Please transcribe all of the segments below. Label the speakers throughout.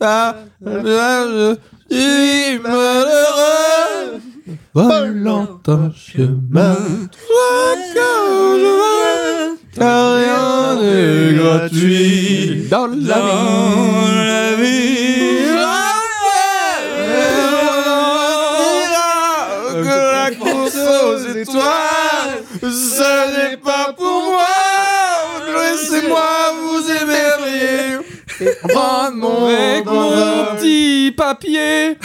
Speaker 1: Ah, je suis malheureux. Valentin, je m'assois quand je veux, car rien n'est gratuit dans la vie. La vie. Que la course aux étoiles, ce n'est pas pour moi. Laissez-moi vous émerveiller. Prendre mon
Speaker 2: Avec mon
Speaker 1: écran.
Speaker 2: petit papier.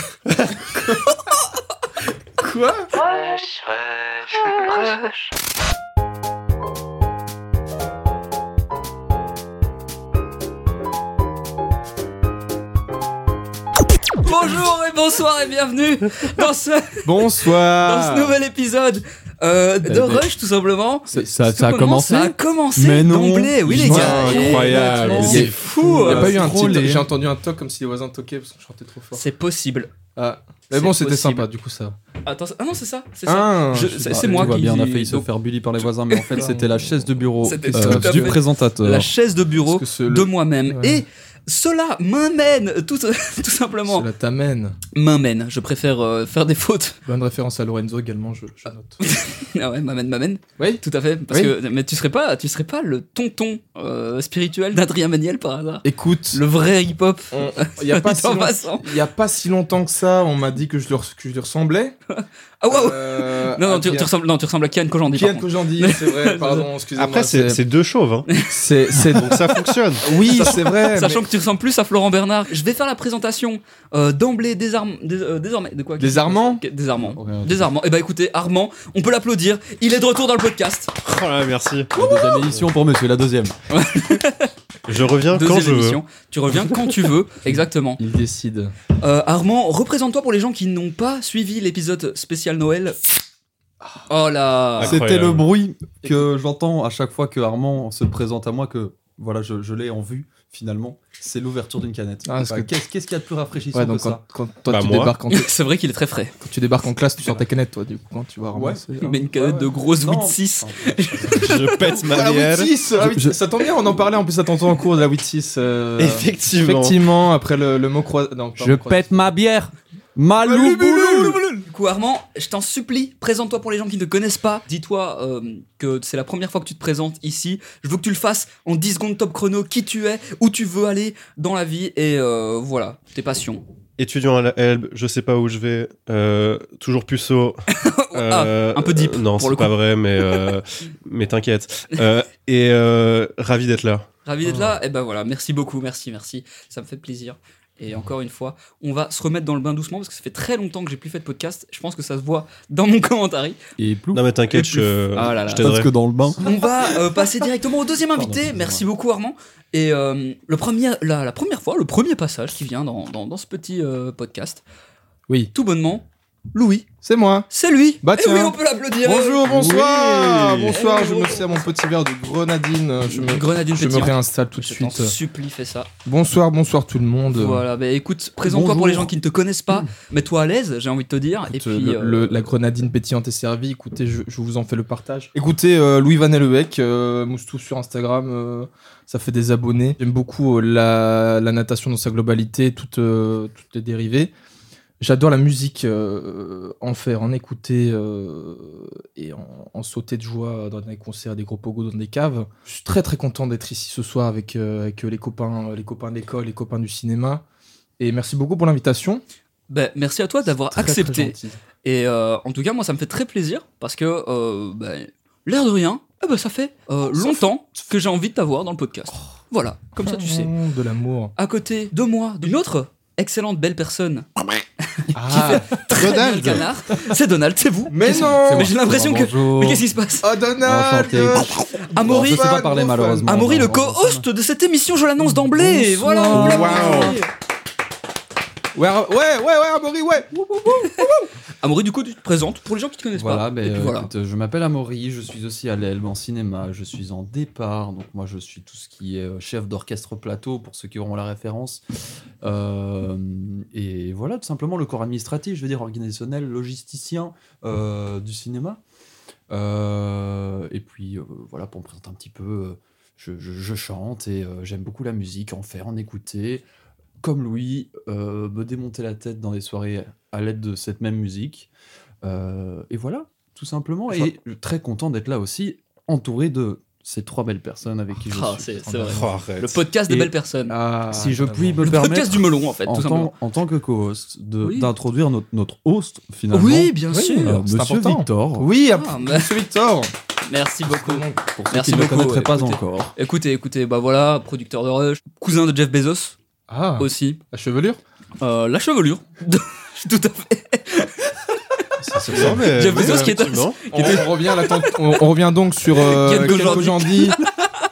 Speaker 3: Bonjour et bonsoir et bienvenue dans ce, dans ce
Speaker 1: Bonsoir.
Speaker 3: nouvel épisode euh, de Rush tout simplement.
Speaker 2: Ça, Eh ben, ça-
Speaker 3: Tout
Speaker 2: ça a
Speaker 3: simplement,
Speaker 2: commencé
Speaker 3: Ça a commencé
Speaker 2: Mais non.
Speaker 3: d'emblée, oui les
Speaker 2: Ouais,
Speaker 3: gars.
Speaker 1: incroyable.
Speaker 3: Complètement.
Speaker 1: C'est
Speaker 3: C'est fou.
Speaker 1: Il y a
Speaker 3: euh,
Speaker 1: pas eu un
Speaker 2: drôle,
Speaker 1: petit
Speaker 2: et-
Speaker 1: J'ai entendu un toc comme si les voisins toquaient parce que je chantais trop fort.
Speaker 3: C'est possible.
Speaker 1: Ah. Mais
Speaker 3: c'est
Speaker 1: bon, c'était
Speaker 3: possible.
Speaker 1: sympa du coup ça.
Speaker 3: Attends, ah non c'est ça, c'est ça.
Speaker 1: Ah,
Speaker 3: Je-
Speaker 1: je-
Speaker 3: c'est-
Speaker 2: Ah, tu
Speaker 3: c'est moi
Speaker 2: vois
Speaker 3: qui
Speaker 2: bien, on a failli se
Speaker 3: donc,
Speaker 2: faire bully par les voisins, mais en fait, c'était la chaise de bureau
Speaker 3: C'était
Speaker 2: euh,
Speaker 3: tout à
Speaker 2: du
Speaker 3: fait
Speaker 2: présentateur.
Speaker 3: la chaise de bureau
Speaker 1: parce que ce-
Speaker 3: de
Speaker 1: le-
Speaker 3: moi-même
Speaker 1: Ouais.
Speaker 3: et cela m'amène tout, tout simplement
Speaker 1: Cela t'amène.
Speaker 3: m'amène. Je préfère euh, faire des fautes.
Speaker 1: Bonne référence à Lorenzo également, je, je note.
Speaker 3: ah ouais, m'amène m'amène.
Speaker 1: Oui.
Speaker 3: Tout à fait parce
Speaker 1: Oui.
Speaker 3: que mais tu serais pas tu serais pas le tonton euh, spirituel d'Adrien Méniel par hasard.
Speaker 1: Écoute,
Speaker 3: Le vrai hip-hop.
Speaker 1: on- il y a pas
Speaker 3: Dit
Speaker 1: si
Speaker 3: en
Speaker 1: long-
Speaker 3: passant.
Speaker 1: il y a pas si longtemps que ça, on m'a dit que je, le, res- que je lui ressemblais.
Speaker 3: Ah waouh
Speaker 1: Euh,
Speaker 3: non, non, tu,
Speaker 1: à
Speaker 3: tu
Speaker 1: Kian-
Speaker 3: ressembles, non, tu ressembles à Kian Kojandi. par
Speaker 1: Kian
Speaker 3: contre.
Speaker 1: Kojandi, c'est vrai, pardon, excusez-moi.
Speaker 4: Après, c'est c'est deux chauves, hein.
Speaker 1: c'est- c'est-
Speaker 4: donc ça fonctionne.
Speaker 1: Oui, c'est vrai.
Speaker 3: Sachant
Speaker 1: mais-
Speaker 3: que tu ressembles plus à Florent Bernard. Je vais faire la présentation euh, d'emblée désarm... dés- euh, désormais. De quoi
Speaker 1: Désarmant
Speaker 3: Désarmant.
Speaker 2: Ouais, ouais.
Speaker 3: Désarmant. Eh ben écoutez, Armand, on peut l'applaudir. Il est de retour dans le podcast.
Speaker 4: Oh là, merci.
Speaker 2: La deuxième édition pour monsieur, la deuxième.
Speaker 4: Je reviens
Speaker 3: Deuxième
Speaker 4: quand je veux.
Speaker 3: émission. Tu reviens quand tu veux. Exactement.
Speaker 2: Il décide.
Speaker 3: Euh, Armand, représente-toi pour les gens qui n'ont pas suivi l'épisode spécial Noël. Oh là
Speaker 4: Ah,
Speaker 2: C'était
Speaker 4: Incroyable.
Speaker 2: le bruit que j'entends à chaque fois que Armand se présente à moi, que voilà, je, je l'ai en vue finalement. C'est l'ouverture d'une canette.
Speaker 1: Ah, parce
Speaker 2: Bah,
Speaker 1: que-
Speaker 2: Qu'est-ce qu'est-ce qu'il y a de plus rafraîchissant
Speaker 1: Ouais,
Speaker 2: que
Speaker 1: donc quand,
Speaker 2: ça
Speaker 1: quand toi
Speaker 4: Bah,
Speaker 1: tu
Speaker 4: moi.
Speaker 1: débarques en,
Speaker 3: C'est vrai qu'il est très frais.
Speaker 1: quand tu débarques en classe, tu sors ta canette, toi, du coup, quand tu vas ramasser.
Speaker 2: Ouais.
Speaker 3: Il met une canette de grosse 8-6.
Speaker 4: Je pète ma
Speaker 1: Ah,
Speaker 4: bière.
Speaker 1: 8-6, ah,
Speaker 2: Je-
Speaker 1: 8-6,
Speaker 2: je-
Speaker 1: Ça tombe bien, on en parlait en plus, ça t'entend en cours de la 8-6. euh,
Speaker 4: Effectivement.
Speaker 1: Effectivement, après le, le mot croisé.
Speaker 2: Je pète ma bière. Malouboulou
Speaker 3: Du coup, Armand, je t'en supplie, présente-toi pour les gens qui ne te connaissent pas. Dis-toi euh, que c'est la première fois que tu te présentes ici. Je veux que tu le fasses en 10 secondes top chrono, qui tu es, où tu veux aller dans la vie et euh, voilà, tes passions.
Speaker 4: Étudiant à la Elbe, je sais pas où je vais. euh, toujours puceau. euh,
Speaker 3: Ah, un peu deep,
Speaker 4: euh, non,
Speaker 3: pour
Speaker 4: c'est
Speaker 3: le
Speaker 4: pas
Speaker 3: coup.
Speaker 4: vrai, mais, euh, mais t'inquiète. Euh, et euh, ravi d'être là.
Speaker 3: Ravi
Speaker 1: Oh.
Speaker 3: d'être là. Et ben voilà, merci beaucoup, merci, merci. Ça me fait plaisir. Et encore une fois, on va se remettre dans le bain doucement parce que ça fait très longtemps que j'ai plus fait de podcast. Je pense que ça se voit dans mon commentaire.
Speaker 2: Et plou.
Speaker 4: Non, mais t'inquiète,
Speaker 3: Et plus.
Speaker 4: je,
Speaker 3: Ah là là.
Speaker 4: je
Speaker 2: Parce
Speaker 4: t'aiderai.
Speaker 2: que dans le bain.
Speaker 3: On va euh, passer directement au deuxième
Speaker 2: Pardon,
Speaker 3: invité.
Speaker 2: excusez-moi.
Speaker 3: Merci beaucoup Armand. Et euh, le premier, la, la première fois, le premier passage qui vient dans, dans, dans ce petit euh, podcast,
Speaker 1: Oui.
Speaker 3: tout bonnement, Louis,
Speaker 1: C'est moi.
Speaker 3: c'est lui.
Speaker 1: Bah
Speaker 3: Et
Speaker 1: tiens.
Speaker 3: oui, on peut l'applaudir.
Speaker 1: Bonjour, bonsoir.
Speaker 4: Oui.
Speaker 1: Bonsoir, je
Speaker 3: Hello.
Speaker 1: me sers mon petit verre de grenadine. euh, Je me,
Speaker 3: Grenadine
Speaker 1: je me
Speaker 3: pétillante.
Speaker 1: réinstalle tout de
Speaker 3: Je t'en
Speaker 1: suite.
Speaker 3: supplie, fais ça.
Speaker 1: Bonsoir, bonsoir tout le monde.
Speaker 3: Voilà, bah écoute, présente-toi
Speaker 2: Bonjour.
Speaker 3: pour les gens qui ne te connaissent pas. Mets-toi à l'aise, j'ai envie de te dire.
Speaker 1: Mm. Écoute,
Speaker 3: et puis,
Speaker 1: le- le-
Speaker 3: euh,
Speaker 1: la grenadine pétillante est servie. Écoutez, je, je vous en fais le partage. Écoutez, euh, Louis Van Ellebec, euh, Moustou sur Instagram, euh, ça fait des abonnés. J'aime beaucoup euh, la, la natation dans sa globalité, toutes, euh, toutes les dérivées. J'adore la musique, euh, en faire, en écouter euh, et en, en sauter de joie dans des concerts, des gros pogos, dans des caves. Je suis très très content d'être ici ce soir avec, euh, avec les copains, les copains de l'école, les copains du cinéma. Et merci beaucoup pour l'invitation.
Speaker 3: bah, merci à toi d'avoir
Speaker 1: Très, très
Speaker 3: accepté.
Speaker 1: gentil.
Speaker 3: Et euh, en tout cas, moi, ça me fait très plaisir parce que, euh, bah, l'air de rien, eh ben, ça fait euh, longtemps que j'ai envie de t'avoir dans le podcast.
Speaker 1: Oh.
Speaker 3: Voilà, comme ça, tu sais.
Speaker 1: De l'amour.
Speaker 3: À côté de moi, d'une autre excellente belle personne,
Speaker 1: Ah,
Speaker 3: très bien le
Speaker 4: Donald.
Speaker 3: canard, c'est Donald, c'est vous.
Speaker 1: mais
Speaker 3: Qu'est-ce-
Speaker 1: non
Speaker 3: Mais j'ai l'impression que.
Speaker 2: Bonjour.
Speaker 3: Mais qu'est-ce qui se passe
Speaker 1: Oh Donald
Speaker 2: Enchanté.
Speaker 1: Oh.
Speaker 3: Amaury,
Speaker 2: Je sais pas parler malheureusement.
Speaker 3: Amaury, le
Speaker 2: Bonsoir.
Speaker 3: co-host de cette émission, je l'annonce d'emblée. Voilà. on peut l'applaudir.
Speaker 1: Ouais, ouais, ouais, ouais, Amaury, ouais
Speaker 3: Amaury, du coup, tu te présentes pour les gens qui te connaissent
Speaker 2: Voilà,
Speaker 3: pas.
Speaker 2: ben,
Speaker 3: Et puis
Speaker 2: euh,
Speaker 3: voilà.
Speaker 2: écoute, je m'appelle Amaury, je suis aussi à l'Elbe en cinéma, je suis en départ, donc moi je suis tout ce qui est euh, chef d'orchestre plateau pour ceux qui auront la référence. Euh, et voilà, tout simplement le corps administratif, je veux dire organisationnel, logisticien euh, du cinéma. Euh, et puis euh, voilà, pour me présenter un petit peu, euh, je, je- je chante et euh, j'aime beaucoup la musique, en faire, en écouter. comme Louis, euh, me démonter la tête dans des soirées à l'aide de cette même musique. Euh, et voilà, tout simplement.
Speaker 3: Je
Speaker 2: Et très content d'être là aussi, entouré de ces trois belles personnes avec qui je
Speaker 3: Ah,
Speaker 2: suis.
Speaker 3: c'est c'est vrai.
Speaker 4: Oh, arrête.
Speaker 3: Le podcast des
Speaker 2: Et-
Speaker 3: belles personnes.
Speaker 1: Ah,
Speaker 2: Si je puis me
Speaker 3: le
Speaker 2: permettre,
Speaker 3: podcast du melon, en fait,
Speaker 2: en
Speaker 3: tout simplement.
Speaker 2: tant, en tant que co-host, de-
Speaker 3: Oui.
Speaker 2: d'introduire notre, notre host finalement.
Speaker 3: oui, bien
Speaker 1: Oui,
Speaker 3: sûr.
Speaker 2: euh,
Speaker 1: c'est
Speaker 2: Monsieur
Speaker 1: important.
Speaker 2: Victor,
Speaker 1: Oui,
Speaker 3: Ah,
Speaker 1: après,
Speaker 3: mais-
Speaker 1: monsieur Victor.
Speaker 3: Merci beaucoup.
Speaker 2: pour ceux
Speaker 3: Merci
Speaker 2: qui ne le
Speaker 3: beaucoup,
Speaker 2: connaîtraient pas
Speaker 3: écoutez.
Speaker 2: encore.
Speaker 3: Écoutez, écoutez, bah voilà, producteur de Rush, cousin de Jeff Bezos
Speaker 1: Ah,
Speaker 3: aussi,
Speaker 1: la chevelure
Speaker 3: Euh, la chevelure. Tout à fait.
Speaker 4: Ça se sent, mais-
Speaker 3: Jeff Bezos
Speaker 4: mais,
Speaker 3: qui est-
Speaker 4: effectivement.
Speaker 1: on, on revient à la tente- on, on revient donc sur euh,
Speaker 3: Ken
Speaker 1: Ken
Speaker 3: Kojandi.
Speaker 1: Kojandi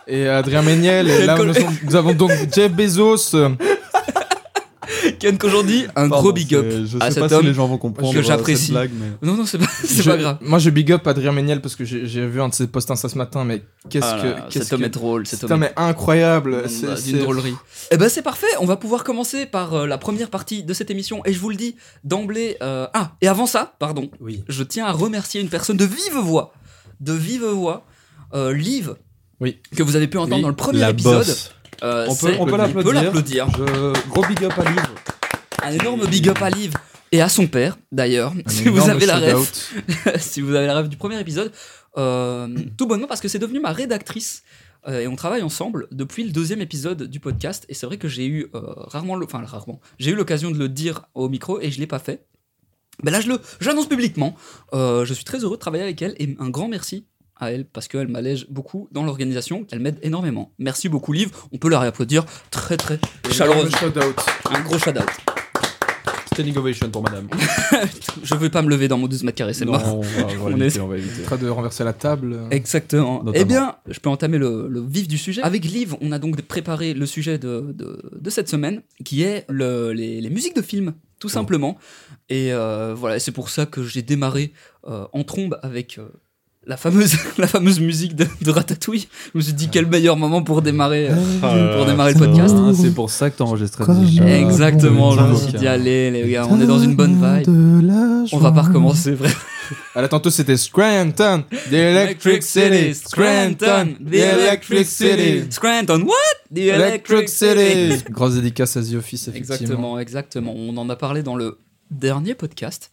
Speaker 1: et Adrien Méniel. Et
Speaker 3: Ken
Speaker 1: là,
Speaker 3: Ko-
Speaker 1: nous, sommes- nous avons donc Jeff Bezos. euh,
Speaker 3: Ken qu'aujourd'hui, un
Speaker 2: Pardon,
Speaker 3: gros big up.
Speaker 2: c'est- Je
Speaker 3: à
Speaker 2: sais
Speaker 3: cet
Speaker 2: pas
Speaker 3: homme
Speaker 2: si les gens vont comprendre
Speaker 3: que
Speaker 2: euh, cette
Speaker 3: j'apprécie.
Speaker 2: blague, mais-
Speaker 3: Non, non, c'est pas, c'est
Speaker 1: je-
Speaker 3: pas grave.
Speaker 1: Moi, je big up Adrien Méniel parce que j'ai j'ai vu un de ses posts Insta ce matin, mais qu'est-ce
Speaker 3: Ah là là,
Speaker 1: que. qu'est-ce
Speaker 3: cet homme
Speaker 1: que-
Speaker 3: est drôle, cet
Speaker 1: cet
Speaker 3: homme
Speaker 1: homme
Speaker 3: est Bah,
Speaker 1: est incroyable.
Speaker 3: D'une-
Speaker 1: C'est
Speaker 3: d'une
Speaker 1: c'est-
Speaker 3: drôlerie. Euh, Eh ben c'est parfait, on va pouvoir commencer par euh, la première partie de cette émission et je vous le dis d'emblée. euh, Ah, et avant ça, pardon,
Speaker 1: Oui.
Speaker 3: je tiens à remercier une personne de vive voix, de vive voix, euh, Liv,
Speaker 1: Oui.
Speaker 3: que vous avez pu entendre
Speaker 1: Oui,
Speaker 3: dans le premier
Speaker 4: La
Speaker 3: épisode.
Speaker 4: bosse.
Speaker 3: Euh,
Speaker 2: On peut-
Speaker 3: c'est-
Speaker 2: on peut l'applaudir.
Speaker 3: l'applaudir.
Speaker 2: Je- Gros big up à Liv.
Speaker 3: Un énorme big up à Liv et à son père d'ailleurs,
Speaker 1: un
Speaker 3: si vous
Speaker 1: énorme
Speaker 3: avez la rêve.
Speaker 1: shout-out.
Speaker 3: si vous avez la rêve du premier épisode, euh, tout bonnement parce que c'est devenu ma rédactrice euh, et on travaille ensemble depuis le deuxième épisode du podcast. Et c'est vrai que j'ai eu euh, rarement, le- enfin rarement, j'ai eu l'occasion de le dire au micro et je l'ai pas fait. Mais là, je le, j'annonce publiquement. Euh, je suis très heureux de travailler avec elle et un grand merci à elle parce qu'elle m'allège beaucoup dans l'organisation, elle m'aide énormément. Merci beaucoup, Liv. On peut la réapplaudir très très
Speaker 1: Énorme
Speaker 3: chaleureusement.
Speaker 1: shout-out.
Speaker 3: Un gros shout out.
Speaker 2: Standing ovation pour madame.
Speaker 3: Je veux pas me lever dans mon 12 mètres carrés, c'est
Speaker 2: Non,
Speaker 3: mort.
Speaker 2: on va- on va
Speaker 3: On
Speaker 2: éviter, on va éviter.
Speaker 1: En train de renverser la table.
Speaker 3: Hein. Exactement.
Speaker 2: Notamment.
Speaker 3: Eh bien, je peux entamer le, le vif du sujet. Avec Liv, on a donc préparé le sujet de, de- de cette semaine, qui est le- les, les musiques de films, tout simplement. Et euh, voilà, c'est pour ça que j'ai démarré euh, en trombe avec euh, la, fameuse, la fameuse musique de, de Ratatouille. Je me suis dit, quel meilleur moment pour démarrer, euh,
Speaker 4: Ah,
Speaker 3: pour démarrer le
Speaker 4: ça.
Speaker 3: podcast.
Speaker 2: Ah, c'est pour ça que t'enregistrais
Speaker 5: Comme-
Speaker 2: déjà.
Speaker 3: Exactement, je me
Speaker 2: bravo.
Speaker 3: suis dit, allez les gars, Ah, on est dans une bonne vibe. On va pas recommencer, vrai.
Speaker 1: À Ah, la tantôt, c'était Scranton, The Electric City. Scranton, The Electric City.
Speaker 3: Scranton, what? The
Speaker 1: Electric City. Grosse dédicace à The Office, effectivement.
Speaker 3: Exactement, exactement. On en a parlé dans le dernier podcast.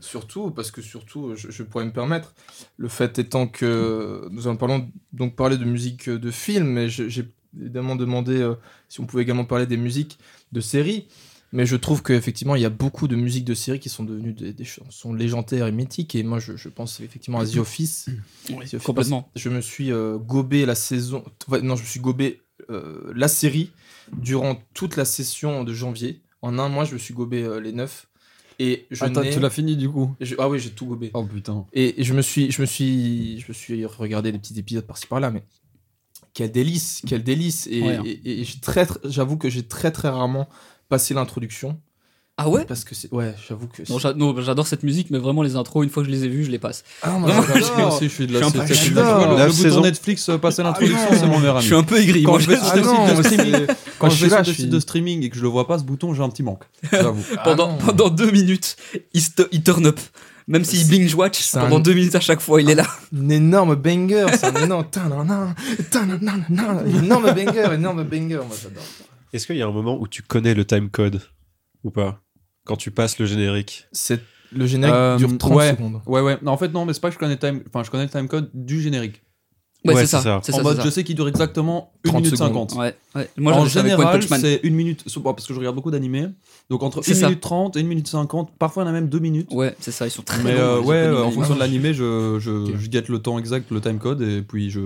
Speaker 1: Surtout, parce que surtout, je, je pourrais me permettre, le fait étant que nous en parlons donc parler de musique euh, de film, mais je- j'ai évidemment demandé euh, si on pouvait également parler des musiques de séries. Mais je trouve qu'effectivement, il y a beaucoup de musiques de séries qui sont devenues des, des chansons légendaires et mythiques. Et moi, je, je pense effectivement à The Office. The Office,
Speaker 3: complètement.
Speaker 1: parce que Je me suis euh, gobé la saison. ouais, non, je me suis gobé euh, la série durant toute la session de janvier. En un mois, je me suis gobé euh, les neuf. Et je
Speaker 2: Attends,
Speaker 1: n'ai-
Speaker 2: tu l'as fini du coup
Speaker 1: et je- ah oui, j'ai tout gobé.
Speaker 2: Oh putain.
Speaker 1: Et je me suis, je me suis, je me suis regardé des petits épisodes par-ci par-là, mais quel délice, quel délice. Et,
Speaker 2: hein.
Speaker 3: Ouais.
Speaker 1: et- et j'ai très, très- j'avoue que j'ai très très rarement passé l'introduction
Speaker 3: Ah ouais
Speaker 1: parce que c'est, ouais, j'avoue que. c'est-
Speaker 3: Non, j'a- non, j'adore cette musique, mais vraiment les intros, une fois que je les ai vues, je les passe.
Speaker 1: Ah, moi,
Speaker 3: Vraiment,
Speaker 1: j'adore.
Speaker 2: Moi aussi, je suis de la
Speaker 3: Je suis un
Speaker 2: société.
Speaker 3: peu-
Speaker 2: Tu
Speaker 4: j'adore.
Speaker 2: vois, le-
Speaker 4: La
Speaker 2: Le bouton
Speaker 4: saison-
Speaker 2: Netflix, euh, passer l'introduction,
Speaker 1: Ah non.
Speaker 2: c'est mon meilleur
Speaker 3: Je
Speaker 2: ami.
Speaker 3: suis un peu aigri.
Speaker 2: Quand
Speaker 3: moi,
Speaker 2: je
Speaker 3: je-
Speaker 2: vais sur
Speaker 1: Ah
Speaker 2: le
Speaker 1: non,
Speaker 2: site de
Speaker 1: moi aussi,
Speaker 2: streaming,
Speaker 1: mais-
Speaker 2: quand
Speaker 1: quand
Speaker 2: je
Speaker 1: je
Speaker 2: vais
Speaker 1: suis là,
Speaker 2: sur le
Speaker 1: je
Speaker 2: site
Speaker 1: suis-
Speaker 2: de streaming et que je le vois pas ce bouton, j'ai un petit manque. J'avoue.
Speaker 3: pendant,
Speaker 1: Ah non.
Speaker 3: pendant deux minutes, il, sto- il turn up. Même s'il binge watch,
Speaker 1: c'est un-
Speaker 3: pendant deux minutes à chaque fois, il est là.
Speaker 1: un énorme banger, c'est un énorme, tanana, tanana, énorme banger, énorme banger, moi j'adore.
Speaker 4: Est-ce qu'il y a un moment où tu connais le time code ou pas Quand tu passes le générique
Speaker 1: C'est le générique
Speaker 2: Euh,
Speaker 1: dure 30
Speaker 2: ouais.
Speaker 1: secondes.
Speaker 2: Ouais, ouais. Non, en fait, non, mais c'est pas que je connais le time, enfin, je connais le timecode du générique.
Speaker 3: Ouais,
Speaker 4: Ouais,
Speaker 3: c'est
Speaker 4: c'est
Speaker 3: ça.
Speaker 4: ça.
Speaker 3: C'est
Speaker 2: en
Speaker 3: ça.
Speaker 2: mode,
Speaker 3: c'est
Speaker 2: je
Speaker 3: ça.
Speaker 2: sais qu'il dure exactement 1
Speaker 1: 30
Speaker 2: minute
Speaker 1: secondes.
Speaker 2: 50.
Speaker 3: Ouais, ouais. Moi,
Speaker 2: en
Speaker 3: j'avais ça avec One
Speaker 2: général,
Speaker 3: Punch Man.
Speaker 2: c'est 1 minute, sou- bon, parce que je regarde beaucoup d'animés. Donc entre
Speaker 3: C'est
Speaker 2: 1
Speaker 3: ça.
Speaker 2: minute 30 et 1 minute 50, parfois il y en a même 2 minutes.
Speaker 3: Ouais, c'est ça. Ils sont très
Speaker 2: Mais
Speaker 3: longs,
Speaker 2: euh,
Speaker 3: les
Speaker 2: ouais, euh,
Speaker 3: openings
Speaker 2: en
Speaker 3: d'animé.
Speaker 2: fonction de l'animé, je, je,
Speaker 1: Ok.
Speaker 2: je guette le temps exact, le timecode, et puis je.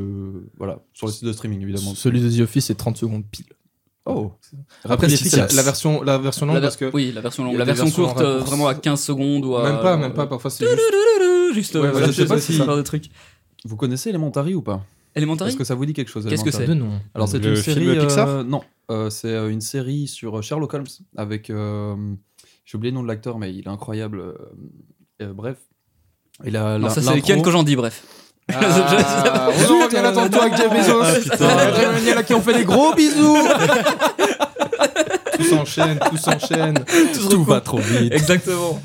Speaker 2: Voilà, sur les sites de streaming évidemment.
Speaker 1: Celui de The Office est 30 secondes pile.
Speaker 2: Oh
Speaker 1: Après,
Speaker 2: Rapide,
Speaker 1: c'est la,
Speaker 2: efficace.
Speaker 1: la version, la version longue
Speaker 3: La ver-
Speaker 1: parce que
Speaker 3: Oui, la version longue.
Speaker 1: il y a
Speaker 3: La
Speaker 1: des
Speaker 3: version
Speaker 1: versions
Speaker 3: courte, euh,
Speaker 1: raccourcies.
Speaker 3: vraiment à 15 secondes ou à. Euh,
Speaker 1: même pas, même pas, parfois c'est juste.
Speaker 3: Juste,
Speaker 1: Ouais,
Speaker 3: euh,
Speaker 1: voilà,
Speaker 3: je sais pas
Speaker 2: si-
Speaker 3: si. Faire des trucs.
Speaker 2: Vous connaissez Elementary ou pas
Speaker 3: Elementary
Speaker 2: Est-ce que ça vous dit quelque chose
Speaker 3: Qu'est-ce que
Speaker 2: Elementary
Speaker 1: De nom.
Speaker 2: Alors c'est
Speaker 4: Le
Speaker 2: une
Speaker 4: film
Speaker 2: série. euh,
Speaker 4: Pixar
Speaker 2: Non, Euh, c'est euh, une série sur euh, Sherlock Holmes avec. euh, J'ai oublié le nom de l'acteur, mais il est incroyable. euh, euh, bref. Et la,
Speaker 3: Non,
Speaker 2: la-
Speaker 3: ça c'est
Speaker 2: l'intro-
Speaker 3: Ken Kojandi, bref.
Speaker 1: Ah,
Speaker 3: Je- je-
Speaker 1: on en revient là tantôt avec Jeff Bezos.
Speaker 4: Ah, putain.
Speaker 1: Adrien Méniel à qui on fait des gros bisous. tout s'enchaîne, tout s'enchaîne.
Speaker 2: Tout va trop vite.
Speaker 3: Exactement.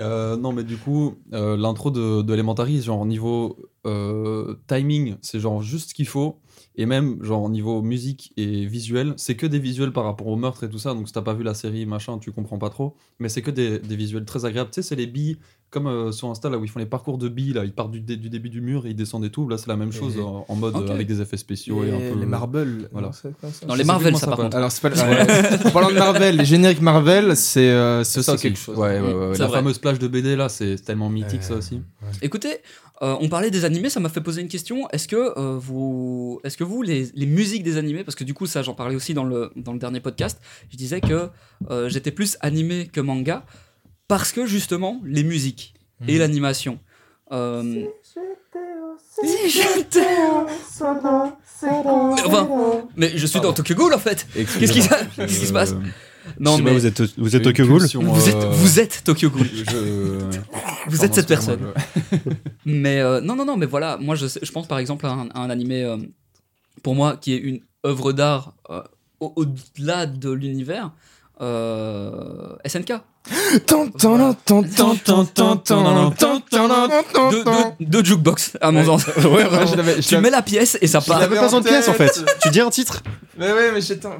Speaker 2: Euh, non, mais du coup, euh, l'intro de, de Elementary, genre niveau euh, timing, c'est genre juste ce qu'il faut. Et même, genre, niveau musique et visuel, c'est que des visuels par rapport au meurtre et tout ça. Donc, si t'as pas vu la série, machin, tu comprends pas trop. Mais c'est que des, des visuels très agréables. Tu sais, c'est les billes, comme euh, sur Insta, là où ils font les parcours de billes, là, ils partent du, dé- du début du mur et ils descendent et tout. Là, c'est la même chose
Speaker 1: Et-
Speaker 2: en, en mode
Speaker 3: Ok.
Speaker 2: euh, avec des effets spéciaux et, un peu.
Speaker 1: les Marvel.
Speaker 2: voilà.
Speaker 1: non, c'est quoi, ça
Speaker 3: Non,
Speaker 2: Je sais
Speaker 3: les
Speaker 2: plus
Speaker 3: Marvel,
Speaker 2: comment ça
Speaker 3: ça, par
Speaker 2: s'appelle.
Speaker 3: contre.
Speaker 1: Alors, c'est pas. en parlant de Marvel, les génériques Marvel, c'est euh, c'est
Speaker 2: Ça
Speaker 1: aussi
Speaker 2: aussi.
Speaker 1: quelque chose.
Speaker 2: Ouais, ouais, ouais, ouais.
Speaker 3: C'est
Speaker 2: La
Speaker 3: vrai.
Speaker 2: fameuse plage de BD, là, c'est tellement mythique, ça
Speaker 1: Euh,
Speaker 2: aussi.
Speaker 3: Écoutez, euh, on parlait des animés, ça m'a fait poser une question. Est-ce que euh, vous, est-ce que vous les, les musiques des animés, parce que du coup ça j'en parlais aussi dans le dans le dernier podcast, je disais que euh, j'étais plus animé que manga parce que justement les musiques et
Speaker 1: Mhm.
Speaker 3: l'animation. Euh, mais je suis dans Tokyo Ghoul en fait. Qu'est-ce qui- qu'est-ce qui se passe Non mais
Speaker 4: vous êtes, vous êtes
Speaker 2: J'ai une
Speaker 4: Tokyo Ghoul
Speaker 2: pulsion,
Speaker 3: vous êtes
Speaker 2: euh,
Speaker 3: vous êtes Tokyo Ghoul.
Speaker 2: je-
Speaker 3: Vous
Speaker 2: Pardon,
Speaker 3: êtes cette
Speaker 2: excusez-moi,
Speaker 3: personne.
Speaker 2: je-
Speaker 3: Mais euh, non, non, non, mais voilà, moi je, sais- je pense par exemple à un, à un animé, euh, pour moi, qui est une œuvre d'art euh, au- au-delà de l'univers, euh, SNK.
Speaker 1: Tan, tan, tan, tan, tan, tan, tan, tan, tan, tan,
Speaker 3: Deux
Speaker 1: tan.
Speaker 3: deux- deux jukebox à mon sens.
Speaker 1: Ouais, ouais, je l'avais. je
Speaker 3: Tu
Speaker 1: l'avais-
Speaker 3: mets la pièce et ça
Speaker 1: je
Speaker 3: part.
Speaker 1: l'avais
Speaker 4: T'avais pas besoin de pièce en
Speaker 1: tête.
Speaker 4: fait. tu dis un titre
Speaker 1: Mais ouais, mais j'étais. en-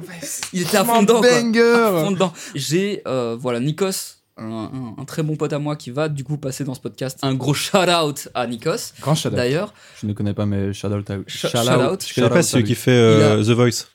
Speaker 3: Il était à fond
Speaker 1: Mon
Speaker 3: dedans, quoi. à fond
Speaker 1: Banger.
Speaker 3: dedans. J'ai, euh, voilà, Nikos, un, un- un très bon pote à moi qui va du coup passer dans ce podcast. Un gros shout out à Nikos,
Speaker 1: Grand shout
Speaker 3: d'ailleurs.
Speaker 2: Je ne connais pas, mais shout out. à- shout
Speaker 3: Sh- shout
Speaker 2: out.
Speaker 3: out.
Speaker 4: Je connais pas
Speaker 2: salut.
Speaker 4: celui qui fait euh,
Speaker 3: Il
Speaker 4: The Voice.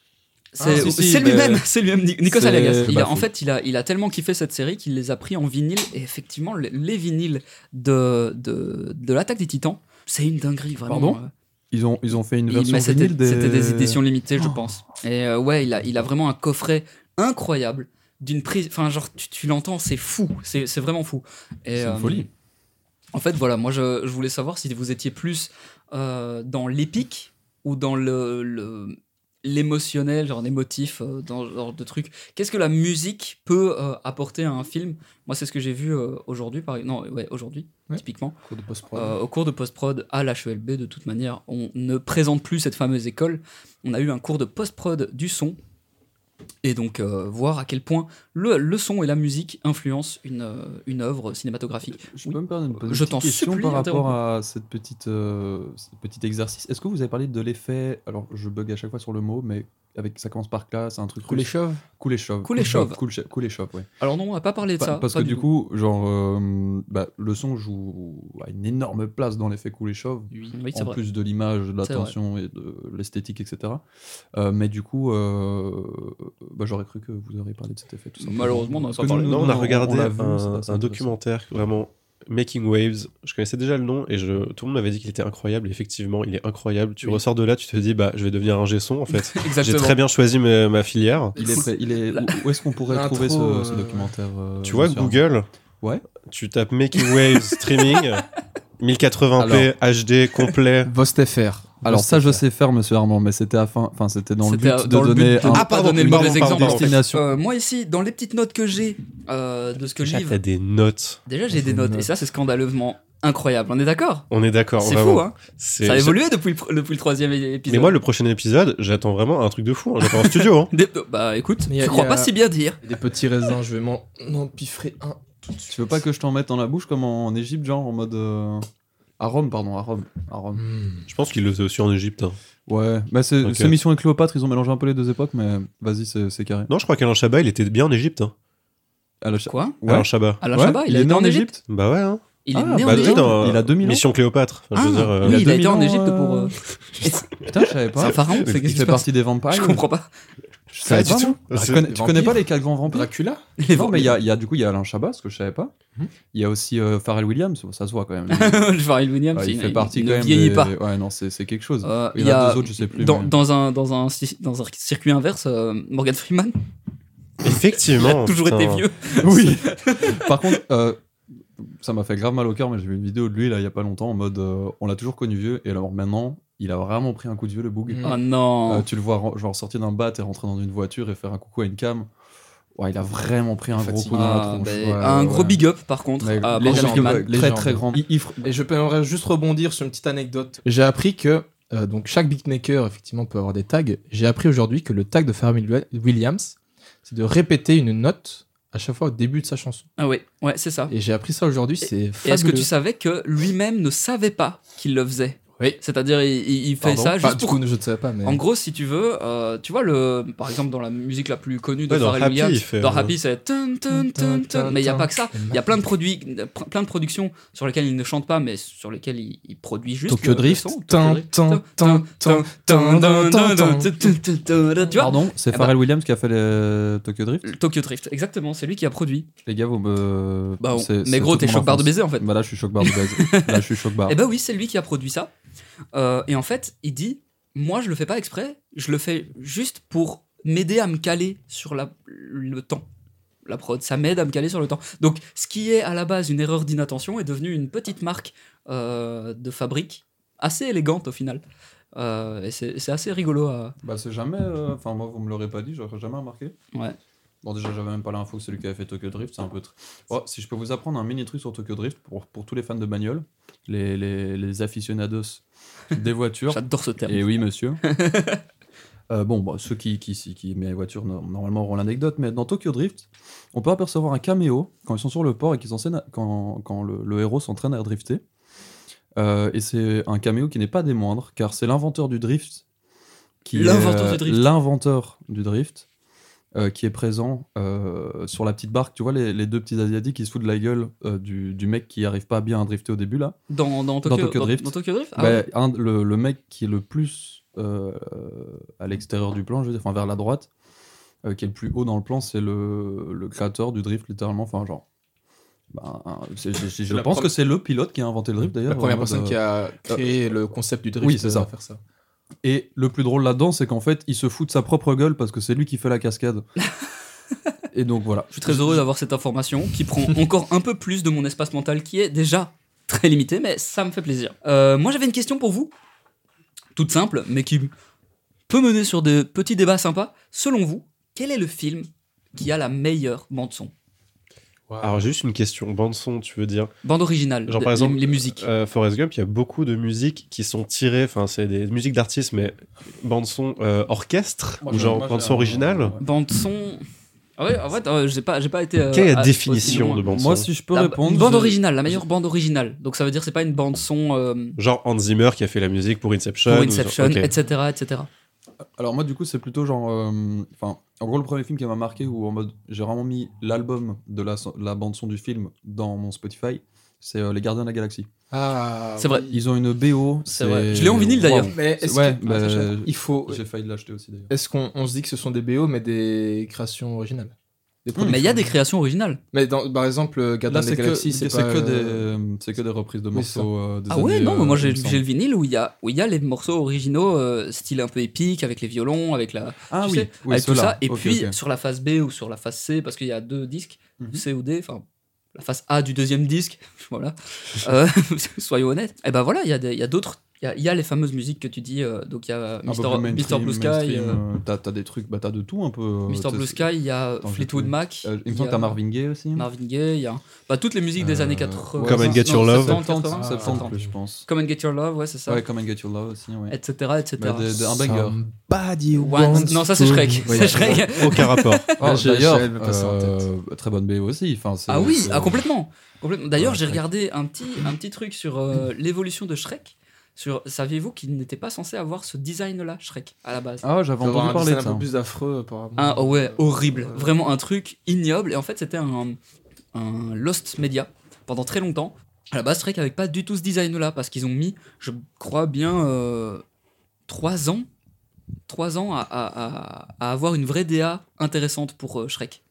Speaker 3: C'est
Speaker 2: Ah, si, si,
Speaker 3: c'est
Speaker 2: mais-
Speaker 3: lui-même, c'est lui-même, Ni- Nikos
Speaker 2: C'est-
Speaker 3: Aliagas.
Speaker 2: c'est
Speaker 3: Il a,
Speaker 2: pas
Speaker 3: en
Speaker 2: fou.
Speaker 3: fait, il a, il a tellement kiffé cette série qu'il les a pris en vinyle. Et effectivement, les, les vinyles de, de, de l'attaque des titans, c'est une dinguerie, vraiment.
Speaker 2: Pardon
Speaker 3: Euh,
Speaker 2: Ils ont, ils ont fait une
Speaker 3: il-
Speaker 2: version
Speaker 3: mais c'était
Speaker 2: vinyle des...
Speaker 3: c'était des éditions limitées, je
Speaker 2: Oh.
Speaker 3: pense. Et euh, ouais, il a, il a vraiment un coffret incroyable. D'une prise, enfin, genre, tu, tu l'entends, c'est fou, c'est c'est vraiment fou. Et,
Speaker 2: C'est une
Speaker 3: euh,
Speaker 2: folie.
Speaker 3: en fait, voilà, moi je, je voulais savoir si vous étiez plus euh, dans l'épique ou dans le, le- l'émotionnel, genre l'émotif, euh, dans ce genre de truc. Qu'est-ce que la musique peut euh, apporter à un film Moi, c'est ce que j'ai vu euh, aujourd'hui, par non, ouais, aujourd'hui,
Speaker 1: Ouais.
Speaker 3: typiquement,
Speaker 1: de
Speaker 3: Euh, au cours de post-prod à l'HELB. De toute manière, on ne présente plus cette fameuse école. On a eu un cours de post-prod du son. Et donc, euh, voir à quel point le, le son et la musique influencent une, euh, une œuvre cinématographique.
Speaker 2: Je peux me permettre de poser
Speaker 3: Je
Speaker 2: une
Speaker 3: t'en
Speaker 2: petite question
Speaker 3: supplie,
Speaker 2: par rapport à cette petite, euh, ce petit exercice. Est-ce que vous avez parlé de l'effet Alors, je bug à chaque fois sur le mot, mais avec ça commence par classe, un truc. russe.
Speaker 1: chauves
Speaker 2: Kuleshov.
Speaker 3: Kuleshov.
Speaker 2: Kuleshov, Kuleshov, ouais.
Speaker 3: Alors non, on n'a pas parlé de
Speaker 2: Pa-
Speaker 3: ça.
Speaker 2: Bah, parce
Speaker 3: pas
Speaker 2: que du coup, genre, euh, bah, le son joue à une énorme place dans l'effet Kuleshov.
Speaker 3: Oui, c'est
Speaker 2: en
Speaker 3: vrai.
Speaker 2: plus de l'image, de
Speaker 3: C'est vrai.
Speaker 2: l'attention et de l'esthétique, etc. Euh, mais du coup, euh, bah, j'aurais cru que vous auriez parlé de cet effet. Tout simplement.
Speaker 3: Malheureusement, on n'en a
Speaker 2: Parce
Speaker 3: pas
Speaker 2: que
Speaker 3: parlé.
Speaker 2: nous,
Speaker 4: Non, on a
Speaker 2: l'a
Speaker 4: regardé
Speaker 2: l'a
Speaker 4: un,
Speaker 2: vu, ça,
Speaker 4: un
Speaker 2: ça, ça,
Speaker 4: documentaire vraiment Making Waves. Je connaissais déjà le nom et je, tout le monde m'avait dit qu'il était incroyable. Et effectivement, il est incroyable. Tu
Speaker 3: Oui.
Speaker 4: ressors de là, tu te dis bah je vais devenir un son en fait. J'ai
Speaker 3: Exactement. Euh,
Speaker 4: très bien choisi ma, ma filière.
Speaker 2: Il est, prêt- il est,
Speaker 3: La-
Speaker 2: où- où est-ce qu'on pourrait
Speaker 1: L'intro,
Speaker 2: trouver ce, ce
Speaker 1: euh,
Speaker 2: documentaire euh,
Speaker 4: tu vois
Speaker 2: sur-
Speaker 4: Google.
Speaker 2: Ouais.
Speaker 4: Tu tapes Making Waves streaming 1080p HD complet.
Speaker 1: VostFR.
Speaker 2: Alors ça, je sais faire, monsieur Armand, mais c'était afin, enfin, c'était dans le
Speaker 3: C'était, euh,
Speaker 2: but de
Speaker 3: dans le but
Speaker 2: donner
Speaker 3: de-
Speaker 2: un-
Speaker 3: Ah, pardon, donner le mauvais
Speaker 4: pardon,
Speaker 3: exemple,
Speaker 2: une
Speaker 4: pardon, pardon.
Speaker 2: destination.
Speaker 3: Euh, moi ici, dans les petites notes que j'ai euh, de ce que je
Speaker 4: Chat,
Speaker 3: livre,
Speaker 4: T'as des notes.
Speaker 3: déjà j'ai
Speaker 2: C'est
Speaker 3: des notes
Speaker 2: une
Speaker 3: et ça c'est scandaleusement incroyable. On est d'accord
Speaker 4: On est d'accord.
Speaker 3: C'est
Speaker 4: vraiment.
Speaker 3: fou, hein
Speaker 4: Ah, C'est-
Speaker 3: Ça a évolué depuis le, pr- depuis le troisième é- épisode.
Speaker 4: Mais moi, le prochain épisode, j'attends vraiment un truc de fou. hein. J'attends en studio. hein.
Speaker 3: Des- euh, Bah écoute,
Speaker 1: Mais y a-
Speaker 3: je crois
Speaker 1: y a-
Speaker 3: pas si bien dire.
Speaker 1: Des petits raisins, je vais m'en empiffrer un.
Speaker 2: Ah, Tu veux pas que je t'en mette dans la bouche comme en, en Égypte, genre en mode euh, à Rome, pardon, à Rome, à Rome.
Speaker 4: Je pense qu'il le faisait aussi en Égypte. hein.
Speaker 2: Ouais, bah c'est
Speaker 4: Ok.
Speaker 2: c'est Mission et Cléopâtre, ils ont mélangé un peu les deux époques, mais vas-y, c'est c'est carré.
Speaker 4: Non, je crois qu'Alain Chabat, il était bien en Égypte. Hein.
Speaker 2: À la cha-
Speaker 3: Quoi
Speaker 2: Ouais. Ah.
Speaker 4: Alain Chabat.
Speaker 3: Alain
Speaker 2: Ouais,
Speaker 3: Chabat, il, a
Speaker 2: est
Speaker 3: été
Speaker 2: né
Speaker 3: en Égypte
Speaker 4: Bah ouais. Hein.
Speaker 3: Il
Speaker 2: Ah,
Speaker 3: est né
Speaker 2: bah
Speaker 3: en
Speaker 2: oui,
Speaker 3: Égypte
Speaker 4: dans,
Speaker 2: Il a 2000 ans.
Speaker 4: Mission Cléopâtre. Enfin, je veux
Speaker 3: Ah,
Speaker 4: dire, euh,
Speaker 3: oui,
Speaker 2: il a
Speaker 3: il a été en
Speaker 2: 2000 ans,
Speaker 3: Égypte pour.
Speaker 2: euh,
Speaker 3: euh,
Speaker 2: Putain, je savais
Speaker 3: C'est
Speaker 2: pas.
Speaker 3: un pharaon,
Speaker 2: Il
Speaker 3: c'est qu'est-ce qui se
Speaker 2: fait
Speaker 3: passe
Speaker 2: partie des vampires.
Speaker 3: Je comprends pas.
Speaker 2: Je savais
Speaker 4: Pas
Speaker 2: pas
Speaker 4: du
Speaker 2: non.
Speaker 4: tout.
Speaker 2: Alors, tu
Speaker 4: C'est-
Speaker 2: connais- tu connais pas les quatre grands vampires
Speaker 1: Dracula
Speaker 3: Les
Speaker 2: Non,
Speaker 3: vents-
Speaker 2: mais il y a, il y a- du coup, il y a Alain Chabat, ce que je savais pas.
Speaker 1: Mhm.
Speaker 2: Il y a aussi euh, Pharrell Williams, bon, ça se voit quand même.
Speaker 3: Le Pharrell Williams,
Speaker 2: Ah, il
Speaker 3: il-
Speaker 2: fait
Speaker 3: il-
Speaker 2: partie
Speaker 3: il
Speaker 2: quand
Speaker 3: ne
Speaker 2: même.
Speaker 3: vieillit
Speaker 2: des-
Speaker 3: pas.
Speaker 2: Ouais, non, c'est c'est quelque chose.
Speaker 3: Euh,
Speaker 2: Il y en a deux autres, je sais plus,
Speaker 3: Dans,
Speaker 2: mais-
Speaker 3: dans un, dans, un, dans un circuit inverse, euh, Morgan Freeman il
Speaker 4: Effectivement.
Speaker 3: a toujours été
Speaker 4: Oh, putain.
Speaker 3: vieux.
Speaker 2: Oui. Par contre, euh, ça m'a fait grave mal au cœur, mais j'ai vu une vidéo de lui là il y a pas longtemps en mode euh, on l'a toujours connu vieux et alors maintenant il a vraiment pris un coup de vieux le boug.
Speaker 1: Mm.
Speaker 3: Oh non.
Speaker 2: Euh, tu le vois ren- genre sortir d'un bat et rentrer dans une voiture et faire un coucou à une cam. Ouais, il a vraiment pris un gros
Speaker 1: Fatigué.
Speaker 2: coup dans la
Speaker 3: Ah,
Speaker 2: tronche.
Speaker 3: ben,
Speaker 2: Ouais,
Speaker 3: un
Speaker 2: ouais,
Speaker 3: gros
Speaker 2: ouais.
Speaker 3: big up par contre
Speaker 2: Mais
Speaker 3: à
Speaker 2: légende,
Speaker 3: Morgan Freeman.
Speaker 2: très très grand.
Speaker 1: Il- il fr- Et je peux juste rebondir sur une petite anecdote. J'ai appris que euh, donc chaque beatmaker effectivement peut avoir des tags. J'ai appris aujourd'hui que le tag de Pharrell Wi- Williams, c'est de répéter une note à chaque fois au début de sa chanson.
Speaker 3: Ah ouais, ouais, c'est ça.
Speaker 1: Et j'ai appris ça aujourd'hui, c'est
Speaker 3: Et est-ce que
Speaker 1: fabuleux.
Speaker 3: tu savais que lui-même ne savait pas qu'il le faisait
Speaker 2: Oui.
Speaker 3: C'est-à-dire, il, il- il fait
Speaker 2: Pardon
Speaker 3: ça
Speaker 1: Enfin,
Speaker 3: juste
Speaker 1: du
Speaker 3: pour.
Speaker 1: coup, je ne savais pas, mais.
Speaker 3: En gros, si tu veux, euh, tu vois, le, par exemple, dans la musique la plus connue de
Speaker 4: Ouais, dans
Speaker 3: Pharrell
Speaker 4: Happy,
Speaker 3: Williams,
Speaker 4: il fait,
Speaker 3: dans
Speaker 4: euh,
Speaker 3: Happy, c'est. tun, tun, tun, tun. Mais il n'y a pas que ça. Il y a plein de produits, plein de productions sur lesquelles il ne chante pas, mais sur lesquelles il, il produit juste.
Speaker 1: Tokyo
Speaker 3: le- le
Speaker 1: Drift.
Speaker 3: son. Tokyo
Speaker 1: Tin,
Speaker 3: Drift.
Speaker 1: tin, tin, tin, tin, tin, tin, tin.
Speaker 3: Tu vois
Speaker 2: Pardon, c'est
Speaker 3: Eh
Speaker 2: Pharrell Williams qui a fait les euh, Tokyo Drift
Speaker 3: Tokyo Drift, exactement, c'est lui qui a produit.
Speaker 2: Les gars, vous me.
Speaker 3: Bah, on-
Speaker 2: c'est-
Speaker 3: mais
Speaker 2: c'est
Speaker 3: gros,
Speaker 2: toute
Speaker 3: t'es
Speaker 2: mon
Speaker 3: choc barre de
Speaker 2: enfance.
Speaker 3: baiser en fait.
Speaker 2: Bah là, je suis choc barre de baiser. là, je suis choc barre.
Speaker 3: Eh ben oui, c'est lui qui a produit ça. Euh, et en fait, il dit Moi, je le fais pas exprès, je le fais juste pour m'aider à me caler sur la, le temps. La prod, ça m'aide à me caler sur le temps. Donc, ce qui est à la base une erreur d'inattention est devenu une petite marque euh, de fabrique assez élégante au final. Euh, et c'est c'est assez rigolo à.
Speaker 2: Bah, c'est jamais. euh, Enfin, moi, vous me l'aurez pas dit, j'aurais jamais remarqué.
Speaker 3: Ouais.
Speaker 2: Bon, déjà, j'avais même pas l'info que c'est lui qui avait fait Tokyo Drift, c'est un peu. tr- Oh, si je peux vous apprendre un mini truc sur Tokyo Drift pour, pour tous les fans de bagnole, les, les, les aficionados des voitures.
Speaker 3: J'adore ce terme.
Speaker 2: Et oui, monsieur. Euh, bon, bah, ceux qui, qui, qui, qui aiment les voitures no- normalement auront l'anecdote, mais dans Tokyo Drift, on peut apercevoir un caméo quand ils sont sur le port et qu'ils s'entraînent à- quand, quand le, le héros s'entraîne à drifter. Euh, et c'est un caméo qui n'est pas des moindres, car c'est l'inventeur du drift. qui est,
Speaker 3: L'inventeur
Speaker 2: euh,
Speaker 3: du drift.
Speaker 2: L'inventeur du drift, euh, qui est présent euh, sur la petite barque. Tu vois, les, les deux petits Asiatiques qui se foutent de la gueule euh, du, du mec qui arrive pas bien à drifter au début, là.
Speaker 3: Dans, dans Tokyo,
Speaker 2: Tokyo
Speaker 3: dans-
Speaker 2: Drift.
Speaker 3: dans Tokyo Drift Ah
Speaker 2: Bah,
Speaker 3: ouais.
Speaker 2: un- le, le mec qui est le plus euh, à l'extérieur du plan, je veux dire, enfin vers la droite, euh, qui est le plus haut dans le plan, c'est le, le créateur du drift, littéralement. Enfin, genre. bah, un- c'est- c'est- c'est- je
Speaker 4: la
Speaker 2: pense
Speaker 4: première-
Speaker 2: que c'est le pilote qui a inventé le drift d'ailleurs.
Speaker 1: La première
Speaker 2: en mode,
Speaker 1: personne qui a créé le concept du drift
Speaker 2: Euh, oui, c'est
Speaker 1: euh,
Speaker 2: ça.
Speaker 1: faire ça.
Speaker 2: euh, Et le plus drôle là-dedans, c'est qu'en fait, il se fout de sa propre gueule parce que c'est lui qui fait la cascade. Et donc voilà.
Speaker 3: Je suis très heureux d'avoir cette information qui prend encore un peu plus de mon espace mental qui est déjà très limité, mais ça me fait plaisir. Euh, moi, j'avais une question pour vous, toute simple, mais qui peut mener sur des petits débats sympas. Selon vous, quel est le film qui a la meilleure bande son
Speaker 4: Alors, juste une question. Bande-son, tu veux dire
Speaker 3: Bande originale,
Speaker 4: Genre,
Speaker 3: de-
Speaker 4: par exemple,
Speaker 3: les, les musiques.
Speaker 4: Euh, Forrest Gump, il y a beaucoup de musiques qui sont tirées, enfin c'est des musiques d'artistes, mais bande son euh, orchestre
Speaker 2: Moi,
Speaker 4: ou
Speaker 2: j'ai-
Speaker 4: genre
Speaker 2: moi,
Speaker 4: bande
Speaker 2: j'ai
Speaker 4: son
Speaker 2: un-
Speaker 4: originale.
Speaker 3: Bande son. Ah ouais, en fait, euh, j'ai pas, j'ai pas été. euh,
Speaker 4: Quelle est
Speaker 3: à-
Speaker 4: la définition
Speaker 3: aussi
Speaker 4: de
Speaker 3: loin.
Speaker 4: bande son
Speaker 2: Moi, si je peux
Speaker 3: La-
Speaker 2: répondre.
Speaker 3: une bande
Speaker 2: je-
Speaker 3: originale, la meilleure bande originale. Donc ça veut dire que c'est pas une bande son euh,
Speaker 4: Genre Hans Zimmer qui a fait la musique pour Inception.
Speaker 3: pour
Speaker 4: ou-
Speaker 3: Inception,
Speaker 4: ok.
Speaker 3: etc., etc.
Speaker 2: Alors moi du coup c'est plutôt genre, euh, enfin en gros le premier film qui m'a marqué où en mode j'ai vraiment mis l'album de la, so- la bande son du film dans mon Spotify, c'est euh, les Gardiens de la Galaxie.
Speaker 1: Ah.
Speaker 3: C'est vrai.
Speaker 2: Ils ont une BO.
Speaker 3: C'est vrai. Je l'ai en vinyle, d'ailleurs.
Speaker 2: Waouh.
Speaker 1: Mais est-ce
Speaker 2: Ouais,
Speaker 1: que- Ah,
Speaker 2: bah,
Speaker 1: il faut.
Speaker 2: J'ai failli l'acheter aussi d'ailleurs.
Speaker 1: Est-ce qu'on on se dit que ce sont des BO mais des créations originales Des
Speaker 3: Hmm, Mais il y a des
Speaker 1: productions.
Speaker 3: créations originales.
Speaker 1: Mais dans- par exemple,
Speaker 2: Là
Speaker 1: Gardien des
Speaker 2: c'est que,
Speaker 1: Galaxies,
Speaker 2: c'est
Speaker 1: c'est
Speaker 2: que,
Speaker 1: pas. euh,
Speaker 2: des, c'est que des reprises de
Speaker 1: oui, c'est ça.
Speaker 2: morceaux. euh, des
Speaker 3: Ah ouais,
Speaker 2: années,
Speaker 3: non, mais moi
Speaker 2: euh,
Speaker 3: j'ai
Speaker 2: 2000.
Speaker 3: j'ai le vinyle où il y a, où il y a les morceaux originaux, euh, style un peu épique, avec les violons, avec, la,
Speaker 2: Ah
Speaker 3: tu
Speaker 2: oui,
Speaker 3: sais,
Speaker 2: oui,
Speaker 3: avec tout
Speaker 2: ceux-là.
Speaker 3: ça. Et
Speaker 2: Ok,
Speaker 3: puis
Speaker 2: ok.
Speaker 3: sur la face B ou sur la face C, parce qu'il y a deux disques,
Speaker 2: Mhm.
Speaker 3: C ou D, enfin la face A du deuxième disque, voilà, Euh, soyons honnêtes. Et ben voilà, il y a des- il y a d'autres, il y a- il y, a les fameuses musiques que tu dis, euh, donc il y a
Speaker 2: Un peu plus
Speaker 3: Mister,
Speaker 2: Ah, bah, mainstream,
Speaker 3: Blue Sky,
Speaker 2: mainstream, euh, t'as t'as des trucs, bah t'as de tout un peu. euh,
Speaker 3: Mister
Speaker 2: t'as-
Speaker 3: Blue Sky, il y a
Speaker 2: j'ai
Speaker 3: Fleetwood
Speaker 2: trouvé.
Speaker 3: Mac,
Speaker 2: euh, Il me
Speaker 3: il y
Speaker 2: semble que
Speaker 3: a
Speaker 2: t'as Marvin Gaye aussi.
Speaker 3: Marvin Gaye, il y a bah, toutes les musiques des
Speaker 2: Euh,
Speaker 3: années 80.
Speaker 4: Come and Get
Speaker 3: non,
Speaker 4: Your Love.
Speaker 3: 70, 80,
Speaker 2: 70,
Speaker 1: 70,
Speaker 2: je pense.
Speaker 3: Come and Get Your Love, ouais, c'est ça,
Speaker 2: Ouais, Come and Get Your Love aussi, ouais.
Speaker 3: etc., etc.
Speaker 2: Bah, des- des- un banger.
Speaker 1: Somebody
Speaker 3: Ouais,
Speaker 1: wants
Speaker 3: non, ça c'est
Speaker 1: to-
Speaker 3: Shrek.
Speaker 1: Oui,
Speaker 3: C'est Shrek.
Speaker 4: Aucun rapport.
Speaker 2: Oh,
Speaker 1: Ouais, j'ai-
Speaker 2: D'ailleurs,
Speaker 1: j'ai- elle me passait en tête.
Speaker 2: euh, très bonne BO aussi. Enfin, c'est-
Speaker 3: Ah oui,
Speaker 2: c'est-
Speaker 3: ah, complètement. complètement.
Speaker 2: euh,
Speaker 3: D'ailleurs,
Speaker 2: Ouais,
Speaker 3: j'ai
Speaker 2: Shrek.
Speaker 3: regardé un petit, un petit truc sur euh, l'évolution de Shrek. Sur, saviez-vous qu'il n'était pas censé avoir ce design-là, Shrek, à la base
Speaker 2: Ah, j'avais
Speaker 1: Faut avoir
Speaker 2: entendu
Speaker 1: un
Speaker 2: parler
Speaker 1: design
Speaker 2: de
Speaker 1: un
Speaker 2: ça.
Speaker 1: peu plus affreux, apparemment.
Speaker 3: Un, oh ouais, horrible.
Speaker 1: Euh,
Speaker 3: Vraiment un truc ignoble. Et en fait, c'était un, un Lost Media pendant très longtemps. À la base, Shrek avait pas du tout ce design-là parce qu'ils ont mis, je crois bien, euh, trois ans, trois ans à, à- à- à avoir une vraie DA intéressante pour euh, Shrek.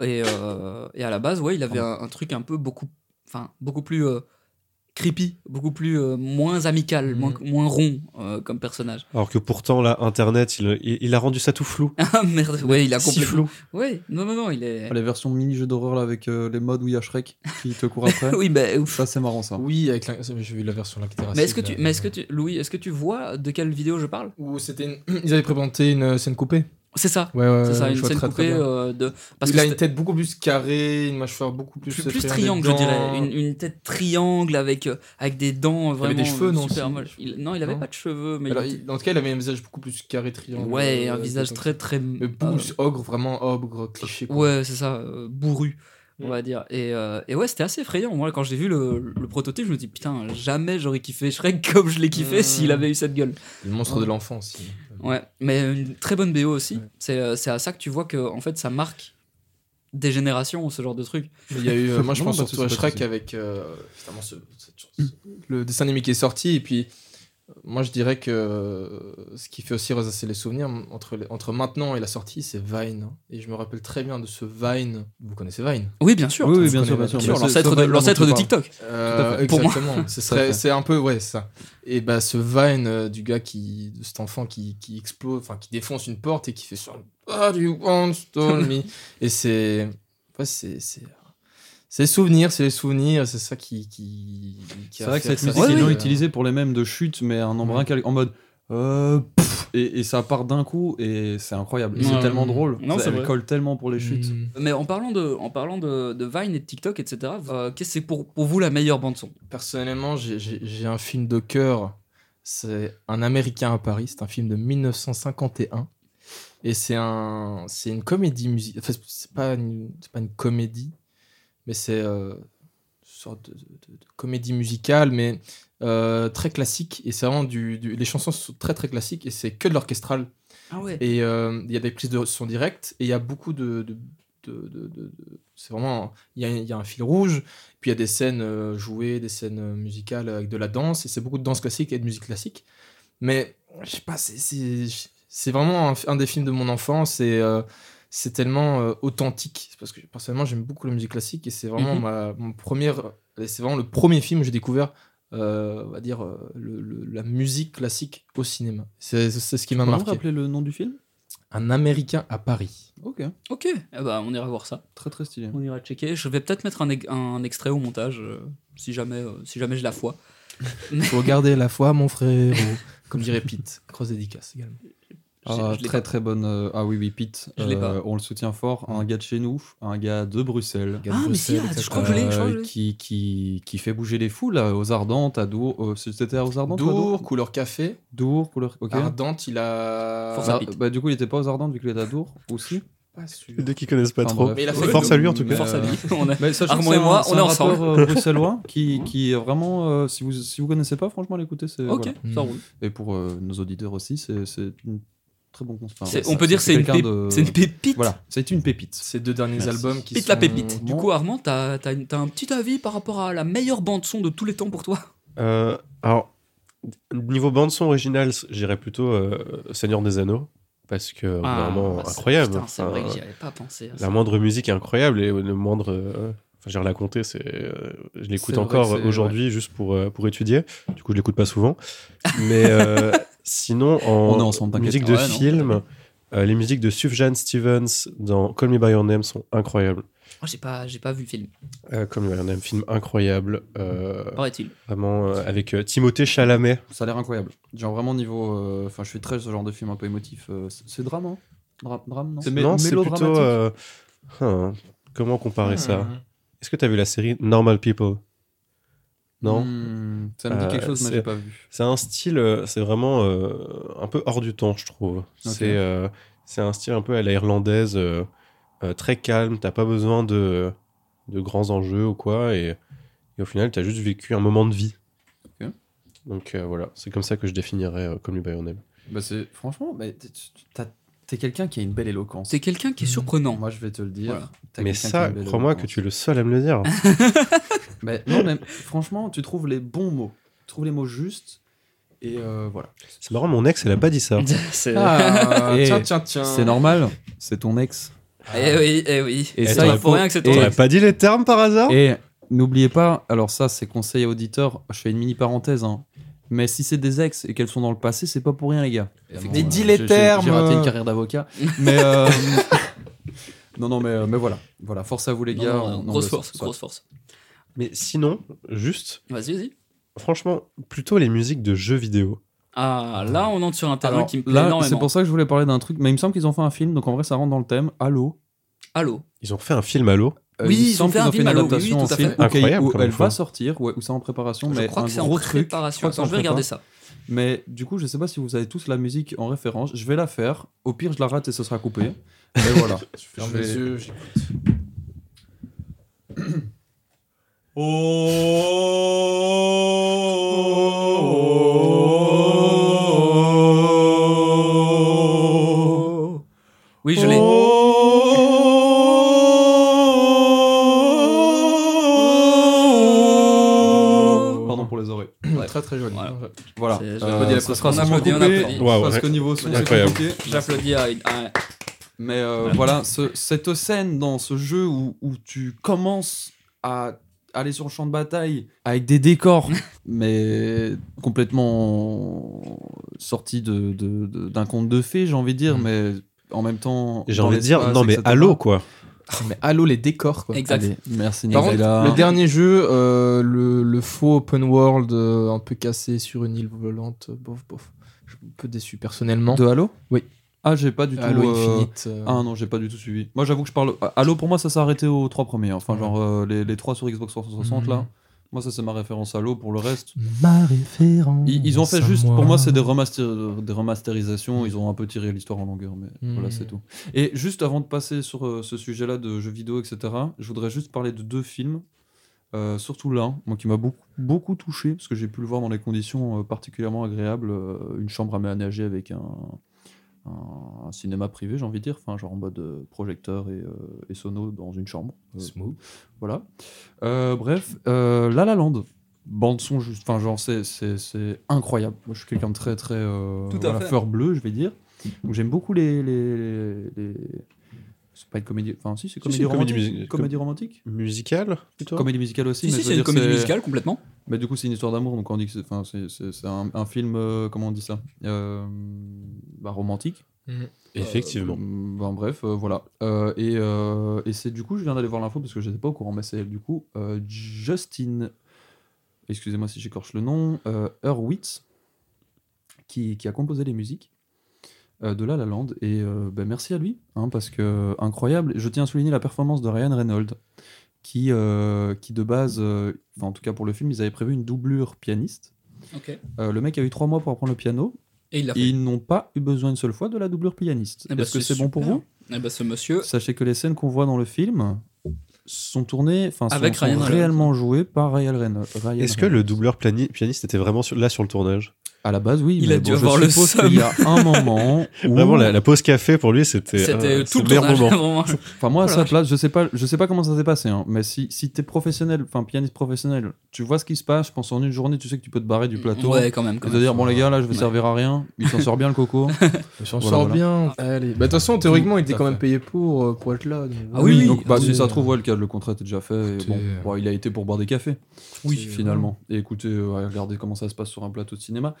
Speaker 3: Et, euh, et à la base, ouais, il avait un, un truc un peu beaucoup, enfin, beaucoup plus euh, creepy, beaucoup plus euh, moins amical, moins, moins rond euh, comme personnage.
Speaker 4: Alors que pourtant là, Internet, il, il- il a rendu ça tout flou.
Speaker 3: Ah merde, ouais, il a
Speaker 4: Si
Speaker 3: complètement.
Speaker 4: flou.
Speaker 3: Ouais, non, non, non, il est.
Speaker 2: Ah, Les versions mini-jeux d'horreur là, avec euh, les modes où il y a Shrek qui te court après.
Speaker 3: Oui, bah, ouf.
Speaker 2: Ça, c'est marrant ça.
Speaker 1: Oui, avec la... j'ai vu la version lactéracide.
Speaker 3: Mais est-ce que tu,
Speaker 1: là.
Speaker 3: mais est-ce que tu, Louis, est-ce que tu vois de quelle vidéo je parle
Speaker 1: Ou c'était une- ils avaient présenté une euh, scène coupée.
Speaker 3: C'est ça,
Speaker 1: Ouais, ouais.
Speaker 3: c'est ça,
Speaker 1: Euh, je
Speaker 3: une
Speaker 1: vois
Speaker 3: scène
Speaker 1: très, très
Speaker 3: coupée
Speaker 1: bien.
Speaker 3: euh, de, parce
Speaker 1: il
Speaker 3: que
Speaker 1: a une
Speaker 3: c'était
Speaker 1: tête beaucoup plus carrée, une mâchoire beaucoup plus.
Speaker 3: plus, plus
Speaker 1: serrée,
Speaker 3: triangle,
Speaker 1: des
Speaker 3: je dirais,
Speaker 1: dents.
Speaker 3: une, une tête triangle avec euh, avec des dents
Speaker 1: avait
Speaker 3: vraiment.
Speaker 1: des cheveux, non,
Speaker 3: super
Speaker 1: aussi
Speaker 3: moches. Il- non, il avait
Speaker 1: Non.
Speaker 3: pas de cheveux, mais
Speaker 1: Alors,
Speaker 3: il était-
Speaker 1: il- En tout cas, il avait un visage beaucoup plus carré, triangle.
Speaker 3: ouais,
Speaker 1: euh,
Speaker 3: un visage
Speaker 1: tête en-
Speaker 3: très très.
Speaker 2: Ah,
Speaker 1: Mais beaucoup
Speaker 3: euh,
Speaker 1: plus ogre, vraiment ogre, cliché. quoi. Mm.
Speaker 3: ouais, c'est ça, euh, bourru. on va dire. Et, euh, et ouais, c'était assez effrayant. Moi, quand j'ai vu le, le prototype, je me dis putain, jamais j'aurais kiffé Shrek comme je l'ai kiffé
Speaker 1: Mmh.
Speaker 3: s'il avait eu cette gueule.
Speaker 1: Le monstre de l'enfant aussi.
Speaker 3: Ouais, mais une très bonne BO aussi.
Speaker 1: Ouais.
Speaker 3: C'est euh, c'est à ça que tu vois que en fait ça marque des générations, ce genre de truc.
Speaker 1: Il y a eu, euh, moi je
Speaker 2: Non,
Speaker 1: pense
Speaker 2: pas de
Speaker 1: surtout à
Speaker 2: souci, pas Mm. de
Speaker 1: Shrek
Speaker 2: souci.
Speaker 1: avec euh, justement, ce- cette chose- le dessin animé qui est sorti et puis euh, moi je dirais que euh, ce qui fait aussi ressasser les souvenirs m- entre, les- entre maintenant et la sortie c'est Vine hein. et je me rappelle très bien de ce Vine vous connaissez Vine
Speaker 3: Oui, bien sûr.
Speaker 1: oui,
Speaker 2: Oui, bien
Speaker 1: bien connais
Speaker 2: sûr,
Speaker 1: la
Speaker 2: bien sûr.
Speaker 3: Bien sûr,
Speaker 2: mais
Speaker 3: l'ancêtre
Speaker 2: c'est-
Speaker 3: de,
Speaker 2: c'est
Speaker 3: l'ancêtre de
Speaker 2: vraiment tout
Speaker 3: TikTok.
Speaker 1: Euh,
Speaker 2: Tout à fait.
Speaker 3: Pour moi.
Speaker 1: exactement ce
Speaker 2: à
Speaker 1: serait
Speaker 2: fait.
Speaker 1: c'est un peu ouais c'est ça et bah ce Vine euh, du gars qui de cet enfant qui, qui explose enfin qui défonce une porte et qui fait sur What do you want to me et c'est ouais, c'est c'est c'est les souvenirs, c'est les souvenirs, c'est ça qui. qui, qui
Speaker 2: C'est
Speaker 1: a
Speaker 2: vrai que
Speaker 1: fait
Speaker 2: cette musique
Speaker 3: Ouais,
Speaker 2: est bien
Speaker 3: oui.
Speaker 2: utilisée pour les mêmes de chute, mais un nombre
Speaker 1: Ouais.
Speaker 2: incal- en mode. euh, pff, et, et ça part d'un coup et c'est incroyable. Et
Speaker 3: Ouais.
Speaker 2: C'est tellement drôle.
Speaker 3: Mm. Non,
Speaker 2: Ça-
Speaker 3: c'est
Speaker 2: elle
Speaker 3: vrai.
Speaker 2: colle tellement pour les chutes.
Speaker 1: Mm.
Speaker 3: Mais en parlant de, en parlant de, de Vine et de TikTok, etc. euh, qu'est-ce que c'est pour pour vous la meilleure bande son
Speaker 1: Personnellement, j'ai- j'ai j'ai un film de cœur. C'est Un Américain à Paris. C'est un film de 1951. Et c'est un, c'est une comédie musicale. Enfin, c'est- c'est pas une, c'est pas une comédie, mais c'est euh, une sorte de, de- de comédie musicale, mais euh, très classique. Et c'est vraiment du, du- les chansons sont très très classiques et c'est que de l'orchestral.
Speaker 3: Ah ouais.
Speaker 1: Et euh, il y a des prises de son directes et il y a beaucoup de. de- de- de- de- de- c'est vraiment. Il y a, il y a un fil rouge, puis il y a des scènes euh, jouées, des scènes euh, musicales avec de la danse, et c'est beaucoup de danse classique et de musique classique. Mais je sais pas, c'est- c'est c'est vraiment un, un des films de mon enfance et euh, c'est tellement euh, authentique. C'est parce que personnellement, j'aime beaucoup la musique classique et c'est vraiment
Speaker 3: Mhm.
Speaker 1: ma, mon premier. et C'est vraiment le premier film que j'ai découvert. euh, on va dire euh, le- le- la musique classique au cinéma. C'est c'est ce qui m'a
Speaker 2: Vous
Speaker 1: marqué.
Speaker 2: rappeler le nom du film
Speaker 1: Un Américain à Paris.
Speaker 2: Ok,
Speaker 3: Ok. Eh bah, on ira voir ça.
Speaker 2: très très stylé.
Speaker 3: On ira checker. Je vais peut-être mettre un, ég- un extrait au montage, euh, si jamais, euh, si jamais je la foi.
Speaker 1: Faut garder la foi, mon frérot. Comme dirait Pete. Grosse dédicace également.
Speaker 3: Je-
Speaker 2: Ah,
Speaker 3: je l'ai
Speaker 2: très très bonne. euh, ah oui, oui, Pete.
Speaker 3: Je l'ai
Speaker 2: euh,
Speaker 3: pas. Mm.
Speaker 2: on le soutient fort. Un gars de chez nous, un gars de Bruxelles.
Speaker 3: Ah, mais si, ah, je crois que je l'ai. je crois que je
Speaker 2: euh,
Speaker 3: l'ai.
Speaker 2: qui, qui, qui fait bouger les foules là, aux Ardentes, à Dour. euh, C'était aux Ardentes toi,
Speaker 1: Dour, couleur café.
Speaker 2: Dour, couleur. Ok.
Speaker 3: Ah,
Speaker 1: Ardente, il a.
Speaker 3: Force
Speaker 2: Ah,
Speaker 3: Rapide.
Speaker 2: bah, du coup, il était pas aux Ardentes vu qu'il était à Dour aussi.
Speaker 1: Pas sûr.
Speaker 4: Les deux qui connaissent pas
Speaker 2: Enfin,
Speaker 4: trop.
Speaker 2: bref.
Speaker 1: Mais il a fait
Speaker 4: Force
Speaker 1: deux,
Speaker 4: à lui en tout
Speaker 2: mais- euh,
Speaker 4: cas.
Speaker 3: Force à lui. On a-
Speaker 2: Mais sachant que
Speaker 3: Armand et
Speaker 2: c'est un-
Speaker 3: moi,
Speaker 2: c'est
Speaker 3: on
Speaker 2: un
Speaker 3: est
Speaker 2: rappeur,
Speaker 3: ensemble.
Speaker 2: euh, bruxellois qui, qui est vraiment, euh, si, vous, si vous connaissez pas, franchement, l'écouter, c'est.
Speaker 3: Ok,
Speaker 2: voilà.
Speaker 1: voilà.
Speaker 3: ça roule.
Speaker 2: Et pour euh, nos auditeurs aussi, c'est c'est une très bonne constat.
Speaker 3: C'est- on peut dire que c'est une, pép- c'est une pépite.
Speaker 2: Voilà, c'est une pépite.
Speaker 1: Ces deux derniers
Speaker 2: Merci.
Speaker 1: albums qui
Speaker 3: Pépite
Speaker 1: sont.
Speaker 3: la pépite. Du
Speaker 2: bon.
Speaker 3: coup, Armand, t'as as un petit avis par rapport à la meilleure bande-son de tous les temps pour toi
Speaker 4: Euh, alors, niveau bande-son originale, j'irais plutôt euh, Seigneur des Anneaux. Parce que Ah, vraiment
Speaker 3: bah, c'est-
Speaker 4: incroyable.
Speaker 3: putain, C'est
Speaker 4: Enfin,
Speaker 3: vrai que j'y avais pas pensé. hein. à ça.
Speaker 4: la moindre musique est incroyable et le moindre. euh, Enfin, j'ai raconté, c'est, euh, je
Speaker 2: C'est
Speaker 4: l'écoute
Speaker 2: vrai
Speaker 4: encore
Speaker 2: que c'est-
Speaker 4: aujourd'hui juste pour, euh, pour étudier. Du coup, je l'écoute pas souvent. Mais euh, sinon, en
Speaker 2: On est ensemble, t'inquiète.
Speaker 4: musique de
Speaker 2: Ouais, Oh non,
Speaker 4: film, euh, les musiques de Sufjan Stevens dans Call Me By Your Name sont incroyables.
Speaker 3: Oh, j'ai pas, j'ai pas vu le film,
Speaker 4: Euh, Call Me By Your Name, film incroyable. euh,
Speaker 3: paraît-il.
Speaker 4: vraiment, euh, avec euh, Timothée Chalamet.
Speaker 2: Ça a l'air incroyable. Genre vraiment niveau. euh, Enfin, je suis très ce genre de film un peu émotif. euh, c'est c'est drame, hein Dra- Drame, non mé-
Speaker 4: non, c'est
Speaker 2: mélodramatique.
Speaker 4: plutôt. euh, hein, comment comparer
Speaker 1: euh,
Speaker 4: ça
Speaker 2: Hmm.
Speaker 4: Est-ce que t'as vu la série Normal People Non
Speaker 2: Hmm, ça me dit
Speaker 4: Euh,
Speaker 2: quelque chose, mais
Speaker 4: c'est-
Speaker 2: j'ai pas vu.
Speaker 4: C'est un style, euh, c'est vraiment euh, un peu hors du temps, je trouve. C'est euh, c'est un style un peu à la irlandaise, euh, euh, très calme, t'as pas besoin de, de grands enjeux ou quoi, et, et au final, t'as juste vécu un moment de vie.
Speaker 2: Ok.
Speaker 4: Donc euh, voilà, c'est comme ça que je définirais euh, comme lui By Your Name.
Speaker 2: Bah, c'est franchement, mais t- t- t'as- t'es quelqu'un qui a une belle éloquence.
Speaker 3: C'est quelqu'un qui est
Speaker 2: Hmm.
Speaker 1: Mhm.
Speaker 3: surprenant.
Speaker 2: Moi, je vais te le dire.
Speaker 3: Voilà.
Speaker 2: T'as
Speaker 4: Mais
Speaker 2: quelqu'un qui a
Speaker 4: ça,
Speaker 2: une belle
Speaker 4: crois-moi que
Speaker 2: éloquence.
Speaker 4: tu es le seul à me le dire.
Speaker 2: Mais non, mais franchement, tu trouves les bons mots. Tu trouves les mots justes. Et euh, voilà.
Speaker 4: c'est marrant, mon ex, elle a pas dit ça.
Speaker 3: C'est-
Speaker 1: Ah,
Speaker 2: Eh,
Speaker 1: tiens, tiens, tiens.
Speaker 2: C'est normal, c'est ton ex.
Speaker 3: Eh oui, eh oui.
Speaker 2: Et
Speaker 3: C'est
Speaker 2: ça,
Speaker 3: pas
Speaker 2: il
Speaker 3: pour
Speaker 2: faut-
Speaker 3: rien que c'est
Speaker 2: et-
Speaker 3: ton
Speaker 4: T'aurais pas dit les termes par
Speaker 1: Oh.
Speaker 4: hasard
Speaker 2: Et n'oubliez pas, alors ça, c'est conseil à auditeurs. Je fais une mini parenthèse, hein. mais si c'est des ex et qu'elles sont dans le passé, c'est pas pour rien, les gars.
Speaker 1: Mais
Speaker 2: Bon,
Speaker 1: dis
Speaker 2: euh,
Speaker 1: les
Speaker 2: j'ai- j'ai-
Speaker 1: termes.
Speaker 2: J'ai raté une carrière d'avocat. Mais euh, non, non, mais, euh, mais voilà, voilà, force à vous, les
Speaker 3: Non,
Speaker 2: gars.
Speaker 3: non, non,
Speaker 2: on- on
Speaker 3: Eh grosse
Speaker 2: le-
Speaker 3: force,
Speaker 2: soit.
Speaker 3: grosse force.
Speaker 4: Mais sinon, juste,
Speaker 3: Vas-y, vas-y.
Speaker 4: franchement, plutôt les musiques de jeux vidéo.
Speaker 3: Ah, là, on entre sur un terrain
Speaker 2: Alors,
Speaker 3: qui me plaît
Speaker 2: là, c'est
Speaker 3: énormément.
Speaker 2: pour ça que je voulais parler d'un truc, mais il me semble qu'ils ont fait un film, donc en vrai, ça rentre dans le thème. Allô.
Speaker 3: Allô
Speaker 4: Ils ont fait un film à l'eau.
Speaker 2: Euh,
Speaker 3: Oui,
Speaker 2: il me
Speaker 3: ils ont
Speaker 2: semble
Speaker 3: fait
Speaker 2: qu'ils
Speaker 3: un
Speaker 2: ont fait
Speaker 3: film
Speaker 2: une
Speaker 3: à l'eau, oui,
Speaker 2: adaptation
Speaker 3: oui,
Speaker 2: en
Speaker 3: tout à
Speaker 2: film
Speaker 3: fait.
Speaker 2: ou qu'elle-
Speaker 4: Incroyable,
Speaker 2: où
Speaker 4: comme
Speaker 2: elle
Speaker 4: fois.
Speaker 2: va sortir, ouais, ou c'est en préparation,
Speaker 3: Je
Speaker 2: mais
Speaker 3: crois
Speaker 2: un
Speaker 3: que c'est en
Speaker 2: gros truc.
Speaker 3: préparation.
Speaker 2: Je crois que c'est
Speaker 3: Attends,
Speaker 2: en
Speaker 3: je vais regarder
Speaker 2: prépa.
Speaker 3: ça.
Speaker 2: Mais du coup, je sais pas si vous avez tous la musique en référence. Je vais la faire. Au pire, je la rate et ce sera coupé. Mais voilà.
Speaker 1: Je ferme les yeux, j'écoute.
Speaker 3: Oh. Oui, je l'ai.
Speaker 2: Oh. Pardon pour les oreilles.
Speaker 1: Très très joli.
Speaker 3: Voilà.
Speaker 2: Voilà.
Speaker 3: C'est-
Speaker 2: Euh,
Speaker 1: la
Speaker 2: ça
Speaker 1: presse.
Speaker 2: sera
Speaker 3: On
Speaker 2: sûrement
Speaker 3: applaudit, on
Speaker 2: coupé,
Speaker 3: applaudit.
Speaker 4: Waouh,
Speaker 2: Parce
Speaker 4: ouais.
Speaker 2: qu'au niveau son, c'est
Speaker 4: Incroyable.
Speaker 2: compliqué.
Speaker 3: J'applaudis à une- à-
Speaker 2: Mais euh, voilà, ce- cette scène dans ce jeu où, où tu commences à aller sur le champ de bataille avec des décors, mais complètement sortis de- de- de- d'un conte de fées, j'ai envie de
Speaker 1: Mm.
Speaker 2: dire, mais en même temps.
Speaker 4: J'ai
Speaker 2: dans
Speaker 4: envie de dire,
Speaker 2: l'espace,
Speaker 4: non mais
Speaker 2: etc.
Speaker 4: allô quoi.
Speaker 1: Ah, Mais allô les décors quoi.
Speaker 3: Exact.
Speaker 2: Allez, merci
Speaker 1: Par contre,
Speaker 2: Nicolas.
Speaker 1: le dernier jeu, euh, le, le faux open world euh, un peu cassé sur une île volante, euh, bof bof. Je suis un peu déçu personnellement.
Speaker 2: De Halo
Speaker 1: Oui.
Speaker 2: Ah, j'ai pas du tout.
Speaker 1: Halo
Speaker 2: euh,
Speaker 1: Infinite. euh,
Speaker 2: Ah non, j'ai pas du tout suivi. Moi, j'avoue que je parle. Halo, pour moi, ça s'est arrêté aux trois premiers. Enfin,
Speaker 1: Ouais.
Speaker 2: genre euh, les, les trois sur Xbox 360
Speaker 1: Mhm.
Speaker 2: là. Moi, ça, c'est ma référence Halo. Pour le reste,
Speaker 1: Ma référence.
Speaker 2: Ils, ils ont fait
Speaker 1: à
Speaker 2: juste, pour moi, c'est des, remaster- des remasterisations. Ils ont un peu tiré l'histoire en longueur, mais
Speaker 1: Mm.
Speaker 2: voilà, c'est tout. Et juste avant de passer sur euh, ce sujet-là de jeux vidéo, etc., je voudrais juste parler de deux films. Euh, surtout l'un, moi qui m'a beaucoup, beaucoup touché, parce que j'ai pu le voir dans des conditions euh, particulièrement agréables. euh, une chambre aménagée avec un, un- un cinéma privé, j'ai envie de dire, enfin, genre en mode euh, projecteur et, euh, et sono dans une chambre. Euh,
Speaker 1: Smooth.
Speaker 2: voilà. Euh, bref, euh, La La Land. Bande son juste, enfin genre c'est, c'est, c'est incroyable. Moi je suis quelqu'un de très très euh,
Speaker 3: Tout à
Speaker 2: voilà,
Speaker 3: fait.
Speaker 2: fleur bleue, je vais dire. Donc j'aime beaucoup les, les, les- c'est pas une comédie, enfin si c'est comédie
Speaker 4: c'est une comédie
Speaker 2: romantique,
Speaker 4: musi-
Speaker 2: comédie romantique,
Speaker 4: Musical plutôt.
Speaker 2: comédie musicale aussi.
Speaker 3: Si,
Speaker 2: mais je
Speaker 3: si,
Speaker 2: veux
Speaker 3: c'est
Speaker 2: dire,
Speaker 3: une comédie musicale complètement.
Speaker 2: Mais du coup c'est une histoire d'amour, donc on dit que c'est, enfin, c'est, c'est, c'est un, un film, euh, comment on dit ça, Euh, bah, romantique.
Speaker 4: Effectivement.
Speaker 2: Euh, ben, bref, euh, voilà. Euh, et euh, et c'est du coup, je viens d'aller voir l'info parce que je n'étais pas au courant, mais c'est du coup euh, Justin, excusez-moi si j'écorche le nom, euh, Hurwitz, qui, qui a composé les musiques euh, de La La Land. Et euh, ben, merci à lui, hein, parce que incroyable. Je tiens à souligner la performance de Ryan Reynolds, qui, euh, qui de base, euh, enfin, en tout cas pour le film, ils avaient prévu une doublure pianiste. Euh, le mec a eu trois mois pour apprendre le piano.
Speaker 3: Et il l'a fait.
Speaker 2: Ils n'ont pas eu besoin une seule fois de la doublure pianiste.
Speaker 3: Eh ben,
Speaker 2: Est-ce que
Speaker 3: c'est
Speaker 2: c'est bon pour
Speaker 3: super.
Speaker 2: vous
Speaker 3: Eh ben, ce monsieur.
Speaker 2: Sachez que les scènes qu'on voit dans le film sont tournées, enfin, sont-
Speaker 3: Avec
Speaker 2: sont,
Speaker 3: Ryan Reynolds.
Speaker 2: réellement jouées par Ryan Reynolds. Ryan
Speaker 4: Est-ce que
Speaker 2: Reynolds.
Speaker 4: le doubleur plani- pianiste était vraiment sur- là sur le tournage
Speaker 2: à la base, oui,
Speaker 3: Il
Speaker 2: mais
Speaker 3: a dû
Speaker 2: bon, je
Speaker 3: avoir le
Speaker 2: suppose
Speaker 3: seum.
Speaker 2: qu'il y a un moment où,
Speaker 4: Vraiment la, la pause café pour lui c'était
Speaker 3: C'était
Speaker 4: euh,
Speaker 3: tout
Speaker 4: c'est
Speaker 3: le
Speaker 4: meilleur
Speaker 3: tournage,
Speaker 4: moment.
Speaker 3: vraiment.
Speaker 2: enfin moi à
Speaker 3: Oh la
Speaker 2: sa
Speaker 3: vache.
Speaker 2: place, je sais pas, je sais pas comment ça s'est passé, hein, mais si si t'es professionnel, enfin pianiste professionnel, tu vois ce qui se passe, je pense en une journée, tu sais que tu peux te barrer du plateau.
Speaker 3: Ouais, quand même.
Speaker 2: et
Speaker 3: Quand
Speaker 2: te
Speaker 3: même.
Speaker 2: dire bon les gars là je vais
Speaker 3: Ouais.
Speaker 2: servir à rien il s'en sort bien le coco
Speaker 1: Je s'en
Speaker 2: Voilà,
Speaker 1: sors
Speaker 2: voilà.
Speaker 1: bien. Allez. Bah, de toute façon, théoriquement, il était
Speaker 2: à
Speaker 1: quand même
Speaker 2: fait.
Speaker 1: payé pour, euh, pour être là. donc
Speaker 3: Ah oui, oui,
Speaker 2: donc bah,
Speaker 1: oui.
Speaker 2: si ça se trouve ouais, le cas le contrat était déjà fait et
Speaker 1: Écoutez,
Speaker 2: bon,
Speaker 1: euh,
Speaker 2: bon, il a été pour boire des cafés
Speaker 1: Oui.
Speaker 2: finalement. Et écoutez, euh, ouais, regardez comment ça se passe sur un plateau de cinéma.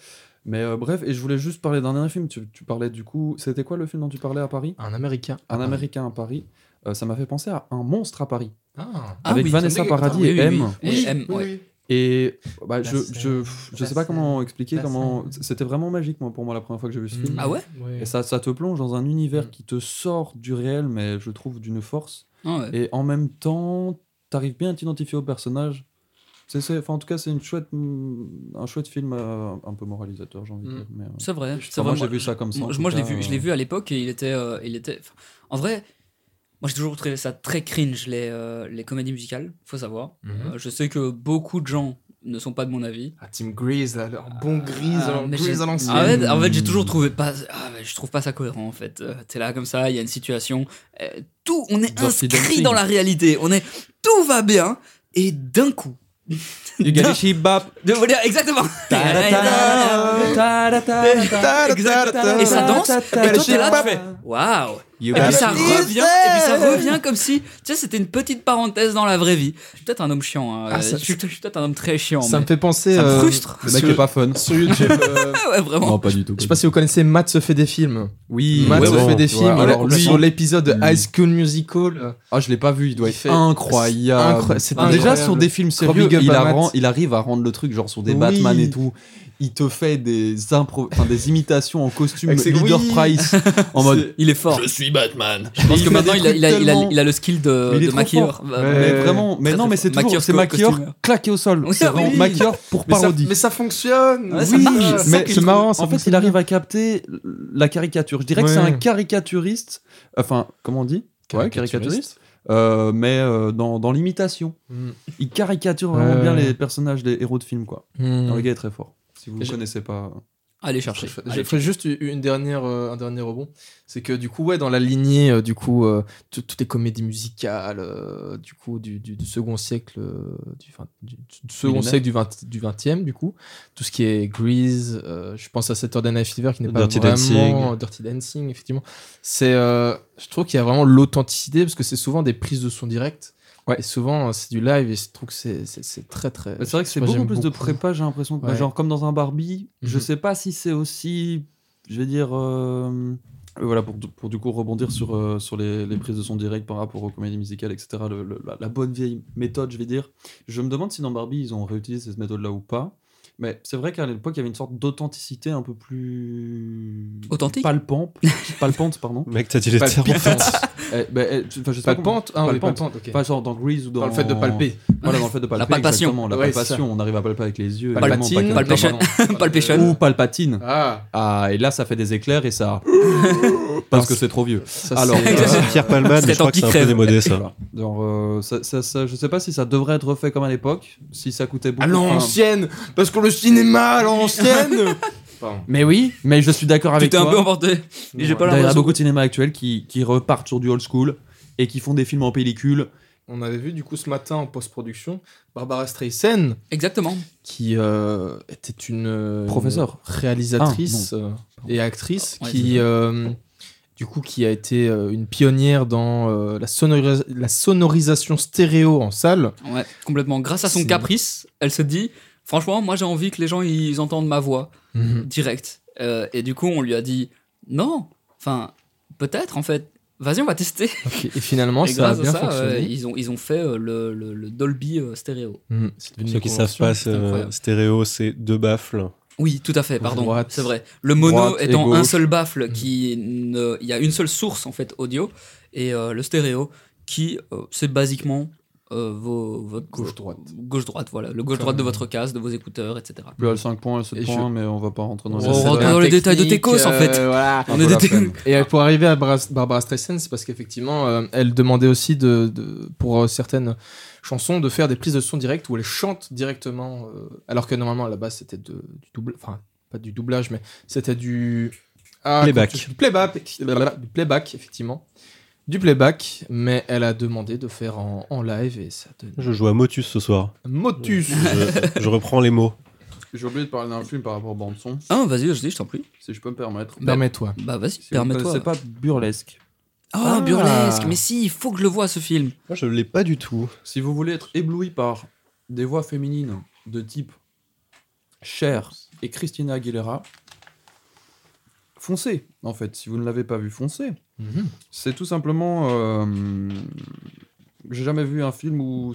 Speaker 2: Mais euh, bref, et je voulais juste parler d'un dernier film. Tu, tu parlais du coup, c'était quoi le film dont tu parlais à Paris
Speaker 1: Un américain.
Speaker 2: Un Américain à Paris. Euh, ça m'a fait penser à Un monstre à Paris.
Speaker 1: Ah.
Speaker 3: Ah
Speaker 2: avec
Speaker 3: oui,
Speaker 2: Vanessa
Speaker 1: attendez,
Speaker 2: Paradis
Speaker 3: oui,
Speaker 2: et
Speaker 3: oui,
Speaker 2: M.
Speaker 3: oui. Et M, ouais.
Speaker 2: Et bah,
Speaker 1: La
Speaker 2: je,
Speaker 1: scène,
Speaker 2: je, pff, je
Speaker 1: la
Speaker 2: sais pas
Speaker 1: scène,
Speaker 2: comment expliquer
Speaker 1: la
Speaker 2: comment.
Speaker 1: scène.
Speaker 2: C'était vraiment magique moi, pour moi la première fois que j'ai vu ce film.
Speaker 1: Mm.
Speaker 3: Ah ouais
Speaker 2: Et ça, ça te plonge dans un univers
Speaker 1: Mm.
Speaker 2: qui te sort du réel, mais je trouve d'une force.
Speaker 3: Ah ouais.
Speaker 2: Et en même temps, t'arrives bien à t'identifier au personnage. C'est, c'est- enfin, en tout cas, c'est une chouette, mm, un chouette film euh, un peu moralisateur, j'ai envie de
Speaker 1: Mm.
Speaker 2: dire. mais, euh,
Speaker 3: C'est vrai. c'est
Speaker 2: enfin, moi,
Speaker 3: vrai,
Speaker 2: j'ai vu ça comme ça. en
Speaker 3: Moi,
Speaker 2: tout
Speaker 3: moi, je l'ai
Speaker 2: cas, euh,
Speaker 3: vu, je l'ai vu à l'époque et il était, euh, il était. enfin, En vrai, moi j'ai toujours trouvé ça très cringe les, euh, les comédies musicales. Faut savoir.
Speaker 1: Mhm.
Speaker 3: Euh, je sais que beaucoup de gens ne sont pas de mon avis.
Speaker 1: Ah, Team Grease, là, leur bon Grease,
Speaker 3: Ah,
Speaker 1: leur
Speaker 3: mais
Speaker 1: Grease
Speaker 3: j'ai-
Speaker 1: à l'ancienne.
Speaker 3: En fait, en fait,
Speaker 2: Mhm.
Speaker 3: j'ai toujours trouvé pas. ah, mais je trouve pas ça cohérent en fait. Euh, T'es là comme ça, il y a une situation. euh, tout, on est
Speaker 2: Dirty
Speaker 3: inscrit
Speaker 2: Dancing.
Speaker 3: dans la réalité. On est, tout va bien et d'un coup.
Speaker 2: euh, Yugalishi Bap.
Speaker 3: De voilà, exactement.
Speaker 2: Ta-da-ta-da, ta-da-ta-da,
Speaker 3: Exactement. Et ça danse. Et toi, t'es là, tu fais, Waouh. Et puis ça
Speaker 1: Is
Speaker 3: revient, et puis ça revient comme si, tu sais, c'était une petite parenthèse dans la vraie vie. Je suis peut-être un homme chiant, hein.
Speaker 1: Ah, ça-
Speaker 3: je, suis, je suis peut-être un homme très chiant.
Speaker 1: Ça
Speaker 3: mais-
Speaker 1: me fait penser.
Speaker 3: ça me
Speaker 1: euh,
Speaker 3: frustre.
Speaker 2: Le mec
Speaker 1: sur-
Speaker 2: est pas fun.
Speaker 1: Sur YouTube, euh,
Speaker 3: Ah ouais, vraiment.
Speaker 2: Non, pas du tout.
Speaker 1: je sais pas si vous connaissez Matt se fait des films.
Speaker 2: Oui,
Speaker 1: Matt
Speaker 4: ouais,
Speaker 1: se
Speaker 4: ouais,
Speaker 1: fait
Speaker 4: ouais.
Speaker 1: des films.
Speaker 2: Ouais,
Speaker 1: alors,
Speaker 2: lui-
Speaker 1: sur l'épisode de
Speaker 2: lui.
Speaker 1: High School Musical, euh,
Speaker 2: Ah, je l'ai pas vu, il doit
Speaker 1: Il
Speaker 2: être
Speaker 1: fait-
Speaker 2: incroyable.
Speaker 1: incroyable, c'est
Speaker 2: Déjà
Speaker 1: incroyable.
Speaker 2: sur des films sérieux,
Speaker 1: Big up
Speaker 2: il,
Speaker 1: à
Speaker 2: a
Speaker 1: Matt.
Speaker 2: rend- il arrive à rendre le truc genre sur des
Speaker 1: Oui.
Speaker 2: Batman et tout. Il te fait des impro- enfin, des imitations en costume
Speaker 1: Avec ses-
Speaker 2: leader
Speaker 1: oui.
Speaker 2: price en mode
Speaker 3: Il est fort.
Speaker 4: suis Batman.
Speaker 3: Je pense
Speaker 2: il
Speaker 3: que
Speaker 2: fait
Speaker 3: maintenant,
Speaker 2: des
Speaker 3: il a,
Speaker 2: trucs
Speaker 3: il, a, il, a,
Speaker 2: tellement-
Speaker 3: il a le skill
Speaker 2: Mais
Speaker 3: de,
Speaker 2: il est
Speaker 3: de
Speaker 2: trop
Speaker 3: maquilleur. Bah,
Speaker 1: Ouais.
Speaker 2: mais vraiment mais
Speaker 3: très,
Speaker 2: non
Speaker 3: très
Speaker 2: mais
Speaker 3: fort.
Speaker 2: c'est toujours
Speaker 3: Maquilleur,
Speaker 2: c'est maquilleur
Speaker 3: costumeur.
Speaker 2: claqué au sol
Speaker 3: Oui,
Speaker 2: c'est
Speaker 3: ah oui.
Speaker 2: vraiment maquilleur pour
Speaker 1: mais, ça,
Speaker 2: parodie
Speaker 1: mais ça fonctionne.
Speaker 3: Ouais, ça marche.
Speaker 2: Oui,
Speaker 3: c'est ça
Speaker 2: mais
Speaker 3: que je
Speaker 2: c'est
Speaker 3: trouve-
Speaker 2: marrant en
Speaker 1: ça
Speaker 2: fait il
Speaker 1: fonctionne
Speaker 2: arrive à capter la caricature je dirais que
Speaker 1: Ouais.
Speaker 2: c'est un caricaturiste enfin comment on dit Ouais, caricaturiste euh, mais euh, dans, dans l'imitation.
Speaker 1: Mm.
Speaker 2: Il caricature vraiment
Speaker 1: Ouais.
Speaker 2: bien les personnages des héros de films, quoi.
Speaker 1: Mm.
Speaker 2: Le gars est très fort. Si vous ne
Speaker 1: J'ai-
Speaker 2: connaissez pas.
Speaker 3: Allez chercher.
Speaker 1: Je- Je
Speaker 3: Allez.
Speaker 1: ferai juste une dernière, euh, un dernier rebond. C'est que du coup, ouais, dans la lignée, euh, du coup, euh, tout- toutes les comédies musicales, euh, du coup, du, du- du second siècle, euh, du, vingt- du- du second
Speaker 2: Millénaire.
Speaker 1: siècle du, 20, du 20e, du coup, tout ce qui est Grease, euh, je pense à Saturday Night Fever qui n'est pas
Speaker 4: Dirty
Speaker 1: vraiment euh,
Speaker 4: Dancing.
Speaker 1: Dirty Dancing, effectivement. C'est, euh, je trouve qu'il y a vraiment l'authenticité parce que c'est souvent des prises de son direct.
Speaker 2: Ouais.
Speaker 1: Et souvent, euh, c'est du live et je trouve que c'est- c'est c'est très, très.
Speaker 2: Euh, Bah, C'est vrai que c'est
Speaker 1: Moi,
Speaker 2: beaucoup
Speaker 1: j'aime
Speaker 2: plus de
Speaker 1: beaucoup.
Speaker 2: prépa, j'ai l'impression. que- bah,
Speaker 1: Ouais.
Speaker 2: Genre, comme dans un Barbie, je
Speaker 1: Mhm.
Speaker 2: sais pas si c'est aussi. Je vais dire. euh, euh, Voilà, pour, pour du coup rebondir sur, euh, sur les, les prises de son direct par rapport aux comédies musicales, etc. le- le- la, la bonne vieille méthode, je vais dire. Je me demande si dans Barbie, ils ont réutilisé cette méthode-là ou pas. Mais c'est vrai qu'à l'époque, il y avait une sorte d'authenticité un peu plus.
Speaker 3: Authentique
Speaker 2: Palpante. Palpante, pardon.
Speaker 4: Mec, t'as dit les
Speaker 1: Pas de
Speaker 4: termes.
Speaker 1: pif.
Speaker 2: Eh, ben, eh, tu- enfin, je sais pas comment-
Speaker 1: Palpante Ah oui,
Speaker 2: Palpante.
Speaker 1: palpante, ok.
Speaker 2: Pas genre dans Grease ou dans.
Speaker 1: Dans le fait de palper.
Speaker 2: Ah, Voilà, dans le fait de palper.
Speaker 3: palpation.
Speaker 2: exactement, La
Speaker 1: Ouais,
Speaker 2: palpation.
Speaker 1: c'est
Speaker 2: On arrive à palper avec les yeux.
Speaker 3: Palpatine.
Speaker 2: évidemment, pas que-
Speaker 3: Palpation. Palpation.
Speaker 2: Ou Palpatine.
Speaker 1: Ah,
Speaker 2: Ah, et là, ça fait des éclairs et ça. Parce que c'est trop vieux.
Speaker 1: ça
Speaker 2: Alors,
Speaker 1: c'est-
Speaker 3: euh,
Speaker 4: Pierre Palman,
Speaker 3: C'était
Speaker 4: je crois que c'est un
Speaker 3: anti-crève.
Speaker 4: peu démodé ça.
Speaker 2: Voilà. Genre, euh, ça, ça- ça- je sais pas si ça devrait être refait comme à l'époque, si ça coûtait beaucoup.
Speaker 1: à
Speaker 2: enfin,
Speaker 1: l'ancienne Parce que le cinéma à l'ancienne Pardon.
Speaker 2: mais oui, mais je suis d'accord
Speaker 3: Tu
Speaker 2: avec
Speaker 3: t'es
Speaker 2: toi.
Speaker 3: un peu emporté. Mais j'ai
Speaker 2: D'ailleurs, Il
Speaker 3: pas
Speaker 2: y a
Speaker 3: l'impression.
Speaker 2: beaucoup de cinéma actuel qui, qui repartent sur du old school et qui font des films en pellicule.
Speaker 1: On avait vu du coup ce matin en post-production Barbara Streisand,
Speaker 3: Exactement.
Speaker 1: qui euh, était une euh,
Speaker 2: Professeur.
Speaker 1: réalisatrice euh, et actrice,
Speaker 3: Ah, Ouais, c'est
Speaker 1: qui euh, du coup qui a été euh, une pionnière dans euh, la, sonori- la sonorisation stéréo en salle.
Speaker 3: Ouais, complètement. Grâce à son
Speaker 1: C'est-
Speaker 3: caprice, elle se dit franchement, moi j'ai envie que les gens ils entendent ma voix direct. Euh, et du coup, on lui a dit non. Enfin, peut-être en fait. Vas-y, on va tester.
Speaker 1: Ok, Et finalement,
Speaker 3: et
Speaker 1: Oh, ça a
Speaker 3: grâce à
Speaker 1: bien
Speaker 3: ça,
Speaker 1: fonctionné.
Speaker 3: euh, ils, ont, ils ont fait euh, le, le- le Dolby euh, stéréo.
Speaker 1: Mhm. C'est devenu
Speaker 4: Ceux
Speaker 1: une
Speaker 4: qui savent
Speaker 1: convention.
Speaker 4: pas, c'est,
Speaker 3: c'est
Speaker 4: euh,
Speaker 3: incroyable.
Speaker 4: stéréo, c'est deux baffles.
Speaker 3: Oui, tout à fait, pardon.
Speaker 1: Droite,
Speaker 3: C'est vrai. Le mono
Speaker 2: droite et
Speaker 3: étant
Speaker 2: gauche.
Speaker 3: un seul
Speaker 1: Mm.
Speaker 3: baffle qui. ne- Il y a une seule source en fait audio et euh, le stéréo qui, euh, c'est basiquement euh, vos, votre
Speaker 1: Gauche-droite.
Speaker 3: Gauche-droite, voilà. Le gauche-droite de votre case, de vos écouteurs, etc.
Speaker 2: Plus à 5 points, 7
Speaker 1: Et je-
Speaker 2: points, mais on va pas rentrer dans
Speaker 1: Ça,
Speaker 2: les
Speaker 3: On
Speaker 1: c'est
Speaker 2: détails.
Speaker 3: rentre
Speaker 1: de la
Speaker 3: dans les détails de
Speaker 1: technique,
Speaker 3: Técos, en fait.
Speaker 1: euh, voilà.
Speaker 3: On est
Speaker 2: peu la
Speaker 3: des-
Speaker 2: flemme.
Speaker 1: Et pour arriver à Bra- Barbara Streisand, c'est parce qu'effectivement, euh, elle demandait aussi de, de- pour euh, certaines chansons de faire des prises de son direct où elle chante directement, euh, alors que normalement à la base c'était de- du double, enfin pas du doublage, mais c'était du Ah,
Speaker 4: Playback.
Speaker 1: comment tu- du playback, du playback effectivement, du playback, mais elle a demandé de faire en, en live et ça donne
Speaker 4: Je joue à Motus ce soir.
Speaker 1: motus.
Speaker 4: Je, je reprends les mots.
Speaker 2: J'ai oublié de parler d'un film par rapport à bande-son,
Speaker 3: Ah, vas-y, vas-y, je t'en prie.
Speaker 2: si je peux me permettre.
Speaker 1: Permets-toi.
Speaker 3: Bah, vas-y,
Speaker 2: Si vous
Speaker 3: permets-toi.
Speaker 2: connaissez pas Burlesque.
Speaker 3: Ah,
Speaker 1: Ah.
Speaker 3: burlesque, mais si, il faut que je le vois ce film.
Speaker 4: Moi, je l'ai pas du tout.
Speaker 2: Si vous voulez être ébloui par des voix féminines de type Cher et Christina Aguilera, foncez, en fait. Si vous ne l'avez pas vu, foncez.
Speaker 1: Mhm.
Speaker 2: C'est tout simplement. euh, J'ai jamais vu un film où,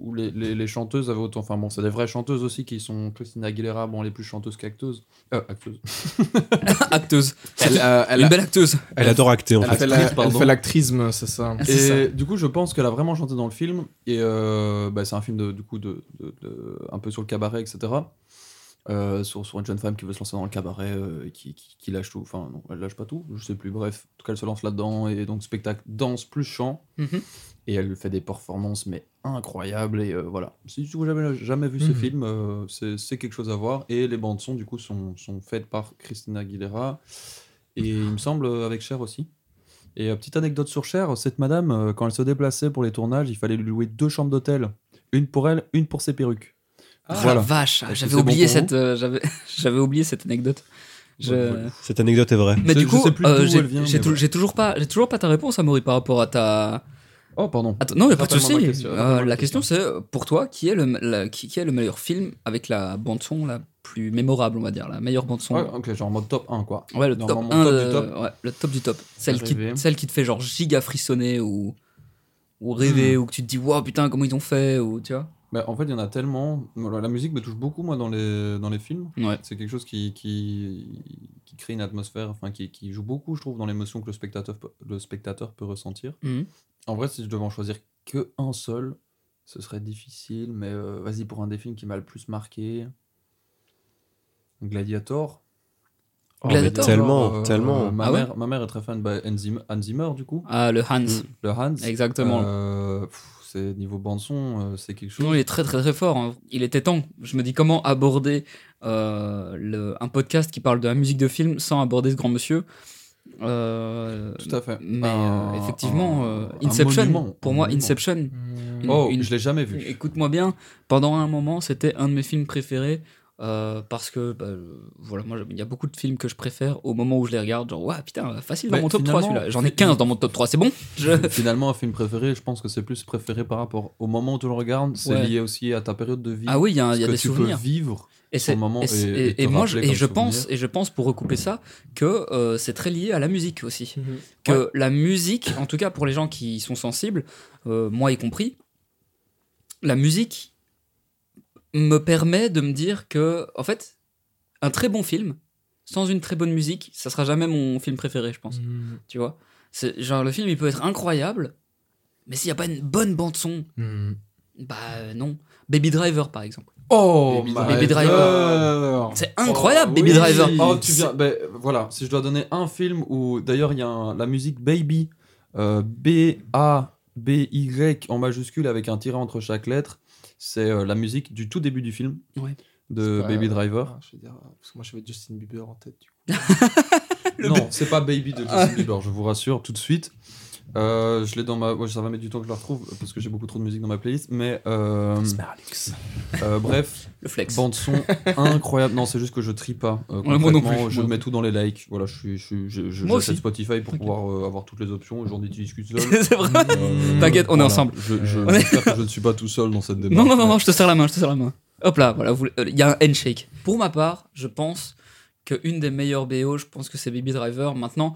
Speaker 2: où les, les- les chanteuses avaient autant. Enfin bon, c'est des vraies chanteuses aussi qui sont Christina Aguilera, bon, les plus chanteuses qu'acteuses. Euh, acteuses.
Speaker 3: Acteuse.
Speaker 1: Elle, euh, elle
Speaker 3: Une
Speaker 1: a-
Speaker 3: belle acteuse.
Speaker 4: Elle adore acter en
Speaker 1: elle
Speaker 4: fait.
Speaker 1: fait la-
Speaker 2: actrice,
Speaker 1: elle
Speaker 2: pardon.
Speaker 1: fait l'actrisme, c'est ça.
Speaker 3: Ah, c'est
Speaker 2: Et du coup, je pense qu'elle a vraiment chanté dans le film. Et euh, bah, c'est un film de, du coup de, de- de- un peu sur le cabaret, etc. Euh, sur, sur une jeune femme qui veut se lancer dans le cabaret euh, et qui, qui- qui lâche tout. Enfin, non, elle lâche pas tout. Je sais plus. Bref, en tout cas, elle se lance là-dedans et donc spectacle danse plus chant.
Speaker 3: Mhm.
Speaker 2: Et elle fait des performances mais incroyables et euh, voilà. Si vous n'avez jamais vu ce
Speaker 1: Mhm.
Speaker 2: film, euh, c'est c'est quelque chose à voir. Et les bandes son du coup sont, sont faites par Christina Aguilera et il me semble euh, avec Cher aussi. Et euh, petite anecdote sur Cher, cette madame, euh, quand elle se déplaçait pour les tournages, il fallait lui louer deux chambres d'hôtel, une pour elle, une pour ses perruques.
Speaker 3: Ah,
Speaker 2: voilà.
Speaker 3: la vache,
Speaker 2: Est-ce que
Speaker 3: j'avais
Speaker 2: c'est bon
Speaker 3: oublié,
Speaker 2: pour
Speaker 3: cette, euh, j'avais- j'avais oublié cette anecdote. Je-
Speaker 2: Ouais, ouais.
Speaker 4: Cette anecdote est vraie.
Speaker 3: Mais
Speaker 2: Je-
Speaker 3: du
Speaker 2: je
Speaker 3: coup,
Speaker 2: sais plus
Speaker 3: euh,
Speaker 2: d'où
Speaker 3: j'ai
Speaker 2: elle vient,
Speaker 3: j'ai
Speaker 2: mais
Speaker 3: tou-
Speaker 2: ouais.
Speaker 3: j'ai toujours, pas- j'ai toujours pas ta réponse, Amaury, par rapport à ta.
Speaker 2: Oh pardon.
Speaker 3: Attends, non, mais pas de
Speaker 2: Rappelle-moi
Speaker 3: souci.
Speaker 2: ma question,
Speaker 3: Euh,
Speaker 2: rappelle-moi ma
Speaker 3: la question, c'est euh, pour toi, qui est, le, la- qui, qui est le meilleur film avec la bande-son la plus mémorable, on va dire, la meilleure bande-son
Speaker 2: Ouais, Ah, ok, genre en mode top 1 quoi.
Speaker 3: Ouais, le
Speaker 2: Dans
Speaker 3: top,
Speaker 2: mon
Speaker 3: 1,
Speaker 2: top
Speaker 3: euh,
Speaker 2: du top.
Speaker 3: ouais, le top du top. Celle qui,
Speaker 2: Rêver.
Speaker 3: celle qui te fait genre giga frissonner ou, ou rêver
Speaker 2: Hmm.
Speaker 3: ou que tu te dis waouh putain comment ils ont fait ou tu vois.
Speaker 2: Bah, en fait, il y en a tellement. La la musique me touche beaucoup moi dans les, dans les films.
Speaker 3: Ouais.
Speaker 2: C'est quelque chose qui, qui, qui crée une atmosphère, enfin qui, qui joue beaucoup, je trouve, dans l'émotion que le spectateur, peut- le spectateur peut ressentir.
Speaker 3: Mhm.
Speaker 2: En vrai, si je devais en choisir que un seul, ce serait difficile, mais euh, vas-y, pour un des films qui m'a le plus marqué, Gladiator.
Speaker 4: Oh,
Speaker 3: Gladiator,
Speaker 4: mais tellement,
Speaker 2: Genre, euh,
Speaker 4: tellement.
Speaker 2: ma,
Speaker 3: Ah ouais
Speaker 2: mère, ma mère est très fan de Hans Zimmer, Hans Zimmer, du coup,
Speaker 3: Ah, le Hans.
Speaker 2: le Hans.
Speaker 3: Exactement.
Speaker 2: Euh, pff, c'est niveau bande son, euh, c'est quelque chose.
Speaker 3: Non, il est très très très fort. hein. Il était temps. Je me dis comment aborder euh, le- un podcast qui parle de la musique de film sans aborder ce grand monsieur. Euh,
Speaker 2: Tout à fait.
Speaker 3: mais
Speaker 2: Un-
Speaker 3: euh, effectivement,
Speaker 2: un-
Speaker 3: euh,
Speaker 2: un
Speaker 3: Inception.
Speaker 2: monument,
Speaker 3: pour
Speaker 2: un
Speaker 3: moi,
Speaker 2: monument.
Speaker 3: Inception.
Speaker 1: Mmh.
Speaker 3: Une-
Speaker 2: Oh,
Speaker 3: une-
Speaker 2: je l'ai jamais vu.
Speaker 3: Écoute-moi bien. Pendant un moment, c'était un de mes films préférés. euh, parce que bah, euh, voilà, moi il y a beaucoup de films que je préfère au moment où je les regarde. Genre, ouais, putain, facile dans
Speaker 2: Mais
Speaker 3: mon top 3
Speaker 2: finalement,
Speaker 3: celui-là. J'en ai 15 dans mon top 3, c'est bon Je-
Speaker 2: Finalement, un film préféré, je pense que c'est plus préféré par rapport au moment où tu le regardes. C'est
Speaker 3: Ouais.
Speaker 2: lié aussi à ta période de vie.
Speaker 3: Ah oui, il y a, il y
Speaker 2: ce
Speaker 3: a
Speaker 2: que
Speaker 3: des
Speaker 2: tu
Speaker 3: souvenirs.
Speaker 2: peux vivre.
Speaker 3: Et
Speaker 2: son
Speaker 3: c'est-
Speaker 2: moment
Speaker 3: et
Speaker 2: et-
Speaker 3: c'est- et-
Speaker 2: et te
Speaker 3: et moi je,
Speaker 2: rappeler
Speaker 3: et
Speaker 2: comme
Speaker 3: je pense
Speaker 2: souvenir.
Speaker 3: et je pense pour recouper ça que euh, c'est très lié à la musique aussi que la musique en tout cas pour les gens qui y sont sensibles euh, moi y compris la musique me permet de me dire que en fait un très bon film sans une très bonne musique ça sera jamais mon film préféré je pense
Speaker 2: Mm.
Speaker 3: tu vois c'est genre le film il peut être incroyable mais s'il n'y a pas une bonne bande son
Speaker 1: Mmh.
Speaker 3: bah euh, non Baby Driver par exemple
Speaker 2: Oh,
Speaker 1: Baby
Speaker 3: Baby Driver. c'est incroyable Baby
Speaker 2: Oui.
Speaker 3: Driver
Speaker 2: Oh, tu viens. ben, voilà, si je dois donner un film où d'ailleurs il y a un- la musique Baby, euh, B-A-B-Y en majuscule avec un tiret entre chaque lettre, c'est euh, la musique du tout début du film
Speaker 3: Ouais.
Speaker 2: de
Speaker 1: C'est pas- Ah,
Speaker 2: Baby Driver.
Speaker 1: je veux dire, parce que moi j'avais Justin Bieber en tête.
Speaker 2: Non, c'est pas Baby de Justin Bieber, je vous rassure tout de suite. Euh, je l'ai dans ma. ouais, ça va mettre du temps que je la retrouve parce que j'ai beaucoup trop de musique dans ma playlist, mais euh,
Speaker 1: Mmh. Alex.
Speaker 2: euh, bref,
Speaker 3: le flex
Speaker 2: Bande son incroyable. Non, c'est juste que je trie pas. euh,
Speaker 3: Ouais, moi non
Speaker 2: concrètement.
Speaker 3: plus.
Speaker 2: Je
Speaker 3: Moi
Speaker 2: mets tout dans les likes. Voilà, je suis, je, suis- je, je-
Speaker 3: Moi
Speaker 2: j'achète
Speaker 3: aussi.
Speaker 2: Spotify pour pouvoir euh, avoir toutes les options. Aujourd'hui, tu discutes seul.
Speaker 3: c'est vrai
Speaker 1: Mmh.
Speaker 2: Euh,
Speaker 3: T'inquiète, on est ensemble.
Speaker 2: Je, je,
Speaker 3: On est-
Speaker 2: j'espère que je ne suis pas tout seul dans cette démarche.
Speaker 3: Non, non, non, non, je te serre la main, je te serre la main. Hop là, voilà, vous- euh, il y a un handshake. Pour ma part, je pense qu'une des meilleures BO, je pense que c'est Baby Driver. Maintenant,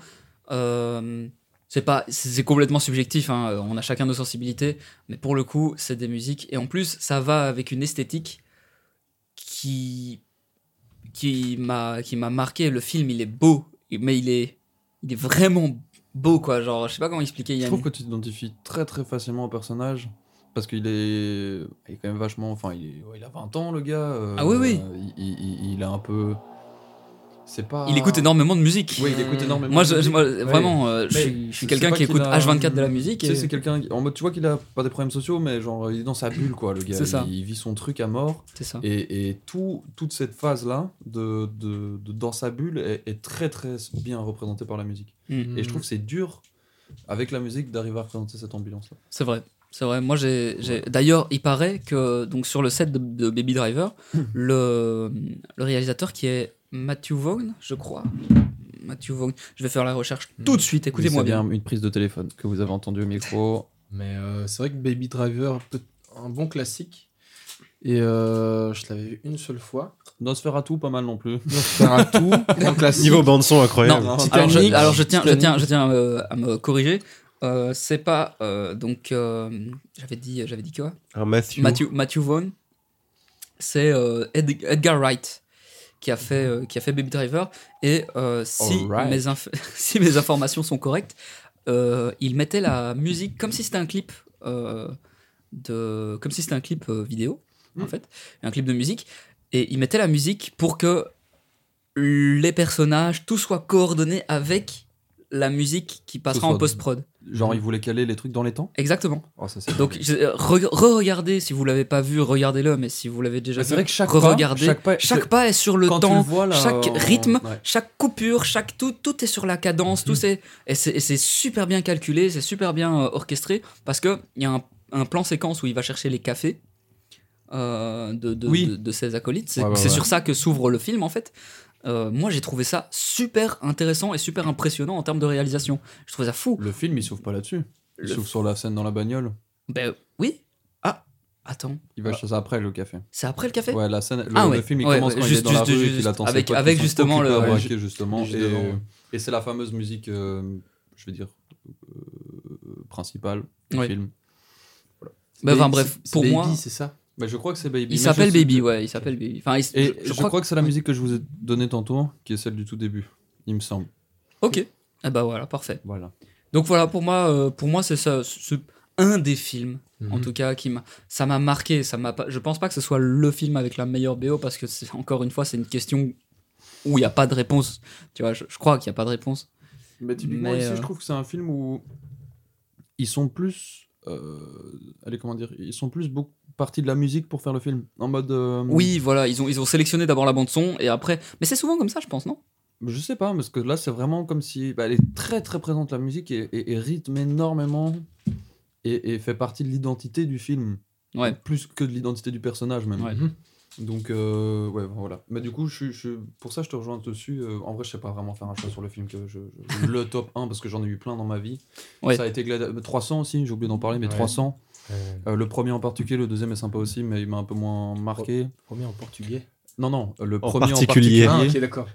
Speaker 3: euh, c'est pas, c'est c'est complètement subjectif, hein, euh, on a chacun nos sensibilités, mais pour le coup, c'est des musiques. Et en plus, ça va avec une esthétique qui, qui m'a qui m'a marqué. Le film, il est beau, mais il est, il est vraiment beau, quoi. Genre, je sais pas comment expliquer,
Speaker 2: Je
Speaker 3: Yann.
Speaker 2: trouve que tu t'identifies très très facilement au personnage parce qu'il est, il est quand même vachement. Enfin, il, est- ouais, il a 20 ans, le gars. euh,
Speaker 3: Ah oui, oui.
Speaker 2: Il, il, il- il a un peu. C'est pas.
Speaker 3: Il écoute énormément de musique.
Speaker 2: Oui, il écoute énormément.
Speaker 3: Moi,
Speaker 2: de
Speaker 3: je, je-
Speaker 2: musique.
Speaker 3: moi,
Speaker 2: Ouais.
Speaker 3: vraiment, euh, je
Speaker 2: Mais
Speaker 3: suis, je suis
Speaker 2: c'est
Speaker 3: quelqu'un
Speaker 2: pas
Speaker 3: qui
Speaker 2: qu'il
Speaker 3: écoute
Speaker 2: a-
Speaker 3: H24 de la musique.
Speaker 2: Tu sais,
Speaker 3: et-
Speaker 2: c'est quelqu'un qui- en mode, tu vois qu'il a pas des problèmes sociaux, mais genre il est dans sa bulle, quoi, le gars.
Speaker 3: C'est ça. Ah.
Speaker 2: Il, il vit son truc à mort.
Speaker 3: C'est ça.
Speaker 2: Et, et tout, toute cette phase-là, de, de, de- dans sa bulle, est, est très très bien représentée par la musique.
Speaker 3: Mm.
Speaker 1: Mmh.
Speaker 2: Et je trouve que c'est dur, avec la musique, d'arriver à représenter cette ambiance-là.
Speaker 3: C'est vrai. C'est vrai. Moi, j'ai. j'ai- D'ailleurs, il paraît que donc sur le set de, de Baby Driver,
Speaker 2: Hmm.
Speaker 3: le, le réalisateur qui est Matthew Vaughn, je crois. Matthew Vaughn. Je vais faire la recherche
Speaker 2: Hmm.
Speaker 3: tout de suite. Écoutez-moi bien.
Speaker 2: une prise de téléphone que vous avez entendue au micro.
Speaker 1: Mais euh, c'est vrai que Baby Driver, peut- un bon classique. Et euh, je l'avais vu une seule fois.
Speaker 2: Nosferatu, pas mal non plus.
Speaker 1: Faire un tout, un classique.
Speaker 4: Niveau bande son
Speaker 3: Non,
Speaker 4: incroyable.
Speaker 2: non.
Speaker 3: alors je,
Speaker 1: Titanic.
Speaker 3: alors, je tiens, je
Speaker 1: Titanic.
Speaker 3: tiens, je tiens euh, à me corriger. Euh, c'est pas euh, donc euh, j'avais dit j'avais dit quoi
Speaker 4: Un Matthew.
Speaker 3: Matthew, Matthew Vaughn, c'est euh, Ed- Edgar Wright qui a fait, euh, qui a fait Baby Driver. Et euh, si,
Speaker 2: Alright.
Speaker 3: mes inf- si mes informations sont correctes, euh, il mettait la musique comme si c'était un clip. euh, de, comme si c'était un clip euh, vidéo, en
Speaker 2: Mm.
Speaker 3: fait, un clip de musique, et il mettait la musique pour que les personnages, tout soit coordonné avec la musique qui passera en
Speaker 2: soit-
Speaker 3: post-prod.
Speaker 2: Genre, il voulait caler les trucs dans les temps.
Speaker 3: Exactement.
Speaker 2: Oh, ça, c'est-
Speaker 3: Donc je- euh, re- re-regardez si vous l'avez pas vu, regardez-le, mais si vous l'avez déjà
Speaker 2: Mais Bah, c'est
Speaker 3: vu,
Speaker 2: vrai que chaque pas,
Speaker 3: re-regardez.
Speaker 2: chaque pas,
Speaker 3: Chaque pas est sur le
Speaker 2: quand tu
Speaker 3: temps,
Speaker 2: le vois, là,
Speaker 3: chaque
Speaker 2: en-
Speaker 3: rythme,
Speaker 2: ouais.
Speaker 3: chaque coupure, chaque tout, tout est sur la cadence,
Speaker 2: Mm-hmm.
Speaker 3: tout c'est et c'est et c'est super bien calculé, c'est super bien euh, orchestré parce que il y a un, un plan séquence où il va chercher les cafés. euh, de, de,
Speaker 2: Oui.
Speaker 3: de- de ses acolytes. C'est
Speaker 2: Ouais, ouais,
Speaker 3: c'est
Speaker 2: ouais.
Speaker 3: sur ça que s'ouvre le film en fait. Euh, moi j'ai trouvé ça super intéressant et super impressionnant en termes de réalisation. Je trouve ça fou.
Speaker 2: Le film, il s'ouvre pas là-dessus. Il
Speaker 3: Le-
Speaker 2: s'ouvre sur la scène dans la bagnole.
Speaker 3: Ben oui. Ah, attends.
Speaker 2: Il va chercher ça après le café.
Speaker 3: C'est après le café
Speaker 2: Ouais, la scène. Le,
Speaker 3: Ah ouais,
Speaker 2: le film, il
Speaker 3: ouais,
Speaker 2: commence
Speaker 3: ouais,
Speaker 2: quand il
Speaker 3: juste-
Speaker 2: est dans
Speaker 3: juste-
Speaker 2: la rue et
Speaker 3: juste
Speaker 2: qu'il attend ses
Speaker 3: avec-
Speaker 2: potes qui
Speaker 3: avec
Speaker 2: sont
Speaker 3: justement
Speaker 2: occupés à
Speaker 3: le-
Speaker 2: braquer, justement.
Speaker 1: juste
Speaker 2: et,
Speaker 1: devant.
Speaker 2: et c'est la fameuse musique, euh, je vais dire, euh, principale du
Speaker 3: Ouais.
Speaker 2: film.
Speaker 3: Bah,
Speaker 1: Baby-
Speaker 3: enfin, bref,
Speaker 1: c'est
Speaker 3: pour
Speaker 1: Baby,
Speaker 3: moi-
Speaker 1: c'est ça.
Speaker 2: Mais Bah, je crois que c'est Baby. Mais
Speaker 3: Il s'appelle
Speaker 2: je sais-
Speaker 3: Baby, ouais, il s'appelle Baby. Enfin, il-
Speaker 2: Et je, crois, que c'est la
Speaker 3: ouais.
Speaker 2: musique que je vous ai donnée tantôt, qui est celle du tout début, il me semble.
Speaker 3: Ok. Ah bah voilà, parfait.
Speaker 2: Voilà.
Speaker 3: Donc voilà, pour moi, euh, pour moi, c'est ça, c'est un des films, en
Speaker 1: Mhm.
Speaker 3: tout cas, qui m'a, ça m'a marqué. Ça m'a pas, je pense pas que ce soit le film avec la meilleure BO parce que c'est encore une fois, c'est une question où il n'y a pas de réponse. Tu vois, je, je crois qu'il n'y a pas de réponse.
Speaker 2: Mais typiquement,
Speaker 3: Mais,
Speaker 2: ici,
Speaker 3: euh,
Speaker 2: je trouve que c'est un film où ils sont plus. euh, allez, comment dire Ils sont plus beaucoup partie de la musique pour faire le film. En mode. euh,
Speaker 3: Oui, voilà, ils ont, ils ont sélectionné d'abord la bande-son et après. Mais c'est souvent comme ça, je pense, non
Speaker 2: Je sais pas, parce que là, c'est vraiment comme si. bah, elle est très très présente, la musique, et, et- et rythme énormément. Et, et fait partie de l'identité du film.
Speaker 3: Ouais.
Speaker 2: Plus que de l'identité du personnage, même.
Speaker 4: Mhm.
Speaker 3: Ouais.
Speaker 2: Donc, euh, ouais, voilà. Mais du coup, je, suis- je, suis- pour ça, je te rejoins dessus. Euh, en vrai, je sais pas vraiment faire un choix sur le film que je, je- le top 1 parce que j'en ai eu plein dans ma vie.
Speaker 3: Ouais.
Speaker 2: Ça a été Glad- 300 aussi, j'ai oublié d'en parler, mais
Speaker 4: Ouais.
Speaker 2: 300.
Speaker 4: Euh,
Speaker 2: Euh, le premier en particulier, le deuxième est sympa aussi, mais il m'a un peu moins marqué.
Speaker 1: Premier en portugais.
Speaker 2: Non, non, le
Speaker 4: Oh. En
Speaker 2: premier
Speaker 4: particulier.
Speaker 2: en
Speaker 1: Ah,
Speaker 2: particulier.
Speaker 1: ok, d'accord.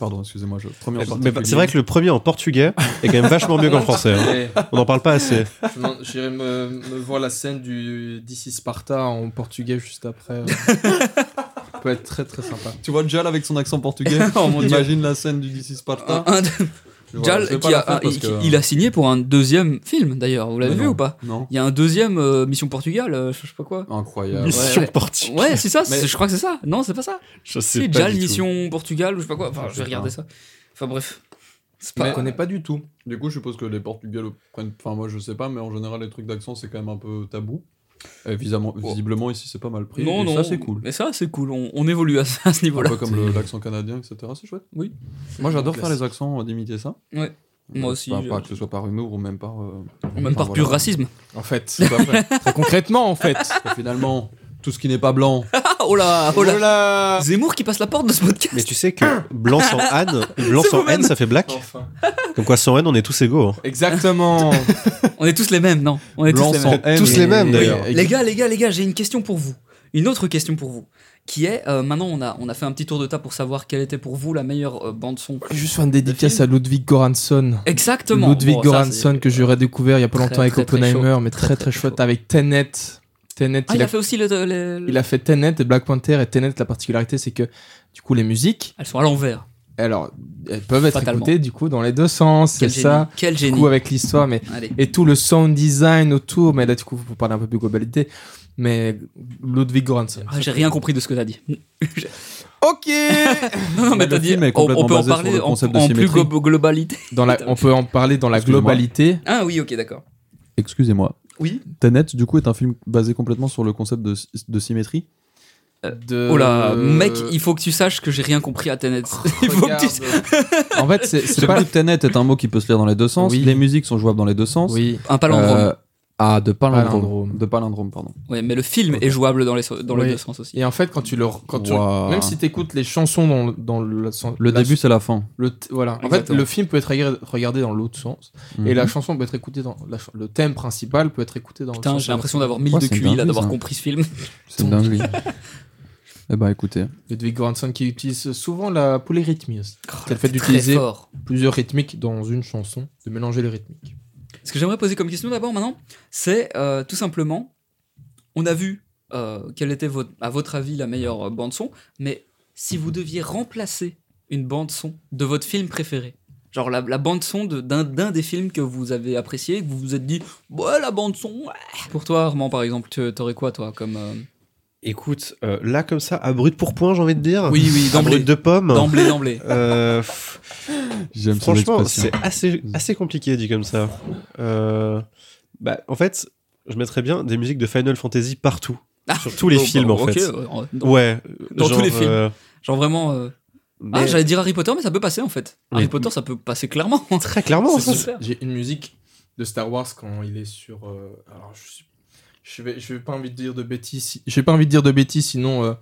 Speaker 2: Pardon, excusez-moi, je. Premier en
Speaker 4: Mais
Speaker 2: particulier.
Speaker 4: c'est vrai que le premier en portugais est quand même vachement mieux qu'en français. hein.
Speaker 1: Eh,
Speaker 4: On n'en parle pas assez.
Speaker 1: je m'en- J'irai me, me voir la scène du d'ici Sparta en portugais juste après. euh. Ça peut être très très sympa.
Speaker 2: Tu vois Jal avec son accent portugais,
Speaker 3: Oh mon Dieu.
Speaker 2: imagine la scène du DC Sparta.
Speaker 3: Un- un de-
Speaker 2: Voilà, Ah. je
Speaker 3: Jal,
Speaker 2: vais pas
Speaker 3: qui
Speaker 2: la
Speaker 3: a,
Speaker 2: faire parce
Speaker 3: il,
Speaker 2: que- euh,
Speaker 3: il a signé pour un deuxième film d'ailleurs, vous l'avez
Speaker 2: Mais
Speaker 3: vu
Speaker 2: non.
Speaker 3: ou pas
Speaker 2: Non.
Speaker 3: Il y a un deuxième euh, Mission Portugal, euh, je je sais pas quoi.
Speaker 2: Incroyable.
Speaker 4: Mission
Speaker 3: ouais.
Speaker 4: portugais.
Speaker 3: Ouais, c'est ça, c'est-
Speaker 2: Mais-
Speaker 3: je crois que c'est ça. Non, c'est pas ça.
Speaker 4: Je sais
Speaker 3: C'est
Speaker 4: pas
Speaker 3: Jal
Speaker 4: du tout.
Speaker 3: Mission Portugal ou je sais pas quoi. Enfin, je vais
Speaker 2: Putain.
Speaker 3: regarder ça. Enfin, bref. C'est
Speaker 1: Je
Speaker 3: pas.
Speaker 1: ne connais pas du tout.
Speaker 2: Du coup, je suppose que les Portugais le prennent. Enfin, moi, je sais pas, mais en général, les trucs d'accent, c'est quand même un peu tabou. Et visiblement, visiblement, ici, c'est pas mal pris.
Speaker 3: Oh. Non,
Speaker 2: et
Speaker 3: non.
Speaker 2: Ça, c'est cool.
Speaker 3: Mais ça, c'est cool. On, on évolue à, ce- à ce
Speaker 2: Un
Speaker 3: niveau-là.
Speaker 2: peu comme le- l'accent canadien, etc. C'est chouette.
Speaker 3: Oui.
Speaker 2: Moi, j'adore
Speaker 1: Classe.
Speaker 2: faire les accents, euh, d'imiter ça. Euh,
Speaker 3: Ouais. Moi aussi,
Speaker 2: Pas, pas
Speaker 3: je-
Speaker 2: que ce soit par humour ou même par. euh,
Speaker 3: Même par
Speaker 2: voilà.
Speaker 3: pur racisme.
Speaker 1: En fait,
Speaker 2: Tout à fait.
Speaker 1: très concrètement en fait.
Speaker 2: Et finalement, tout ce qui n'est pas blanc.
Speaker 3: Ah, oh là, oh là.
Speaker 1: là
Speaker 3: Zemmour qui passe la porte de ce podcast.
Speaker 4: Mais tu sais que blanc sans âne, blanc
Speaker 3: C'est
Speaker 4: sans
Speaker 3: vous-même.
Speaker 4: haine, ça fait black.
Speaker 1: Enfin.
Speaker 4: Comme quoi, sans haine, on est tous égaux. hein.
Speaker 1: Exactement.
Speaker 3: On est tous les mêmes, non On est
Speaker 2: blanc
Speaker 3: tous les
Speaker 2: sans
Speaker 4: hein.
Speaker 3: mêmes.
Speaker 2: haine.
Speaker 4: Tous les mêmes,
Speaker 2: Et-
Speaker 4: d'ailleurs.
Speaker 2: et-
Speaker 3: Les gars, les gars, les gars, j'ai une question pour vous. Une autre question pour vous. Qui est, euh, maintenant on a, on a fait un petit tour de table pour savoir quelle était pour vous la meilleure euh, bande-son.
Speaker 1: Juste faire une dédicace à Ludwig Goransson.
Speaker 3: Exactement.
Speaker 1: Ludwig
Speaker 3: Bon, ça,
Speaker 1: Goransson
Speaker 3: c'est-
Speaker 1: que j'aurais découvert il y a pas
Speaker 3: Très,
Speaker 1: longtemps avec
Speaker 3: très, très
Speaker 1: Oppenheimer,
Speaker 3: chaud.
Speaker 1: mais
Speaker 3: Très,
Speaker 1: très
Speaker 3: très
Speaker 1: très chouette avec Tenet. Tenet,
Speaker 3: Ah, il a fait aussi le. le- le-
Speaker 1: il a fait Tenet et Black Panther et Tenet la particularité c'est que du coup les musiques
Speaker 3: Elles sont à l'envers.
Speaker 1: alors elles peuvent être
Speaker 3: Fatalement.
Speaker 1: écoutées du coup dans les deux sens c'est
Speaker 3: Quel génie.
Speaker 1: ça
Speaker 3: Quel
Speaker 1: du
Speaker 3: génie.
Speaker 1: coup avec l'histoire mais
Speaker 3: Allez.
Speaker 1: et tout le sound design autour mais là du coup vous parler un peu plus globalité mais Ludwig Göransson
Speaker 3: Ah, j'ai rien compris de ce que t'as dit.
Speaker 1: ok
Speaker 3: Non, non, mais
Speaker 2: le
Speaker 3: t'as dit.
Speaker 2: film est
Speaker 3: On,
Speaker 2: complètement
Speaker 3: on peut en
Speaker 2: basé sur
Speaker 3: parler
Speaker 2: le
Speaker 3: en,
Speaker 2: concept de
Speaker 3: en plus
Speaker 2: symétrie.
Speaker 3: glo- globalité.
Speaker 1: dans la, on peut en parler dans la
Speaker 2: Excuse-moi.
Speaker 1: globalité
Speaker 3: Ah oui, ok, d'accord.
Speaker 2: Excusez-moi.
Speaker 3: Oui.
Speaker 2: Tenet, du coup, est un film basé complètement sur le concept de, de symétrie.
Speaker 1: de
Speaker 3: Oh
Speaker 2: Euh,
Speaker 3: là, mec, il faut que tu saches que j'ai rien compris à Tenet.
Speaker 2: Oh,
Speaker 3: Il faut que tu.
Speaker 1: en fait c'est- c'est
Speaker 2: Le
Speaker 1: pas
Speaker 2: coup de Tenet est un mot qui peut se lire dans les deux sens.
Speaker 1: Oui.
Speaker 2: Les musiques sont jouables dans les deux sens.
Speaker 1: oui
Speaker 3: Un palindrome.
Speaker 2: Euh, ah, de palindrome.
Speaker 1: Palindrome.
Speaker 2: De palindrome, pardon.
Speaker 3: Ouais, mais le film est jouable dans les, so- dans les
Speaker 1: Oui.
Speaker 3: deux sens aussi.
Speaker 1: et en fait quand tu le quand tu
Speaker 2: Ouah.
Speaker 1: même si t'écoutes les chansons dans, dans le sens-
Speaker 2: Le
Speaker 1: la-
Speaker 2: début, c'est la fin.
Speaker 1: le t- voilà en fait
Speaker 3: Exactement.
Speaker 1: le film peut être regardé- regardé dans l'autre sens
Speaker 2: Mhm.
Speaker 1: Et la chanson peut être écoutée dans la ch- le thème principal peut être écouté dans
Speaker 2: Oh,
Speaker 1: le
Speaker 3: Putain,
Speaker 1: sens
Speaker 3: j'ai l'impression d'avoir mille
Speaker 2: Ouais,
Speaker 3: de
Speaker 2: c'est
Speaker 3: QI là,
Speaker 2: dingue,
Speaker 3: d'avoir
Speaker 2: ça.
Speaker 3: compris ce film.
Speaker 2: C'est dingue. eh ben, écoutez.
Speaker 1: Ludwig Göransson qui utilise souvent la polyrythmie aussi.
Speaker 3: Oh,
Speaker 1: le fait
Speaker 3: très
Speaker 1: d'utiliser-
Speaker 3: fort.
Speaker 1: Plusieurs rythmiques dans une chanson, de mélanger les rythmiques.
Speaker 3: Ce que j'aimerais poser comme question d'abord maintenant, c'est euh, tout simplement, on a vu euh, quelle était votre, à votre avis la meilleure euh, bande son, mais si vous deviez remplacer une bande son de votre film préféré, genre la, la bande son de- d'un d'un des films que vous avez apprécié, que vous vous êtes dit, ouais la bande son. ouais. Pour toi Armand par exemple, tu- t'aurais quoi toi comme euh,
Speaker 4: Écoute, euh, là, comme ça, à brut pour point, j'ai envie de dire.
Speaker 3: Oui, oui,
Speaker 4: À
Speaker 3: d'emblée.
Speaker 4: brut de pomme.
Speaker 3: d'emblée d'emblée.
Speaker 4: Euh, pff,
Speaker 2: J'aime cette
Speaker 4: franchement,
Speaker 2: expression. Bah,
Speaker 4: c'est assez, assez compliqué dit comme ça. Euh, bah, en fait, je mettrais bien des musiques de Final Fantasy partout. Sur tous les films, en
Speaker 3: ok,
Speaker 4: fait.
Speaker 3: euh, dans-
Speaker 4: ouais.
Speaker 3: dans tous les films. Ah,
Speaker 4: euh,
Speaker 3: Genre vraiment. euh, Ah,
Speaker 4: mais-
Speaker 3: j'allais dire Harry Potter, mais ça peut passer en fait.
Speaker 4: Mais-
Speaker 3: Harry Potter, ça peut passer clairement.
Speaker 4: Très clairement,
Speaker 3: C'est
Speaker 4: ça,
Speaker 3: super.
Speaker 1: J'ai une musique de Star Wars quand il est sur. euh, alors je suis- je vais, je vais pas envie de dire de bêtises. si- J'ai pas envie de dire de bêtises, sinon euh,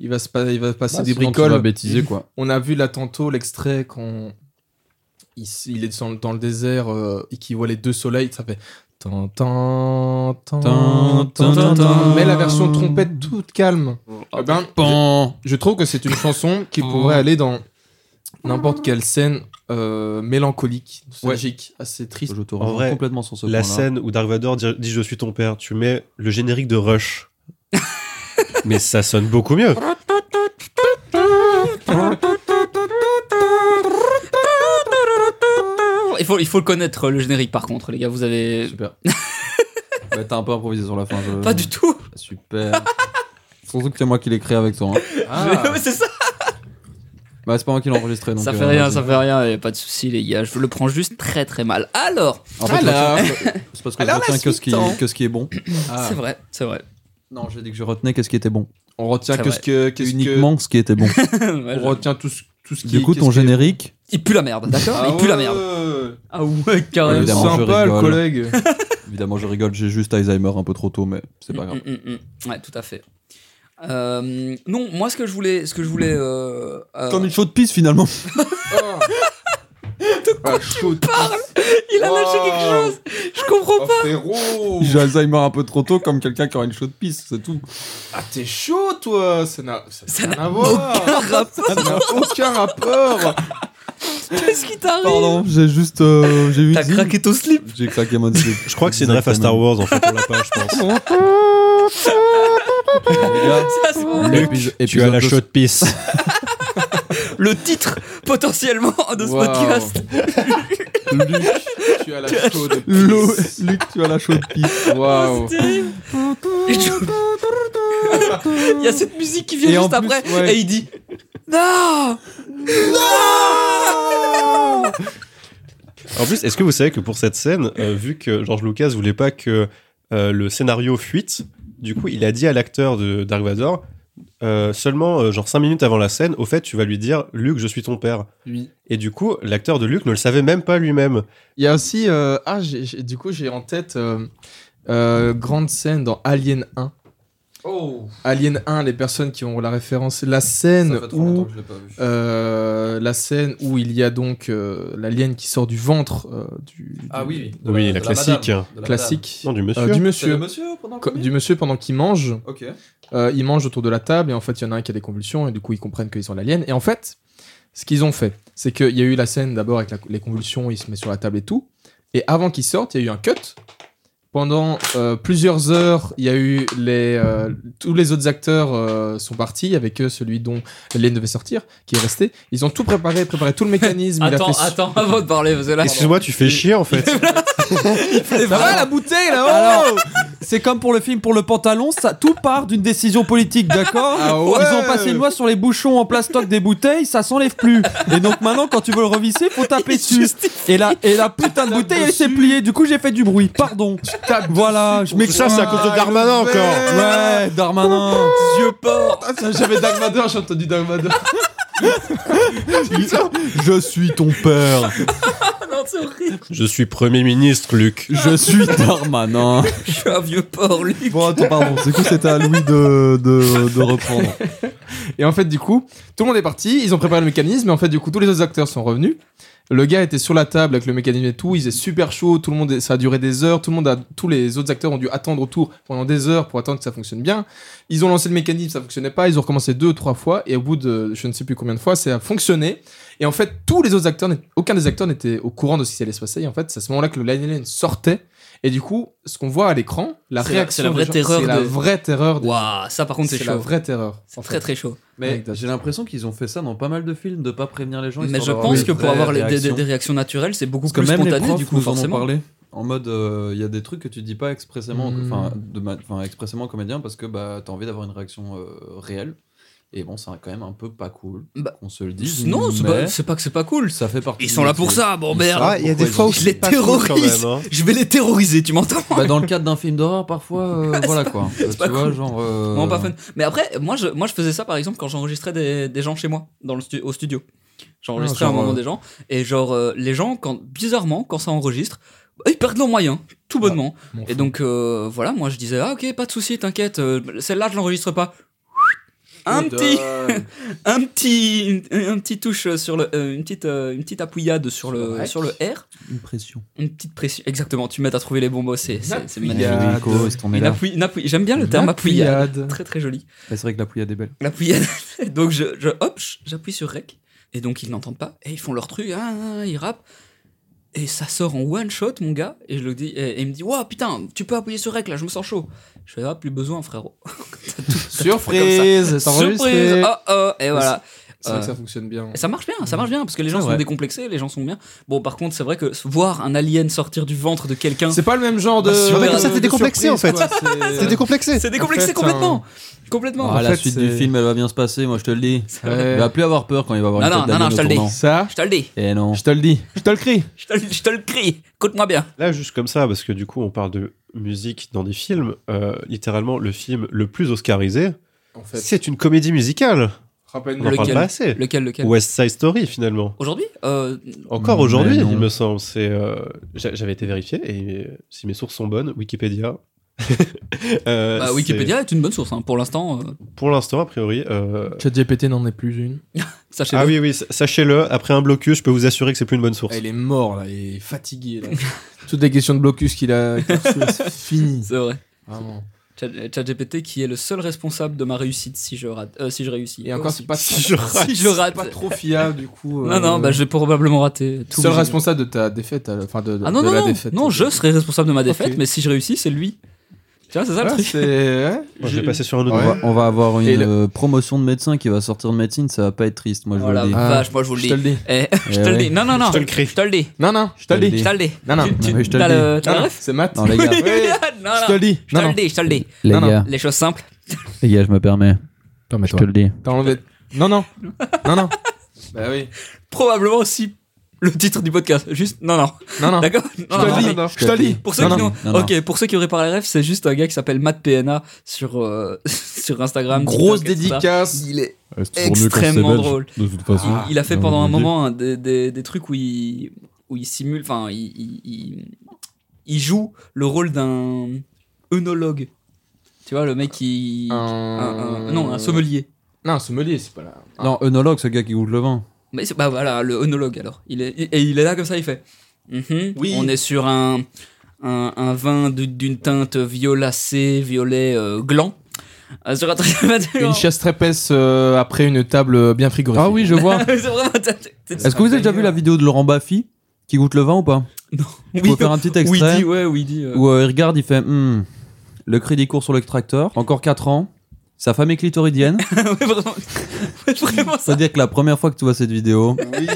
Speaker 1: il va se pas- il va passer
Speaker 2: Bah,
Speaker 1: des
Speaker 2: sinon, tu
Speaker 1: bricoles.
Speaker 2: vas bêtiser, quoi.
Speaker 1: On a vu là tantôt l'extrait quand il, s- il est dans, dans le désert euh, et qu'il voit les deux soleils, ça fait. tan, tan, tan,
Speaker 2: Tan, tan,
Speaker 1: tan,
Speaker 2: tan.
Speaker 1: Mais la version trompette toute calme. Eh ben,
Speaker 2: Pan.
Speaker 1: je trouve que c'est une chanson qui pourrait aller dans n'importe quelle scène euh, mélancolique, tragique, assez triste.
Speaker 2: Je te
Speaker 4: En vrai,
Speaker 2: rejoins complètement sur ce
Speaker 4: La
Speaker 2: point-là.
Speaker 4: scène où Dark Vador dit, dit Je suis ton père, tu mets le générique de Rush. Mais ça sonne beaucoup mieux.
Speaker 3: Il faut, il faut le connaître le générique par contre, les gars. Vous avez.
Speaker 2: Super. bah, t'as un peu improvisé sur la fin. je-
Speaker 3: Pas du tout!
Speaker 2: Super. Surtout que c'est moi qui l'ai créé avec toi. hein.
Speaker 1: Ah.
Speaker 3: Mais c'est ça!
Speaker 2: Bah, c'est pendant qu'il enregistrait. Donc,
Speaker 3: ça
Speaker 2: euh,
Speaker 3: fait rien,
Speaker 2: vas-y.
Speaker 3: ça fait rien, et pas de souci les gars, je le prends juste très très mal. Alors,
Speaker 2: En fait,
Speaker 1: Alors.
Speaker 2: je retiens- c'est parce que je
Speaker 1: Alors, la
Speaker 2: retiens que ce, qui,
Speaker 1: suite, hein.
Speaker 2: que ce qui est bon.
Speaker 1: Ah.
Speaker 3: c'est vrai, c'est vrai.
Speaker 2: Non, j'ai dit que je retenais que ce qui était bon.
Speaker 1: On retient
Speaker 3: C'est
Speaker 1: que ce que, qu'est-ce que-
Speaker 2: Uniquement ce qui était bon.
Speaker 3: Ouais,
Speaker 1: on retient tout ce, tout ce qui.
Speaker 2: du coup,
Speaker 1: qu'est-ce
Speaker 2: ton
Speaker 1: qui-
Speaker 2: générique,
Speaker 3: Il pue la merde, d'accord
Speaker 1: Ah
Speaker 3: Il pue la
Speaker 1: ouais.
Speaker 3: merde. Ah ouais,
Speaker 1: Ouais,
Speaker 3: carrément.
Speaker 2: Évidemment, je
Speaker 1: Sympa le
Speaker 2: rigole.
Speaker 1: collègue.
Speaker 2: évidemment, je rigole, j'ai juste Alzheimer un peu trop tôt, mais c'est pas grave.
Speaker 3: Mm, mm, mm, mm. Ouais, tout à fait. Euh, non, moi ce que je voulais, ce que je voulais, euh, euh,
Speaker 2: Comme une chaude pisse finalement.
Speaker 1: Oh. De quoi tu parles
Speaker 3: il a lâché quelque
Speaker 1: Wow.
Speaker 3: chose. Je comprends pas.
Speaker 1: ah, frérot
Speaker 2: J'ai Alzheimer un peu trop tôt, comme quelqu'un qui aura une chaude pisse, c'est tout.
Speaker 1: Ah, t'es chaud, toi Ça n'a ça n'a
Speaker 3: Ça
Speaker 1: rien à voir Ça n'a aucun rapport
Speaker 3: Qu'est-ce qui t'arrive
Speaker 2: Pardon, j'ai juste. euh, j'ai eu.
Speaker 3: T'as
Speaker 2: dit-
Speaker 3: craqué ton slip.
Speaker 2: J'ai craqué mon slip.
Speaker 4: Je crois que c'est une ref à Star Wars en fait, on l'a pas, je pense.
Speaker 3: Ça, c'est bon.
Speaker 4: Luc, tu as la
Speaker 2: chaude
Speaker 4: chaude pisse.
Speaker 3: Le titre potentiellement de ce
Speaker 1: Wow.
Speaker 3: podcast.
Speaker 1: Luc, tu as la chaude
Speaker 2: L'eau,
Speaker 1: pisse.
Speaker 2: Luc, tu as la chaude pisse.
Speaker 1: Waouh
Speaker 3: C'est terrible. Et je- Il y a cette musique qui vient
Speaker 2: Et en
Speaker 3: juste
Speaker 2: plus,
Speaker 3: après
Speaker 2: ouais.
Speaker 3: et il dit non.
Speaker 4: En plus, est-ce que vous savez que pour cette scène, euh, vu que George Lucas voulait pas que euh, le scénario fuite, du coup, il a dit à l'acteur de Dark Vador euh, seulement euh, genre 5 minutes avant la scène, au fait, tu vas lui dire Luc, je suis ton père.
Speaker 1: Oui.
Speaker 4: Et du coup, l'acteur de Luc ne le savait même pas lui-même.
Speaker 1: Il y a aussi... euh, ah, j'ai- j'ai- du coup, j'ai en tête... euh, euh, grande scène dans Alien 1.
Speaker 4: Oh.
Speaker 1: Alien 1, les personnes qui ont la référence, la scène où
Speaker 2: je l'ai pas vu.
Speaker 1: euh, la scène où il y a donc euh, l'alien qui sort du ventre euh, du,
Speaker 2: Ah
Speaker 1: du-
Speaker 4: de Ah Oui, la- la de la classique. hein. madame,
Speaker 1: classique
Speaker 4: Non, du monsieur.
Speaker 1: euh, du monsieur
Speaker 2: monsieur pendant
Speaker 1: Co- du monsieur pendant qu'il mange
Speaker 2: Ok.
Speaker 1: Euh, ils mangent autour de la table et en fait il y en a un qui a des convulsions et du coup ils comprennent qu'ils sont l'alien et en fait ce qu'ils ont fait c'est qu'il y a eu la scène d'abord avec la- les convulsions il se met sur la table et tout et avant qu'ils sortent il y a eu un cut pendant euh, plusieurs heures il y a eu les euh, tous les autres acteurs euh, sont partis avec eux celui dont l'alien devait sortir qui est resté ils ont tout préparé préparé tout le mécanisme il a
Speaker 3: Attends,
Speaker 1: fait-
Speaker 3: attends, avant de parler parce que là,
Speaker 4: Excuse-moi, tu fais chier en fait.
Speaker 3: c'est
Speaker 1: ça va
Speaker 3: vraiment-
Speaker 1: la bouteille là oh
Speaker 2: Alors, c'est comme pour le film pour le pantalon, ça tout part d'une décision politique, d'accord
Speaker 1: Ah ouais
Speaker 2: Ils ont passé une loi sur les bouchons en plastoc des bouteilles, ça s'enlève plus. Et donc maintenant, quand tu veux le revisser, faut taper dessus. Et la, et la putain de
Speaker 1: Tape
Speaker 2: bouteille, elle s'est
Speaker 1: dessus.
Speaker 2: pliée. Du coup, j'ai fait du bruit. Pardon. Voilà, je m'excuse.
Speaker 4: Ça, c'est à cause de Darmanin encore.
Speaker 2: Ouais, Darmanin.
Speaker 3: Dieu porte.
Speaker 1: Ah, ça, j'avais Dark Vador, j'ai entendu Dark Vador.
Speaker 2: Je suis ton père.
Speaker 3: Ah Non, c'est horrible.
Speaker 4: Je suis Premier ministre, Luc.
Speaker 2: Je suis Darmanin.
Speaker 3: Je suis un vieux porc, lui.
Speaker 2: Bon, attends, pardon. Du coup, c'était à Louis de, de, de reprendre.
Speaker 1: Et en fait, du coup, tout le monde est parti, ils ont préparé le mécanisme, et en fait, du coup, tous les autres acteurs sont revenus. Le gars était sur la table avec le mécanisme et tout, il faisait super chaud, tout le monde, ça a duré des heures, tout le monde a, tous les autres acteurs ont dû attendre autour pendant des heures pour attendre que ça fonctionne bien. Ils ont lancé le mécanisme, ça fonctionnait pas, ils ont recommencé deux, trois fois, et au bout de, je ne sais plus combien de fois, ça a fonctionné. Et en fait, tous les autres acteurs, n'étaient- aucun des acteurs n'était au courant de ce qui allait se passer, et en fait, c'est à ce moment-là que le Lion sortait, et du coup, ce qu'on voit à l'écran, la
Speaker 3: C'est la-
Speaker 1: réaction.
Speaker 3: c'est la
Speaker 1: des
Speaker 3: vraie
Speaker 1: gens-
Speaker 3: terreur
Speaker 1: C'est la
Speaker 3: de-
Speaker 1: vraie terreur. des-
Speaker 3: Waouh, ça par contre, c'est
Speaker 1: C'est la
Speaker 3: chaud.
Speaker 1: vraie terreur.
Speaker 3: C'est
Speaker 1: en
Speaker 3: très
Speaker 1: fait.
Speaker 3: très chaud.
Speaker 2: Mais
Speaker 1: Anecdote.
Speaker 2: j'ai l'impression qu'ils ont fait ça dans pas mal de films, de pas prévenir les gens.
Speaker 3: Mais
Speaker 2: histoire
Speaker 3: je
Speaker 2: d'avoir
Speaker 3: pense
Speaker 2: une
Speaker 3: que pour
Speaker 2: vraie
Speaker 3: avoir les- des, des-
Speaker 2: réaction.
Speaker 3: des réactions naturelles, c'est beaucoup
Speaker 2: Parce que
Speaker 3: plus
Speaker 2: même les
Speaker 3: spontané,
Speaker 2: profs
Speaker 3: du coup,
Speaker 2: nous en ont
Speaker 3: forcément.
Speaker 2: parlé. En mode, euh, il y a des trucs que tu dis pas expressément,
Speaker 3: Hmm.
Speaker 1: Mhm.
Speaker 2: enfin, de ma- enfin, expressément comédien parce que bah, t'as envie d'avoir une réaction euh, réelle. Et bon, c'est quand même un peu pas cool
Speaker 3: Bah,
Speaker 2: qu'on se le dise.
Speaker 3: Non, c'est pas-
Speaker 2: mais
Speaker 3: c'est pas que c'est pas cool.
Speaker 2: ça fait partie.
Speaker 3: Ils sont
Speaker 2: du
Speaker 3: là pour
Speaker 2: truc.
Speaker 3: ça, bon
Speaker 2: Ils
Speaker 3: merde.
Speaker 2: savent
Speaker 4: Ah, il y a
Speaker 2: pourquoi
Speaker 4: des
Speaker 2: ils
Speaker 4: fois
Speaker 2: ont
Speaker 4: où
Speaker 2: fait
Speaker 3: Je les
Speaker 4: pas cool, quand
Speaker 3: terrorise.
Speaker 4: même, hein.
Speaker 3: Je vais les terroriser, tu m'entends
Speaker 2: ça. Bah, dans le cadre d'un film d'horreur, parfois, euh, voilà quoi. tu
Speaker 3: pas
Speaker 2: vois,
Speaker 3: cool.
Speaker 2: genre. euh,
Speaker 3: Non, pas fun. Mais après, moi je, moi, je faisais ça par exemple quand j'enregistrais des, des gens chez moi, dans le stu- au studio. J'enregistrais
Speaker 1: Ah,
Speaker 3: un
Speaker 1: genre,
Speaker 3: moment
Speaker 1: euh,
Speaker 3: des gens, et genre, euh, les gens, quand, bizarrement, quand ça enregistre, bah, ils perdent leurs moyens, tout bonnement.
Speaker 1: Ah, Mon
Speaker 3: et donc, euh, voilà, moi je disais, ah ok, pas de souci, t'inquiète, euh, celle-là, je l'enregistre pas.
Speaker 1: Oh,
Speaker 3: Un petit, un petit, un petit touche sur le, euh, une petite, euh, une petite appuyade sur le,
Speaker 1: Ouais.
Speaker 3: sur le R,
Speaker 2: Une pression.
Speaker 3: une petite pression. Exactement, tu m'aides à trouver les bons mots, c'est, c'est, c'est
Speaker 1: Il
Speaker 2: Il
Speaker 1: y
Speaker 2: y
Speaker 1: a
Speaker 3: magnifique.
Speaker 1: de-
Speaker 3: Une appui- une appui- j'aime bien le terme appuyade. Très très joli.
Speaker 2: C'est vrai que la pluie a des belles.
Speaker 3: La pouillade. donc je, je- hop, ch- j'appuie sur rec. Et donc ils n'entendent pas. Et ils font leur truc. hein, hein, ils rappent. Et ça sort en one shot, mon gars. Et je le dis. Et, et il me dit Waouh, putain, tu peux appuyer sur rec là, je me sens chaud. Je fais Ah, plus besoin, frérot.
Speaker 1: Surprise, Ah. c'est enregistré.
Speaker 3: Surprise Oh oh Ah, Et voilà.
Speaker 1: C'est vrai que
Speaker 3: Euh,
Speaker 1: ça fonctionne bien.
Speaker 3: Et ça marche bien, ça marche bien, parce que les gens
Speaker 1: C'est
Speaker 3: sont
Speaker 1: vrai.
Speaker 3: décomplexés, les gens sont bien. Bon, par contre, c'est vrai que voir un alien sortir du ventre de quelqu'un.
Speaker 1: C'est pas le même genre de.
Speaker 3: Bah, c'est vrai que ça,
Speaker 1: de
Speaker 3: t'es
Speaker 5: décomplexé, en fait.
Speaker 1: surprise, quoi.
Speaker 5: C'est décomplexé.
Speaker 3: C'est décomplexé
Speaker 1: En fait, hein.
Speaker 3: complètement Complètement
Speaker 2: Ah,
Speaker 1: en
Speaker 2: la
Speaker 1: fait,
Speaker 2: suite
Speaker 1: c'est-
Speaker 2: du film, elle va bien se passer, moi je te le dis.
Speaker 3: Ouais.
Speaker 1: Ouais.
Speaker 2: Il va plus avoir peur quand il va voir
Speaker 3: Non,
Speaker 2: une
Speaker 3: non,
Speaker 2: tête d'alien
Speaker 3: non, non, je te le
Speaker 2: au
Speaker 3: dis.
Speaker 2: tournant.
Speaker 1: Ça,
Speaker 3: Je te le dis,
Speaker 2: Eh non.
Speaker 1: je te le dis, je te le crie.
Speaker 3: je te, le- je te le crie, écoute-moi bien.
Speaker 4: Là, juste comme ça, parce que du coup, on parle de musique dans des films. euh, littéralement, le film le plus oscarisé,
Speaker 1: En fait,
Speaker 4: c'est une comédie musicale. On
Speaker 1: rappelle-nous.
Speaker 4: n'en parle
Speaker 3: Lequel
Speaker 4: pas assez.
Speaker 3: Lequel, lequel
Speaker 4: West Side Story, finalement.
Speaker 3: Aujourd'hui Euh,
Speaker 4: Encore
Speaker 2: Mais
Speaker 4: aujourd'hui,
Speaker 2: non.
Speaker 4: il me semble. C'est, euh, j'a- j'avais été vérifié et euh, si mes sources sont bonnes, Wikipédia. euh,
Speaker 3: bah,
Speaker 4: c'est-
Speaker 3: Wikipédia est une bonne source hein. pour l'instant, euh,
Speaker 4: Pour l'instant, a priori. euh,
Speaker 1: ChatGPT n'en est plus une.
Speaker 3: sachez-le.
Speaker 4: Ah oui, oui, sa- sachez-le, après un blocus, je peux vous assurer que c'est plus une bonne source.
Speaker 1: Elle est mort là, Ah, il est fatigué là. Toutes les questions de blocus qu'il a, qu'il a reçues, c'est fini.
Speaker 3: C'est vrai.
Speaker 1: Vraiment.
Speaker 3: Chat- ChatGPT qui est le seul responsable de ma réussite si je rate, euh, si je réussis.
Speaker 1: Et encore, c'est pas,
Speaker 4: Si je rate.
Speaker 3: si je rate.
Speaker 1: pas trop fiable du coup. euh,
Speaker 3: Non, non, bah je vais probablement rater. Tout
Speaker 1: Seul
Speaker 3: obligé.
Speaker 1: responsable de ta défaite, alors, enfin de, de-
Speaker 3: Ah non,
Speaker 1: de
Speaker 3: non,
Speaker 1: la
Speaker 3: non,
Speaker 1: défaite.
Speaker 3: non, je serai responsable de ma défaite,
Speaker 1: Ok.
Speaker 3: mais si je réussis, c'est lui. Tu vois, c'est ça le
Speaker 1: Ouais,
Speaker 3: truc.
Speaker 1: c'est- ouais.
Speaker 4: Moi, je vais passer sur un autre.
Speaker 1: Ouais.
Speaker 4: voie.
Speaker 2: On va avoir
Speaker 1: Et
Speaker 2: une
Speaker 1: le-
Speaker 2: euh, promotion de médecin qui va sortir de médecine, ça va pas être triste, moi je
Speaker 3: Oh
Speaker 2: vous
Speaker 3: la
Speaker 2: le dis.
Speaker 1: Ah,
Speaker 3: vache, moi je vous le
Speaker 1: Je te
Speaker 3: dis.
Speaker 1: le dis.
Speaker 3: Eh,
Speaker 2: Eh
Speaker 3: Je te le
Speaker 2: ouais.
Speaker 3: dis. Non, non, non.
Speaker 4: Je te le crie.
Speaker 3: Je te le dis.
Speaker 1: Non, non, je te le dis.
Speaker 3: Je te le dis.
Speaker 1: Non, non,
Speaker 3: Tu- tu-
Speaker 2: mais je te
Speaker 3: t'as
Speaker 2: le dis.
Speaker 3: le- T'as le
Speaker 1: Non, non,
Speaker 3: ref
Speaker 1: Ah, c'est Matt.
Speaker 2: Non, les gars.
Speaker 1: Oui,
Speaker 3: Non,
Speaker 1: Je te
Speaker 3: non.
Speaker 1: le dis.
Speaker 3: Je
Speaker 1: Non,
Speaker 3: te le
Speaker 1: non.
Speaker 3: dis, je te le dis.
Speaker 2: Les
Speaker 1: Non, non.
Speaker 2: gars,
Speaker 3: Les choses simples.
Speaker 2: les gars, je me permets, je te
Speaker 1: Permets-toi.
Speaker 2: le dis.
Speaker 1: T'as enlevé. Non, non. Non, non. Bah oui.
Speaker 3: Probablement aussi le titre du podcast. Juste, non, non.
Speaker 1: Non, non.
Speaker 3: D'accord
Speaker 1: Je
Speaker 3: Non, non,
Speaker 1: te
Speaker 3: non.
Speaker 1: le dis. Je te le dis.
Speaker 3: Pour ceux
Speaker 1: Non,
Speaker 3: qui
Speaker 1: non.
Speaker 3: n'ont-
Speaker 2: non, non.
Speaker 3: Ok, pour ceux qui auraient pas les rêves, c'est juste un gars qui s'appelle Matt PNA sur, euh, sur Instagram.
Speaker 1: Grosse
Speaker 3: TikTok, etc.
Speaker 1: dédicace.
Speaker 3: Il est
Speaker 6: Ouais, c'est toujours mieux quand c'est
Speaker 3: extrêmement
Speaker 6: belge,
Speaker 3: drôle.
Speaker 6: De toute façon.
Speaker 3: Il, il a fait
Speaker 6: J'ai
Speaker 3: pendant un
Speaker 6: envie de dire.
Speaker 3: moment hein, des, des- des trucs où il, où il simule, enfin, il, il- il- il joue le rôle d'un œnologue. Tu vois, le mec qui. un- un- non, un sommelier.
Speaker 1: Non, un sommelier, c'est pas là.
Speaker 2: Non, œnologue, ce gars qui goûte le vin.
Speaker 3: Mais c'est- bah voilà, le œnologue alors. Il est, et il est là comme ça, il fait. Mhm,
Speaker 1: Oui.
Speaker 3: On est sur un, un, un vin de- d'une teinte violacée, violet euh, gland. Euh, sur un truc-
Speaker 1: Une chasse très épaisse euh, après une table bien frigorifique.
Speaker 2: Ah oui, je vois.
Speaker 3: C'est vraiment-
Speaker 2: Est-ce que vous avez déjà vu la vidéo de Laurent Baffy qui goûte le vin ou pas Je
Speaker 3: Oui,
Speaker 2: peux faire un petit
Speaker 3: oui,
Speaker 2: extrait
Speaker 3: dit, ouais, oui, dit. euh,
Speaker 2: où euh, il regarde, il fait Hmm, le crédit court sur l'extracteur, encore 4 ans, sa femme est clitoridienne.
Speaker 3: Ouais, vraiment. Ouais, vraiment ça.
Speaker 2: C'est-à-dire que la première fois que tu vois cette vidéo,
Speaker 1: Oui,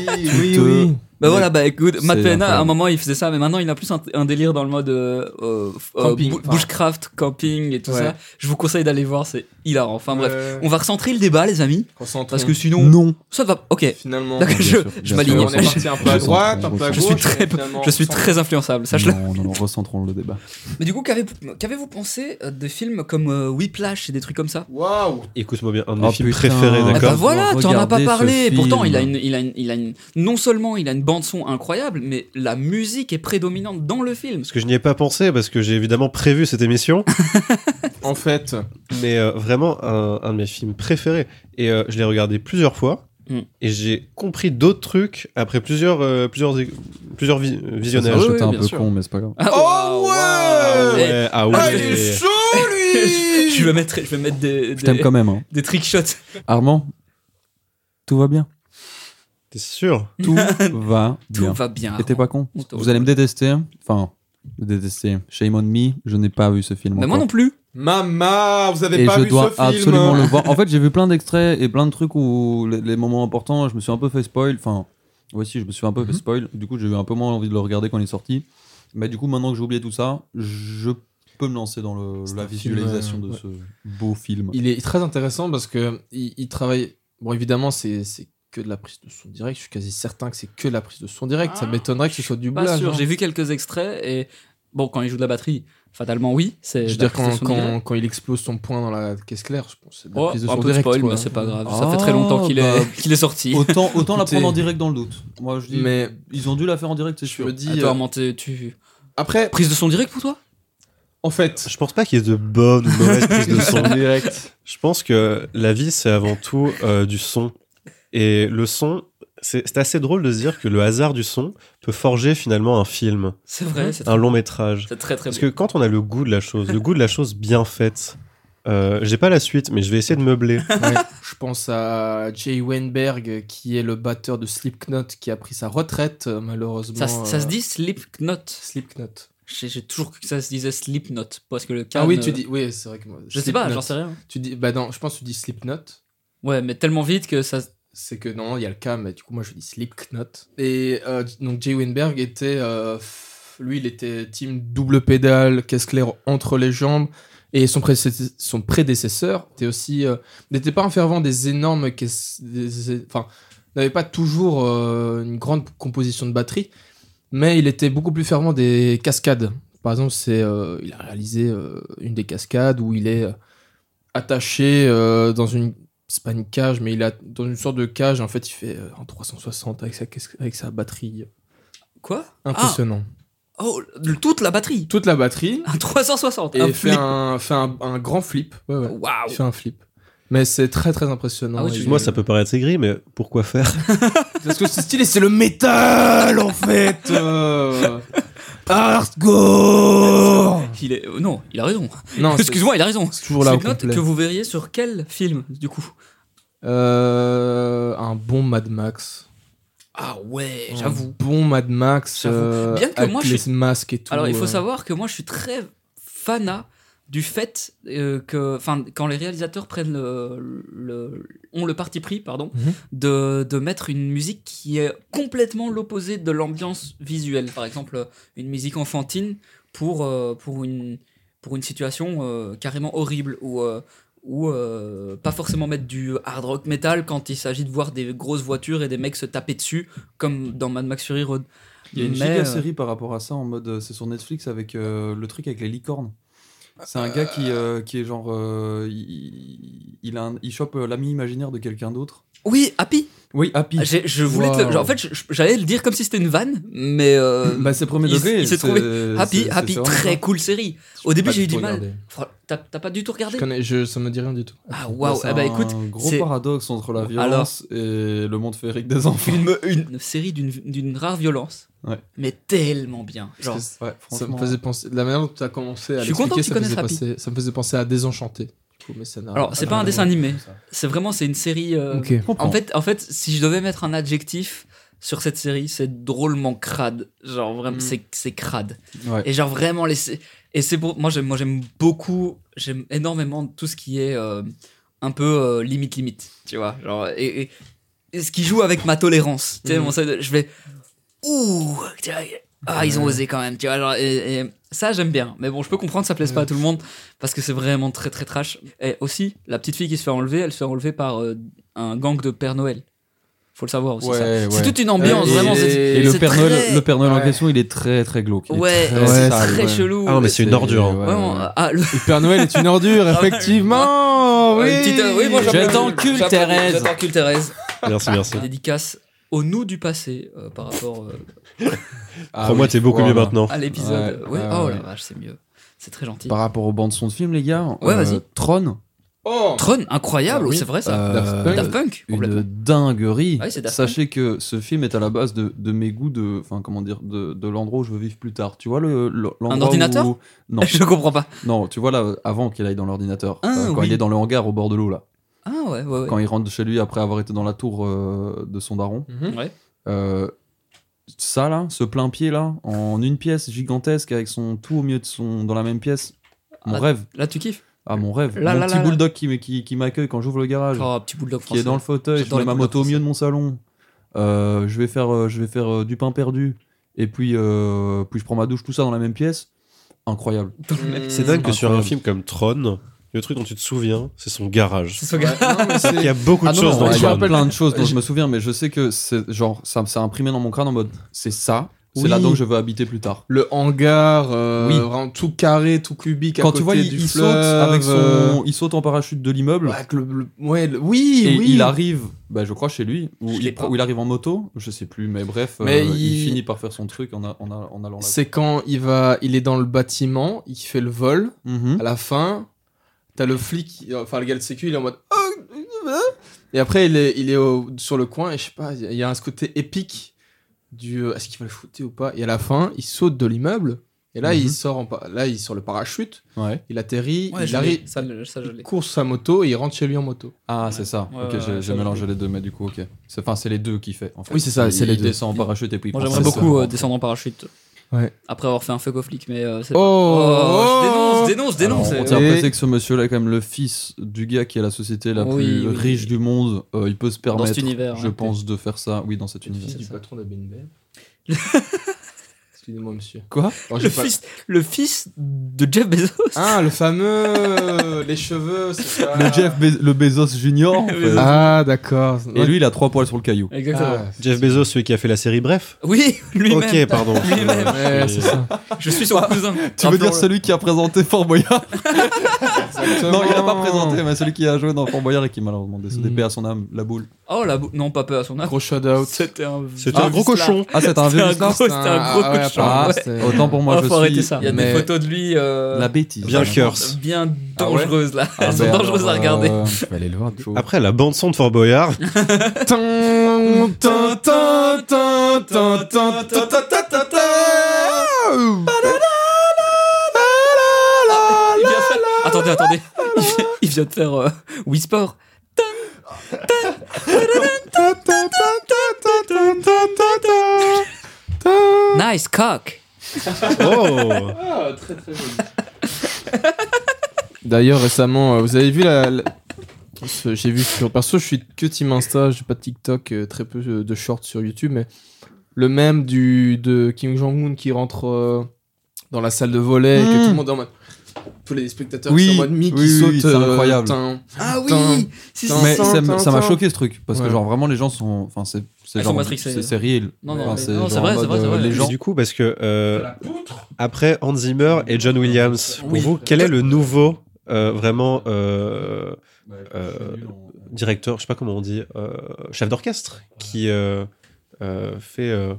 Speaker 1: oui,
Speaker 2: te-
Speaker 1: oui.
Speaker 3: Bah
Speaker 2: Mais
Speaker 3: voilà, bah écoute,
Speaker 2: c'est
Speaker 3: Matt Pena, à un
Speaker 2: incroyable.
Speaker 3: moment il faisait ça, mais maintenant il a plus un, un délire dans le mode euh, euh, f- euh,
Speaker 1: Camping,
Speaker 3: bu-
Speaker 1: enfin.
Speaker 3: bushcraft, camping et tout
Speaker 1: Ouais.
Speaker 3: ça. Je vous conseille d'aller voir, c'est hilarant. Enfin bref,
Speaker 1: Euh,
Speaker 3: on va recentrer le débat, les amis,
Speaker 1: concentrons.
Speaker 3: parce que sinon,
Speaker 2: non.
Speaker 3: ça va. Ok,
Speaker 1: finalement.
Speaker 3: d'accord, je,
Speaker 2: sûr,
Speaker 3: je
Speaker 2: bien
Speaker 1: Euh,
Speaker 2: sûr.
Speaker 3: m'aligne.
Speaker 1: on est parti un peu à
Speaker 2: Je-
Speaker 1: droite,
Speaker 2: je-
Speaker 1: un peu à
Speaker 3: je
Speaker 1: gauche.
Speaker 3: suis très-
Speaker 1: et finalement,
Speaker 3: Je suis
Speaker 1: sans-
Speaker 3: très influençable, sache-le.
Speaker 2: Non, non, non, recentrons le débat.
Speaker 3: Mais du coup, qu'avez- qu'avez-vous pensé euh, de films comme euh, Whiplash et des trucs comme ça
Speaker 1: Waouh.
Speaker 4: Écoute-moi bien, un de mes
Speaker 2: Oh,
Speaker 4: films
Speaker 2: putain.
Speaker 4: préférés,
Speaker 3: Ah
Speaker 2: D'accord.
Speaker 3: bah
Speaker 4: d'accord
Speaker 3: voilà,
Speaker 2: Faut
Speaker 3: t'en as pas
Speaker 2: regarder
Speaker 3: parlé.
Speaker 2: ce
Speaker 3: Pourtant, il a une,
Speaker 2: film.
Speaker 3: il a une, il a une, non seulement il a une bande son incroyable, mais la musique est prédominante dans le film.
Speaker 4: Parce que je n'y ai pas pensé, parce que j'ai évidemment prévu cette émission,
Speaker 1: En fait,
Speaker 4: mais euh, vraiment un, un de mes films préférés. Et euh, je l'ai regardé plusieurs fois,
Speaker 3: Mm.
Speaker 1: Hmm.
Speaker 4: et j'ai compris d'autres trucs après plusieurs, euh, plusieurs, é- plusieurs vi- euh,
Speaker 2: Ça,
Speaker 4: visionnages.
Speaker 2: j'étais
Speaker 3: oui,
Speaker 2: un
Speaker 3: bien
Speaker 2: peu
Speaker 3: sûr.
Speaker 2: con, mais c'est pas grave.
Speaker 3: Ah,
Speaker 1: Oh,
Speaker 3: waouh,
Speaker 1: ouais.
Speaker 3: waouh.
Speaker 4: Ouais, ah
Speaker 1: Ah,
Speaker 4: ouais.
Speaker 1: il est chaud, lui
Speaker 3: Je vais mettre, je vais mettre des,
Speaker 2: Je t'aime
Speaker 3: des,
Speaker 2: quand même. hein.
Speaker 3: des trick shots.
Speaker 2: Armand, tout va bien.
Speaker 4: T'es sûr
Speaker 2: Tout va
Speaker 3: Tout
Speaker 2: bien.
Speaker 3: va bien.
Speaker 2: Et t'es pas con.
Speaker 3: On te-
Speaker 2: Vous allez me détester. hein. Enfin, me détester. Shame on me. Je n'ai pas vu ce film.
Speaker 3: Mais Bah, moi
Speaker 2: encore.
Speaker 3: non plus.
Speaker 1: Maman, vous avez
Speaker 2: et
Speaker 1: pas
Speaker 2: je
Speaker 1: vu
Speaker 2: dois
Speaker 1: ce film
Speaker 2: absolument le voir. En fait, j'ai vu plein d'extraits et plein de trucs où les, les moments importants, je me suis un peu fait spoil. Enfin, voici, je me suis un
Speaker 1: Mhm.
Speaker 2: peu fait spoil. Du coup, j'ai eu un peu moins envie de le regarder quand il est sorti. Mais du coup, maintenant que j'ai oublié tout ça, je peux me lancer dans le-
Speaker 1: C'est
Speaker 2: la
Speaker 1: un
Speaker 2: visualisation
Speaker 1: film, euh,
Speaker 2: de ce beau film.
Speaker 1: Il est très intéressant parce que il, il travaille. Bon, évidemment, c'est c'est que de la prise de son direct. Je suis quasi certain que c'est que de la prise de son direct. ça m'étonnerait que ce soit du
Speaker 3: Ah, Pas
Speaker 1: blage.
Speaker 3: sûr.
Speaker 1: hein.
Speaker 3: J'ai vu quelques extraits et bon, quand il joue de la batterie, fatalement oui. C'est.
Speaker 1: Je veux
Speaker 3: la
Speaker 1: dire, quand,
Speaker 3: prestation du gars.
Speaker 1: quand, quand il explose son poing dans la caisse claire, je pense que c'est de la
Speaker 3: Oh,
Speaker 1: prise de
Speaker 3: un
Speaker 1: son
Speaker 3: peu de
Speaker 1: direct.
Speaker 3: spoil,
Speaker 1: quoi. hein.
Speaker 3: mais c'est pas grave.
Speaker 2: Ah,
Speaker 3: ça fait très longtemps qu'il
Speaker 2: bah.
Speaker 3: est, qu'il est sorti.
Speaker 2: Autant, autant la
Speaker 1: Écoutez-
Speaker 2: prendre en direct dans le doute. Moi, je dis,
Speaker 1: Mais
Speaker 2: ils ont dû la faire en direct, c'est
Speaker 1: je
Speaker 2: sûr.
Speaker 1: me
Speaker 3: Ah,
Speaker 1: dis.
Speaker 3: toi,
Speaker 1: euh,
Speaker 3: Armand, t'es- tu.
Speaker 1: après,
Speaker 3: Prise de son direct pour toi
Speaker 1: en fait,
Speaker 4: Je pense pas qu'il y ait de bonnes ou de mauvaises prises de son direct. Je pense que la vie, c'est avant tout euh, du son. Et le son, c'est c'est assez drôle de se dire que le hasard du son peut forger finalement un film,
Speaker 3: C'est vrai. C'est
Speaker 4: un long métrage.
Speaker 3: c'est très très.
Speaker 4: Parce
Speaker 3: beau.
Speaker 4: que quand on a le goût de la chose, le goût de la chose bien faite, euh, j'ai pas la suite, mais je vais essayer de meubler.
Speaker 1: je pense à Jay Weinberg, qui est le batteur de Slipknot, qui a pris sa retraite, euh, malheureusement.
Speaker 3: Ça, ça se
Speaker 1: euh,
Speaker 3: dit Slipknot.
Speaker 1: Slipknot.
Speaker 3: J'ai j'ai toujours cru que ça se disait Slipknot parce que le
Speaker 1: Ah
Speaker 3: Khan,
Speaker 1: oui, tu
Speaker 3: euh,
Speaker 1: dis. Oui, c'est vrai que moi.
Speaker 3: Je sais pas,
Speaker 1: Slipknot.
Speaker 3: j'en sais rien.
Speaker 1: Tu dis. Bah non, je pense que tu dis Slipknot.
Speaker 3: Ouais, mais tellement vite que ça.
Speaker 1: c'est que non, il y a le cas, mais du coup, moi je dis Slipknot. Et euh, donc Jay Winberg était. euh, f- lui, il était team double pédale, caisse claire entre les jambes. Et son, prédéce- son prédécesseur était aussi, euh, n'était pas un fervent des énormes caisses. des- Enfin, n'avait pas toujours euh, une grande composition de batterie, mais il était beaucoup plus fervent des cascades. Par exemple, c'est, euh, il a réalisé euh, une des cascades où il est euh, attaché euh, dans une c'est pas une cage, mais il a dans une sorte de cage. En fait, il fait euh, un 360 avec sa, caisse- avec sa batterie.
Speaker 3: Quoi
Speaker 1: Impressionnant.
Speaker 3: Ah, Oh, le- toute la batterie
Speaker 1: Toute la batterie
Speaker 3: Un 360
Speaker 1: et
Speaker 3: Ah, Un
Speaker 1: fait,
Speaker 3: flip
Speaker 1: Un, fait un, un grand flip. Ouais, ouais.
Speaker 3: Waouh
Speaker 1: Il fait un flip. Mais c'est très très impressionnant.
Speaker 3: Ah oui,
Speaker 1: Et-
Speaker 4: Excuse-moi, ça peut paraître aigri, mais pourquoi faire
Speaker 1: Parce que c'est stylé, c'est le métal en fait. euh, Hardcore.
Speaker 3: Il est... euh, Non, il a raison.
Speaker 1: Non, c'est-
Speaker 3: Excuse-moi, il a raison.
Speaker 1: c'est toujours là au
Speaker 3: Slipknot
Speaker 1: complet.
Speaker 3: que vous verriez sur quel film, du coup
Speaker 1: Euh, un bon Mad Max.
Speaker 3: Ah ouais,
Speaker 1: Un
Speaker 3: j'avoue.
Speaker 1: Bon Mad Max.
Speaker 3: J'avoue.
Speaker 1: euh,
Speaker 3: Bien que
Speaker 1: avec
Speaker 3: moi, je
Speaker 1: les masques et tout.
Speaker 3: Alors, il faut
Speaker 1: euh,
Speaker 3: savoir que moi, je suis très fanat du fait euh, que, enfin, quand les réalisateurs prennent le, le- ont le parti pris, pardon,
Speaker 1: Mhm.
Speaker 3: de, de mettre une musique qui est complètement l'opposé de l'ambiance visuelle. Par exemple, une musique enfantine pour euh, pour une pour une situation euh, carrément horrible ou euh, ou euh, pas forcément mettre du hard rock metal quand il s'agit de voir des grosses voitures et des mecs se taper dessus comme dans Mad Max Fury Road.
Speaker 2: Il y a une
Speaker 3: Mais,
Speaker 2: giga
Speaker 3: euh,
Speaker 2: série par rapport à ça en mode euh, c'est sur Netflix avec euh, le truc avec les licornes. C'est un gars qui, euh, qui est genre euh, il, il a un- il chope euh, l'ami imaginaire de quelqu'un d'autre.
Speaker 3: Oui, Happy.
Speaker 2: Oui, Happy.
Speaker 3: Ah, j'ai- je voulais te le-
Speaker 1: Wow.
Speaker 3: genre, en fait, je- je- j'allais le dire comme si c'était une vanne, mais euh,
Speaker 2: Bah c'est premier
Speaker 3: il-
Speaker 2: degré.
Speaker 3: il s'est
Speaker 2: c'est-
Speaker 3: trouvé
Speaker 2: c'est-
Speaker 3: Happy,
Speaker 2: c'est- hein.
Speaker 3: Happy,
Speaker 2: c'est vraiment
Speaker 3: très
Speaker 2: ça.
Speaker 3: cool série. Au début,
Speaker 1: pas
Speaker 3: j'ai eu
Speaker 1: du
Speaker 3: du
Speaker 1: tout
Speaker 3: mal.
Speaker 1: regardé.
Speaker 3: Fr- T'as t'as pas du tout regardé
Speaker 1: Je connais, je, ça me dit rien du tout.
Speaker 3: Ah waouh.
Speaker 2: Bah, C'est
Speaker 3: Eh ben, écoute,
Speaker 2: un gros
Speaker 3: c'est-
Speaker 2: paradoxe entre la violence et le monde féerique des enfants.
Speaker 3: une, une série d'une- d'une rare violence,
Speaker 2: Ouais.
Speaker 3: mais tellement bien. Genre,
Speaker 2: Ouais,
Speaker 1: Ça me
Speaker 2: franchement.
Speaker 1: faisait penser. La manière dont tu as commencé à
Speaker 3: euh, Je suis content
Speaker 1: l'expliquer,
Speaker 3: que tu
Speaker 1: ça, me faisait
Speaker 3: connaisses
Speaker 1: penser- ça me faisait penser à Désenchanté. du coup, mais ça n'a-
Speaker 3: alors c'est
Speaker 1: ah,
Speaker 3: pas un
Speaker 1: non,
Speaker 3: dessin
Speaker 1: non.
Speaker 2: euh,
Speaker 3: animé, c'est vraiment c'est une série. euh,
Speaker 1: Ok.
Speaker 3: En fait, en fait, si je devais mettre un adjectif sur cette série, c'est drôlement crade. Genre vraiment,
Speaker 2: Mm.
Speaker 3: c'est c'est crade.
Speaker 2: Ouais.
Speaker 3: Et genre vraiment les et c'est pour moi j'aime moi j'aime beaucoup j'aime énormément tout ce qui est euh, un peu euh, limite limite tu vois genre et, et- et ce qui joue avec ma tolérance tu sais
Speaker 1: Mhm.
Speaker 3: mon sens de- je vais ouh tu vois, ah ils ont osé quand même tu vois genre, et, et ça j'aime bien mais bon je peux comprendre ça plaise pas à tout le monde parce que c'est vraiment très très trash et aussi la petite fille qui se fait enlever elle se fait enlever par euh, un gang de Père Noël faut le savoir aussi
Speaker 2: Ouais,
Speaker 3: ça.
Speaker 2: ouais.
Speaker 3: euh, c'est toute une ambiance
Speaker 1: Et-
Speaker 3: vraiment c'est-
Speaker 2: Et le
Speaker 3: c'est
Speaker 2: Père Noël,
Speaker 3: très-
Speaker 2: le Père Noël en
Speaker 1: Ouais.
Speaker 2: question, il est très très glauque. Il est
Speaker 3: ouais
Speaker 2: très
Speaker 3: c'est
Speaker 2: sale,
Speaker 3: très
Speaker 2: ouais.
Speaker 3: chelou
Speaker 4: Ah non, mais c'est une ordure. hein.
Speaker 2: Ouais,
Speaker 3: Vraiment,
Speaker 2: ouais, ouais.
Speaker 3: ah, le-
Speaker 1: Le Père Noël est une ordure,
Speaker 2: Ah
Speaker 1: effectivement.
Speaker 3: Euh,
Speaker 1: oui.
Speaker 3: une petite- euh, oui, moi, j'applaudis.
Speaker 2: Je t'encule,
Speaker 3: J'applaudis,
Speaker 2: Thérèse.
Speaker 3: Je t'encule, Thérèse.
Speaker 4: Merci, merci.
Speaker 3: Dédicace au nous du passé euh, par rapport euh,
Speaker 2: Ah
Speaker 4: Pour moi,
Speaker 2: oui,
Speaker 4: t'es beaucoup mieux
Speaker 2: voilà.
Speaker 4: maintenant.
Speaker 3: à l'épisode.
Speaker 2: Ouais,
Speaker 3: Ouais,
Speaker 2: ouais,
Speaker 3: oh
Speaker 2: ouais.
Speaker 3: la vache, c'est mieux. C'est très gentil.
Speaker 2: Par rapport aux bandes son de films, les gars, euh,
Speaker 3: Ouais, vas-y.
Speaker 2: Tron,
Speaker 1: Oh.
Speaker 3: Tron, incroyable,
Speaker 1: Ah oui.
Speaker 3: c'est vrai ça.
Speaker 2: euh,
Speaker 1: Daft Punk.
Speaker 3: Daft Punk,
Speaker 2: une
Speaker 3: complètement.
Speaker 2: dinguerie.
Speaker 3: Ah oui, c'est Daft
Speaker 2: Sachez que ce film est à la base de, de mes goûts de, enfin comment dire, de, de l'endroit où je veux vivre plus tard. Tu vois le, le- l'endroit
Speaker 3: ordinateur
Speaker 2: où- Non,
Speaker 3: Je comprends pas.
Speaker 2: non. Tu vois là, avant qu'il aille dans l'ordinateur,
Speaker 3: Ah,
Speaker 2: euh, quand
Speaker 3: oui.
Speaker 2: il est dans le hangar au bord de l'eau là,
Speaker 3: Ah ouais, ouais, ouais.
Speaker 2: quand il rentre de chez lui après avoir été dans la tour euh, de son daron.
Speaker 1: Mhm.
Speaker 3: Ouais.
Speaker 2: Euh, ça là, ce plein pied là, en une pièce gigantesque avec son tout au milieu de son, dans la même pièce. Mon
Speaker 3: Ah.
Speaker 2: rêve,
Speaker 3: Là, tu kiffes
Speaker 2: ah mon rêve,
Speaker 3: Là,
Speaker 2: mon
Speaker 3: là,
Speaker 2: petit
Speaker 3: là, là.
Speaker 2: bulldog qui, me- qui, qui m'accueille quand j'ouvre le garage
Speaker 3: Oh, petit bulldog
Speaker 2: Ah, qui
Speaker 3: français.
Speaker 2: est dans le fauteuil, je
Speaker 3: J'adore
Speaker 2: mets
Speaker 3: les
Speaker 2: ma
Speaker 3: couleurs
Speaker 2: moto au milieu de mon salon, Euh, je vais faire, euh, je vais faire euh, du pain perdu, et puis, euh, puis je prends ma douche, tout ça dans la même pièce. Incroyable.
Speaker 3: Dans le même-
Speaker 4: C'est dingue que sur un
Speaker 2: Incroyable.
Speaker 4: film comme Tron, le truc dont tu te souviens, c'est son garage.
Speaker 3: C'est son
Speaker 1: Ouais,
Speaker 3: gars.
Speaker 1: non, mais
Speaker 4: Il y
Speaker 1: c'est-
Speaker 4: a beaucoup de
Speaker 2: Ah non,
Speaker 4: choses
Speaker 2: non,
Speaker 4: dans
Speaker 2: je me
Speaker 4: Tron.
Speaker 2: rappelle plein de choses dont
Speaker 1: Euh,
Speaker 2: je me souviens, mais je sais que c'est genre, ça ça a imprimé dans mon crâne en mode, c'est ça, c'est
Speaker 1: Oui.
Speaker 2: là-dedans que je veux habiter plus tard.
Speaker 1: Le hangar, euh,
Speaker 2: Oui.
Speaker 1: vraiment tout carré, tout cubique. à
Speaker 2: Quand tu
Speaker 1: côté
Speaker 2: vois, il,
Speaker 1: du
Speaker 2: il saute
Speaker 1: fleuve,
Speaker 2: avec
Speaker 1: euh,
Speaker 2: son, il saute en parachute de l'immeuble.
Speaker 1: ouais, avec le- le- ouais, le- oui,
Speaker 2: Et
Speaker 1: oui.
Speaker 2: il arrive, bah, je crois chez lui, ou
Speaker 3: Je l'ai
Speaker 2: il,
Speaker 3: pas.
Speaker 2: où il arrive en moto, je sais plus, mais bref,
Speaker 1: Mais
Speaker 2: euh, il...
Speaker 1: il-
Speaker 2: finit par faire son truc en, a- en, a- en allant là.
Speaker 1: C'est quand il va, il est dans le bâtiment, il fait le vol.
Speaker 2: Mhm.
Speaker 1: À la fin, t'as le flic, enfin le gars de sécu, il est en mode. oh, Et après, il est, il est au- sur le coin, et je sais pas, il y a un ce côté épique du euh, est-ce qu'il va le foutre ou pas. Et à la fin, il saute de l'immeuble, et là,
Speaker 2: Mhm.
Speaker 1: il sort en pa- là, il sort le parachute,
Speaker 2: Ouais.
Speaker 1: il atterrit,
Speaker 3: Ouais,
Speaker 1: il
Speaker 3: je l'ai.
Speaker 1: arrive,
Speaker 3: Ça, le- ça, je
Speaker 1: il
Speaker 3: l'ai.
Speaker 1: court sur sa moto et il rentre chez lui en moto.
Speaker 2: Ah, c'est ça.
Speaker 3: Ouais,
Speaker 2: ok,
Speaker 3: ouais,
Speaker 2: j'ai-
Speaker 3: ouais,
Speaker 2: j'ai
Speaker 3: ça,
Speaker 2: mélangé
Speaker 3: je-
Speaker 2: les deux, mais du coup, ok. C'est- Enfin, c'est les deux qui fait. En fait.
Speaker 1: Oui, c'est ça,
Speaker 2: Il-
Speaker 1: c'est les
Speaker 2: Il
Speaker 1: deux.
Speaker 2: descend en parachute et puis. il
Speaker 3: Moi,
Speaker 2: prend
Speaker 3: j'aimerais
Speaker 2: sa
Speaker 3: beaucoup
Speaker 2: sœur.
Speaker 3: euh, descendre en parachute.
Speaker 1: Ouais.
Speaker 3: Après avoir fait un fuck off flic, mais euh, c'est
Speaker 1: Oh,
Speaker 3: pas- je dénonce, je dénonce, je dénonce.
Speaker 2: Alors, Ah on
Speaker 3: euh,
Speaker 2: tient à
Speaker 1: Et-
Speaker 2: préciser que ce monsieur-là est quand même le fils du gars qui a la société la
Speaker 3: Oui,
Speaker 2: plus
Speaker 3: oui.
Speaker 2: riche du monde. Euh, il peut se permettre,
Speaker 3: univers, hein.
Speaker 2: je
Speaker 3: ouais.
Speaker 2: pense, de faire ça. Oui, dans cet univers.
Speaker 1: fils du
Speaker 3: ça.
Speaker 1: patron de BNB. Excusez-moi, monsieur.
Speaker 2: Quoi
Speaker 1: Alors, j'ai
Speaker 3: le,
Speaker 1: pas-
Speaker 3: fils, le fils de Jeff Bezos.
Speaker 2: Hein
Speaker 1: Ah, le fameux Les cheveux, c'est ça.
Speaker 2: Le Jeff, Be- le Bezos Junior. en fait.
Speaker 3: Bezos.
Speaker 1: Ah, d'accord.
Speaker 2: Et lui, il a trois poils sur le caillou.
Speaker 1: Ah,
Speaker 3: Exactement.
Speaker 4: Jeff Bezos, celui qui a fait la série Bref.
Speaker 3: Ah. Oui, lui-même.
Speaker 4: Ok, pardon.
Speaker 3: Lui-même.
Speaker 1: Ouais, Ah, c'est ça.
Speaker 3: Je suis son cousin.
Speaker 2: Ah.
Speaker 3: Ah,
Speaker 2: Tu veux dire celui qui a présenté Fort Boyard Non, il l'a pas
Speaker 1: Exactement.
Speaker 2: présenté, mais celui qui a joué dans Fort Boyard et qui est malheureusement décédé.
Speaker 1: Mm.
Speaker 2: Paix à son âme, la boule.
Speaker 3: Oh la bou- non, pas peur à son âge.
Speaker 1: Gros shout out.
Speaker 3: C'était un.
Speaker 4: C'était un gros
Speaker 3: vice-là.
Speaker 4: cochon.
Speaker 2: Ah, c'est Ah, un
Speaker 3: C'était
Speaker 2: vieux
Speaker 3: un
Speaker 2: Islam
Speaker 3: gros- Oh, c'était un gros
Speaker 1: Ah, ouais, apparemment,
Speaker 3: cochon.
Speaker 2: Ah,
Speaker 1: c'est-
Speaker 2: Autant pour moi,
Speaker 3: Ah,
Speaker 2: je
Speaker 3: faut
Speaker 2: suis
Speaker 3: arrêter ça. Il y a
Speaker 2: mais-
Speaker 3: des photos de lui euh,
Speaker 2: La bêtise.
Speaker 4: Bien curse.
Speaker 3: bien
Speaker 1: Ah ouais
Speaker 3: dangereuses là.
Speaker 2: Ah,
Speaker 3: Elles sont
Speaker 2: ben,
Speaker 3: dangereuses à
Speaker 2: alors,
Speaker 3: regarder.
Speaker 2: euh,
Speaker 1: Je vais aller le voir.
Speaker 2: chaud.
Speaker 4: Après, la bande-son de Fort Boyard.
Speaker 1: Tin, tin, tin, tin, tin, tin, tin, tin, tin, tin, tin.
Speaker 3: Il vient faire- Attendez, attendez. Il vient, il vient de faire euh, Whisper. Nice cock.
Speaker 4: Oh
Speaker 1: D'ailleurs, récemment, euh, vous avez vu la. la- ce- J'ai vu sur. Perso, je suis que Team Insta, j'ai pas de TikTok, euh, très peu euh, de shorts sur YouTube, mais le même du, de Kim Jong-un qui rentre euh, dans la salle de volet et que
Speaker 2: Mm.
Speaker 1: tout le monde est en mode. Tous les spectateurs
Speaker 2: Oui,
Speaker 1: qui sont en mode mi qui
Speaker 2: oui,
Speaker 1: sautent.
Speaker 2: oui, c'est
Speaker 1: euh,
Speaker 2: incroyable.
Speaker 1: tin.
Speaker 3: Ah
Speaker 1: Tin,
Speaker 3: oui. Si, si,
Speaker 1: tin,
Speaker 2: Mais
Speaker 3: si.
Speaker 2: ça m- ça m'a
Speaker 1: Tintin.
Speaker 2: choqué ce truc parce que
Speaker 1: Ouais.
Speaker 2: genre vraiment les gens sont enfin c'est c'est
Speaker 3: Elles sont
Speaker 2: genre
Speaker 3: matrixées.
Speaker 2: c'est c'est réel.
Speaker 3: Non, non,
Speaker 2: Enfin,
Speaker 3: mais- non, c'est
Speaker 2: genre
Speaker 3: vrai,
Speaker 2: en
Speaker 3: c'est vrai,
Speaker 2: mode,
Speaker 3: c'est
Speaker 2: euh,
Speaker 3: vrai.
Speaker 2: Les gens
Speaker 4: Du coup, parce que euh, après Hans Zimmer et John Williams, pour
Speaker 3: Oui.
Speaker 4: vous, quel est le nouveau euh, vraiment euh, Euh, directeur, je sais pas comment on dit, euh, chef d'orchestre, qui euh, euh, fait euh,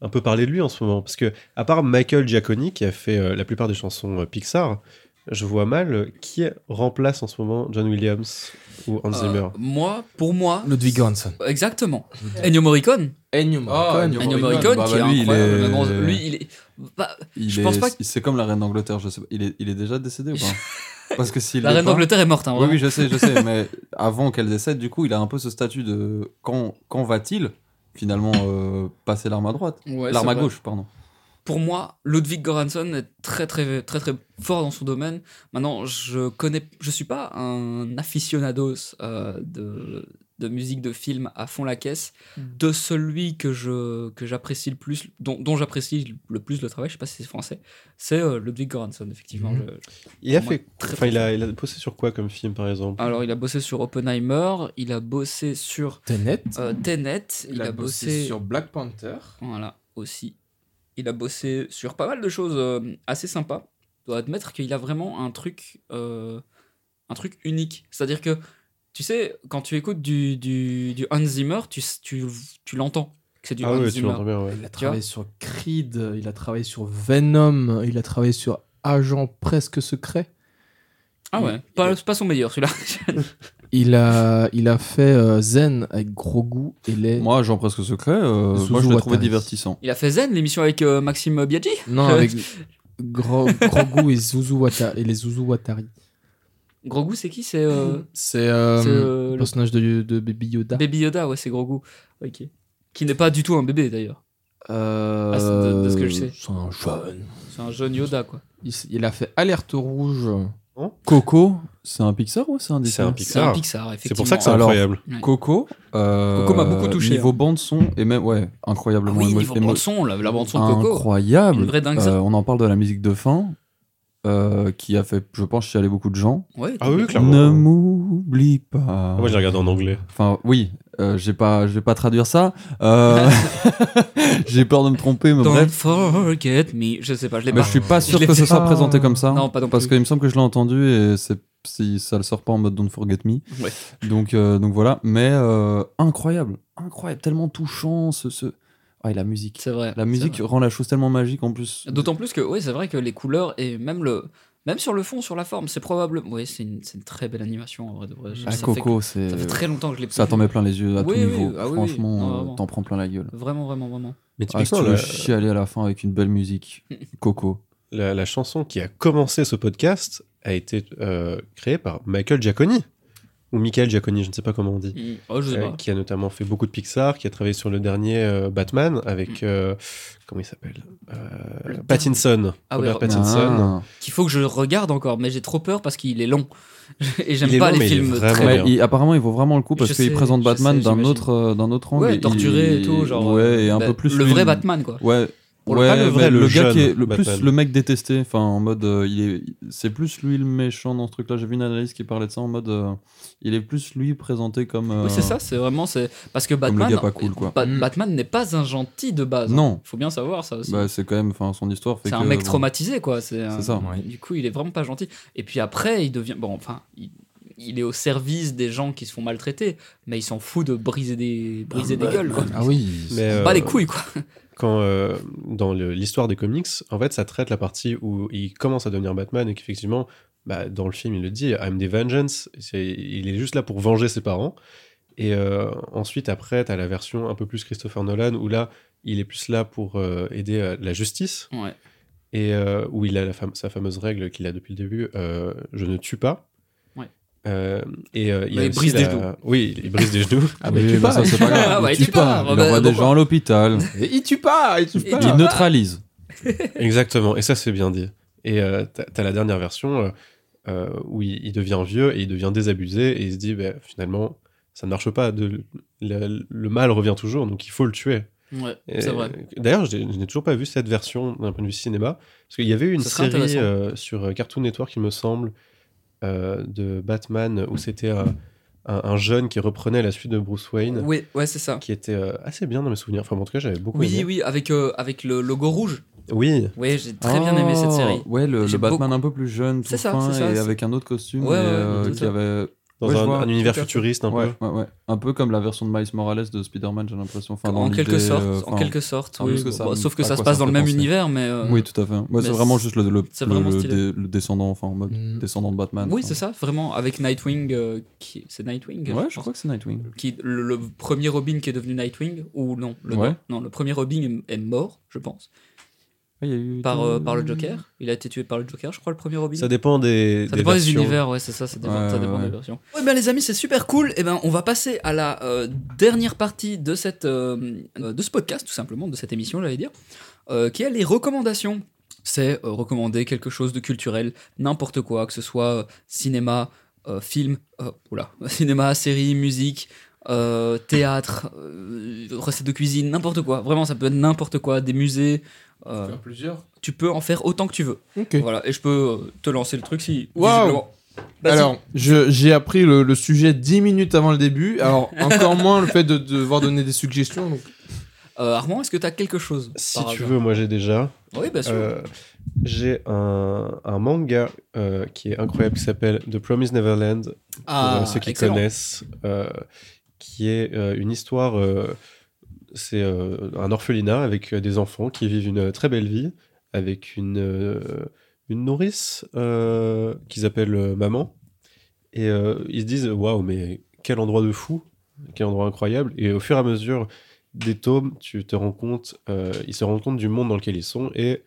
Speaker 4: un peu parler de lui en ce moment. Parce que, à part Michael Giaconi, qui a fait euh, la plupart des chansons euh, Pixar, je vois mal euh, qui remplace en ce moment John Williams ou
Speaker 2: Ah,
Speaker 4: Hans
Speaker 3: Euh,
Speaker 4: Zimmer.
Speaker 3: moi, pour moi,
Speaker 1: Ludwig Göransson.
Speaker 3: exactement. Ennio Morricone.
Speaker 1: Ennio Morricone.
Speaker 2: Ennio
Speaker 3: Ennio
Speaker 2: Morricone, bah, bah,
Speaker 3: Morricone, qui est
Speaker 2: lui, il
Speaker 3: incroyable.
Speaker 2: est-
Speaker 3: mais bon, Lui, il est. bah,
Speaker 2: il
Speaker 3: je pense
Speaker 2: est-
Speaker 3: pas que-
Speaker 2: c'est comme la reine d'Angleterre, je sais pas, il est il est déjà décédé ou pas Parce que s'il
Speaker 3: la
Speaker 2: l'est
Speaker 3: reine
Speaker 2: pas-
Speaker 3: d'Angleterre est morte, hein,
Speaker 2: Oui,
Speaker 3: vraiment.
Speaker 2: oui, je sais, je sais, mais avant qu'elle décède, du coup, il a un peu ce statut de quand, quand va-t-il finalement euh, passer l'arme à droite
Speaker 3: Ouais,
Speaker 2: L'arme
Speaker 3: c'est
Speaker 2: à
Speaker 3: vrai.
Speaker 2: gauche, pardon.
Speaker 3: Pour moi, Ludwig Göransson est très très très très fort dans son domaine. Maintenant, je connais, je suis pas un aficionados euh, de, de musique de film à fond la caisse. De celui que je que j'apprécie le plus, dont, dont j'apprécie le plus le travail, je sais pas si c'est français, c'est euh, Ludwig Göransson effectivement.
Speaker 1: Mhm.
Speaker 3: Je- je-
Speaker 4: Il a
Speaker 3: pour moi,
Speaker 4: fait.
Speaker 3: très,
Speaker 4: Enfin,
Speaker 3: très
Speaker 4: il a, il a bossé sur quoi comme film, par exemple
Speaker 3: Alors, il a bossé sur Oppenheimer, il a bossé sur
Speaker 1: Tenet.
Speaker 3: euh, Tenet, il, a, bossé,
Speaker 1: sur Black Panther.
Speaker 3: Voilà, aussi. Il a bossé sur pas mal de choses euh, assez sympas. Je dois admettre qu'il a vraiment un truc, euh, un truc unique. C'est-à-dire que, tu sais, quand tu écoutes du, du, du Hans Zimmer, tu, s- tu, tu l'entends. que C'est du
Speaker 4: Ah
Speaker 3: Hans
Speaker 4: ouais, tu
Speaker 3: Zimmer.
Speaker 4: l'entends bien, ouais.
Speaker 1: Il a travaillé sur Creed, il a travaillé sur Venom, il a travaillé sur Agent presque secret.
Speaker 3: Ah ouais, pas, c'est pas son meilleur celui-là.
Speaker 1: Il a, il a fait euh, Zen avec gros goût et les.
Speaker 2: Moi, Jean Presque Secret, euh,
Speaker 1: Zouzou
Speaker 2: moi je le
Speaker 1: Attari.
Speaker 2: trouvais divertissant.
Speaker 3: Il a fait Zen, l'émission avec euh, Maxime Biaggi.
Speaker 1: Non, avec gros, gros goût et, Zuzu Wata- et les Zuzu Watari.
Speaker 3: Gros goût, c'est qui C'est euh,
Speaker 4: Hmm.
Speaker 1: C'est euh,
Speaker 3: c'est, euh,
Speaker 1: le
Speaker 3: le
Speaker 1: personnage de, de Baby Yoda.
Speaker 3: Baby Yoda, ouais, c'est Gros goût. Ok. Qui n'est pas du tout un bébé d'ailleurs.
Speaker 1: Euh,
Speaker 3: Ah, c'est de- de ce que je sais.
Speaker 1: C'est un jeune.
Speaker 3: C'est un jeune Yoda, quoi.
Speaker 1: Il, s- il a fait Alerte Rouge.
Speaker 2: Coco, c'est un Pixar ou c'est un
Speaker 4: C'est un
Speaker 2: Disney
Speaker 3: C'est un
Speaker 4: Pixar.
Speaker 3: Pixar, effectivement. Ah
Speaker 4: C'est pour ça que c'est
Speaker 2: Alors,
Speaker 4: incroyable.
Speaker 2: Coco, euh,
Speaker 3: Coco m'a beaucoup touché, hein.
Speaker 2: Niveau bande son et même ouais,
Speaker 3: Ah
Speaker 2: incroyablement
Speaker 3: oui,
Speaker 2: émo-
Speaker 3: niveau
Speaker 2: émo-
Speaker 3: bande-son, la, la bande-son de Coco.
Speaker 2: incroyable.
Speaker 3: Une vraie dingue,
Speaker 2: Euh,
Speaker 3: ça.
Speaker 2: on en parle de la musique de fin euh, qui a fait, je pense, chialer beaucoup de gens.
Speaker 3: Ouais,
Speaker 4: Ah oui, clairement.
Speaker 2: Ne m'oublie pas.
Speaker 4: Ah, Moi, je l'ai regardé en anglais.
Speaker 2: Enfin, oui, euh, j'ai pas, je vais pas traduire ça. Euh, j'ai peur de me tromper, mais
Speaker 3: Don't
Speaker 2: bref.
Speaker 3: forget me. Je sais pas, je l'ai
Speaker 2: Mais
Speaker 3: pas.
Speaker 2: je suis pas sûr
Speaker 3: Je l'ai
Speaker 2: que ce
Speaker 3: fait.
Speaker 2: soit présenté comme ça. hein,
Speaker 3: Non, pas non
Speaker 2: Parce
Speaker 3: plus.
Speaker 2: qu'il me semble que je l'ai entendu et c'est si ça le sort pas en mode Don't Forget Me.
Speaker 3: Ouais.
Speaker 2: Donc, euh, donc voilà, mais euh, incroyable, incroyable, tellement touchant ce. ce... Ah, et la musique.
Speaker 3: C'est vrai.
Speaker 2: La musique
Speaker 3: c'est
Speaker 2: rend la chose tellement magique en plus.
Speaker 3: vrai. D'autant plus que, oui, c'est vrai que les couleurs et même le. Même sur le fond, sur la forme, c'est probable. Oui, c'est une, c'est une très belle animation en vrai de vrai.
Speaker 2: Ah,
Speaker 3: Ça fait-
Speaker 2: Coco, c'est.
Speaker 3: ça fait très longtemps que je l'ai
Speaker 2: Ça
Speaker 3: plus
Speaker 2: t'en
Speaker 3: vu.
Speaker 2: met plein les yeux à
Speaker 3: Oui,
Speaker 2: tout
Speaker 3: oui,
Speaker 2: niveau.
Speaker 3: ah oui, oui.
Speaker 2: Franchement,
Speaker 3: Non,
Speaker 2: euh,
Speaker 3: vraiment.
Speaker 2: t'en prends plein la gueule.
Speaker 3: Vraiment, vraiment, vraiment.
Speaker 4: Mais
Speaker 2: Ah, si
Speaker 4: typiquement,
Speaker 2: tu veux
Speaker 4: la-
Speaker 2: chialer à la fin avec une belle musique, Coco.
Speaker 4: la, la chanson qui a commencé ce podcast a été euh, créée par Michael Giaconi. ou Michael Giaconi, je ne sais pas comment on dit,
Speaker 3: Mm. Oh, je sais
Speaker 4: euh,
Speaker 3: pas.
Speaker 4: qui a notamment fait beaucoup de Pixar, qui a travaillé sur le dernier euh, Batman avec euh, comment il s'appelle Euh,
Speaker 3: Le-
Speaker 4: Pattinson,
Speaker 3: Ah ouais,
Speaker 4: Robert
Speaker 3: Robert-
Speaker 4: Pattinson.
Speaker 2: Ah.
Speaker 3: Qu'il faut que je regarde encore, mais j'ai trop peur parce qu'il est long. Et j'aime
Speaker 4: Il est
Speaker 3: pas
Speaker 4: long,
Speaker 3: les
Speaker 4: mais il est
Speaker 3: films
Speaker 4: vraiment
Speaker 3: très
Speaker 4: bien.
Speaker 3: longs.
Speaker 2: Ouais, il- apparemment, il vaut vraiment le coup parce
Speaker 3: Je
Speaker 2: qu'il
Speaker 3: sais,
Speaker 2: présente
Speaker 3: je
Speaker 2: Batman
Speaker 3: sais,
Speaker 2: d'un
Speaker 3: j'imagine.
Speaker 2: autre, euh, d'un autre angle.
Speaker 3: Ouais,
Speaker 2: Il-
Speaker 3: torturé et tout, genre.
Speaker 2: Ouais, et un
Speaker 3: bah,
Speaker 2: peu plus.
Speaker 3: Le
Speaker 2: lui-
Speaker 3: vrai Batman, quoi.
Speaker 2: Ouais.
Speaker 3: Pour le-
Speaker 2: ouais,
Speaker 3: pas le
Speaker 2: mais
Speaker 4: vrai,
Speaker 2: le,
Speaker 4: le
Speaker 2: gars qui est
Speaker 4: jeune
Speaker 2: le plus
Speaker 4: Batman.
Speaker 2: le mec détesté, enfin en mode euh, il est c'est plus lui le méchant dans ce truc là, j'ai vu une analyse qui parlait de ça en mode euh, il est plus lui présenté comme euh,
Speaker 3: Oui, c'est ça, c'est vraiment. c'est Parce que
Speaker 2: comme
Speaker 3: Batman.
Speaker 2: le gars pas cool quoi.
Speaker 3: Ba-
Speaker 1: Mm.
Speaker 3: Batman n'est pas un gentil de base.
Speaker 2: Non.
Speaker 3: Faut bien savoir ça aussi.
Speaker 2: Bah, c'est quand même enfin son histoire fait
Speaker 3: c'est
Speaker 2: que,
Speaker 3: un mec
Speaker 2: bon,
Speaker 3: traumatisé, quoi. C'est un-
Speaker 2: C'est ça.
Speaker 1: Ouais.
Speaker 3: Du coup, il est vraiment pas gentil. Et puis après, il devient. Bon, enfin, il, il est au service des gens qui se font maltraiter, mais il s'en fout de briser des, briser des gueules, quoi.
Speaker 1: Ah oui.
Speaker 4: Mais, euh,
Speaker 3: Pas Bah, les couilles, quoi.
Speaker 4: quand euh, dans le- l'histoire des comics, en fait, ça traite la partie où il commence à devenir Batman et qu'effectivement, bah, dans le film, il le dit, I'm the vengeance. C'est- Il est juste là pour venger ses parents. Et euh, ensuite, après, t'as la version un peu plus Christopher Nolan où là, il est plus là pour euh, aider euh, la justice
Speaker 3: Ouais.
Speaker 4: et euh, où il a la fam- sa fameuse règle qu'il a depuis le début euh, je ne tue pas.
Speaker 3: Ouais.
Speaker 4: Euh, et euh, il, y a
Speaker 3: Mais il
Speaker 4: aussi
Speaker 3: brise des
Speaker 4: la-
Speaker 3: genoux.
Speaker 4: Oui, il brise des genoux.
Speaker 1: Ah bah,
Speaker 2: Oui,
Speaker 1: il tue
Speaker 2: bah,
Speaker 1: pas.
Speaker 2: ça, c'est pas grave.
Speaker 3: Ah bah,
Speaker 1: il tue pas.
Speaker 2: Il
Speaker 3: bah,
Speaker 2: envoie des
Speaker 3: pourquoi
Speaker 2: gens à l'hôpital,
Speaker 1: Et il tue pas. Il tue
Speaker 3: Et
Speaker 1: pas.
Speaker 2: il neutralise.
Speaker 4: Exactement, et ça c'est bien dit. Et euh, t'as t'as la dernière version euh, euh, où il, il devient vieux et il devient désabusé et il se dit bah, finalement ça ne marche pas, de, le, le mal revient toujours donc il faut le tuer.
Speaker 3: Ouais,
Speaker 4: Et-
Speaker 3: c'est vrai.
Speaker 4: D'ailleurs, je n'ai je n'ai toujours pas vu cette version d'un point de vue cinéma parce qu'il y avait eu une
Speaker 3: Ça serait
Speaker 4: série
Speaker 3: intéressant.
Speaker 4: euh, sur Cartoon Network, il me semble, euh, de Batman où c'était euh, un, un jeune qui reprenait la suite de Bruce Wayne
Speaker 3: Oui, ouais, c'est ça.
Speaker 4: qui était euh, assez bien dans mes souvenirs. Enfin, en tout cas, j'avais beaucoup
Speaker 3: Oui,
Speaker 4: aimé.
Speaker 3: oui, avec, euh, avec le logo rouge.
Speaker 4: Oui,
Speaker 3: Oui, j'ai très bien aimé cette
Speaker 2: Oh,
Speaker 3: série.
Speaker 2: Ouais, le,
Speaker 3: J'ai
Speaker 2: le Batman
Speaker 3: beaucoup-
Speaker 2: un peu plus jeune, tout
Speaker 3: C'est ça,
Speaker 2: fin
Speaker 3: c'est ça,
Speaker 2: et
Speaker 3: c'est-
Speaker 2: avec un autre costume
Speaker 3: Ouais,
Speaker 2: et,
Speaker 3: ouais,
Speaker 2: euh,
Speaker 3: tout à
Speaker 2: qui
Speaker 3: fait.
Speaker 2: avait
Speaker 4: dans
Speaker 2: Ouais, je
Speaker 4: un,
Speaker 2: vois.
Speaker 4: un univers
Speaker 3: Tout à fait.
Speaker 4: futuriste un peu.
Speaker 2: Ouais, ouais, ouais. Un peu comme la version de Miles Morales de Spider-Man, j'ai l'impression. Enfin, dans
Speaker 3: en quelque
Speaker 2: l'idée,
Speaker 3: sorte,
Speaker 2: euh,
Speaker 3: en
Speaker 2: enfin,
Speaker 3: quelque sorte.
Speaker 2: en
Speaker 3: oui.
Speaker 2: plus que ça-
Speaker 3: Bon, sauf que
Speaker 2: à
Speaker 3: ça
Speaker 2: quoi
Speaker 3: se
Speaker 2: ça
Speaker 3: passe dans le
Speaker 2: fait
Speaker 3: même
Speaker 2: penser.
Speaker 3: univers, mais. euh,
Speaker 2: Oui, tout à fait. Ouais, c'est
Speaker 3: Mais
Speaker 2: vraiment
Speaker 3: c'est-
Speaker 2: juste le, le,
Speaker 3: c'est
Speaker 2: le-
Speaker 3: vraiment
Speaker 2: le
Speaker 3: stylé.
Speaker 2: dé- le descendant, enfin en mode
Speaker 1: Mm.
Speaker 2: descendant de Batman.
Speaker 3: Oui,
Speaker 2: enfin.
Speaker 3: c'est ça, vraiment. Avec Nightwing, euh, qui... c'est Nightwing
Speaker 2: Ouais, je
Speaker 3: pense.
Speaker 2: crois que c'est Nightwing.
Speaker 3: Qui, le, le premier Robin qui est devenu Nightwing, ou non le,
Speaker 2: Ouais.
Speaker 3: Non, le premier Robin est est mort, je pense,
Speaker 2: Ouais, il y a eu
Speaker 3: par, euh,
Speaker 2: deux-
Speaker 3: par le Joker. Il a été tué par le Joker, je crois, le premier Robin.
Speaker 4: Ça dépend des,
Speaker 3: Ça dépend des
Speaker 4: versions.
Speaker 3: univers, ouais, c'est ça, ça dépend,
Speaker 2: Ouais,
Speaker 3: ça dépend
Speaker 2: ouais.
Speaker 3: des versions. Ouais, ben les amis, c'est super cool. Et ben, on va passer à la euh, dernière partie de, cette, euh, euh, de ce podcast, tout simplement, de cette émission, j'allais dire, euh, qui est les recommandations. C'est euh, recommander quelque chose de culturel, n'importe quoi, que ce soit euh, cinéma, euh, film, euh, oula, cinéma, série, musique. euh, théâtre, euh, recettes de cuisine, n'importe quoi. Vraiment, ça peut être n'importe quoi. Des musées, euh,
Speaker 1: plusieurs.
Speaker 3: tu peux en faire autant que tu veux.
Speaker 1: Ok.
Speaker 3: Voilà, et je peux euh, te lancer le truc si.
Speaker 1: Wow.
Speaker 3: visiblement. Vas-y.
Speaker 1: Alors, je- j'ai appris le, le sujet 10 minutes avant le début. Alors, encore moins le fait de devoir donner des suggestions. donc.
Speaker 3: Euh, Armand, est-ce que tu as quelque chose
Speaker 4: Si
Speaker 3: par
Speaker 4: tu
Speaker 3: hasard
Speaker 4: veux, moi j'ai déjà.
Speaker 3: Oui, bien sûr.
Speaker 4: Euh, j'ai un, un manga euh, qui est incroyable qui s'appelle The Promised Neverland pour euh, ceux qui
Speaker 3: Ah, excellent.
Speaker 4: connaissent, euh, qui est euh, une histoire. euh, c'est euh, un orphelinat avec euh, des enfants qui vivent une euh, très belle vie avec une, euh, une nourrice euh, qu'ils appellent euh, maman. Et euh, ils se disent waouh, mais quel endroit de fou, quel endroit incroyable. Et au fur et à mesure des tomes, tu te rends compte, euh, ils se rendent compte du monde dans lequel ils sont et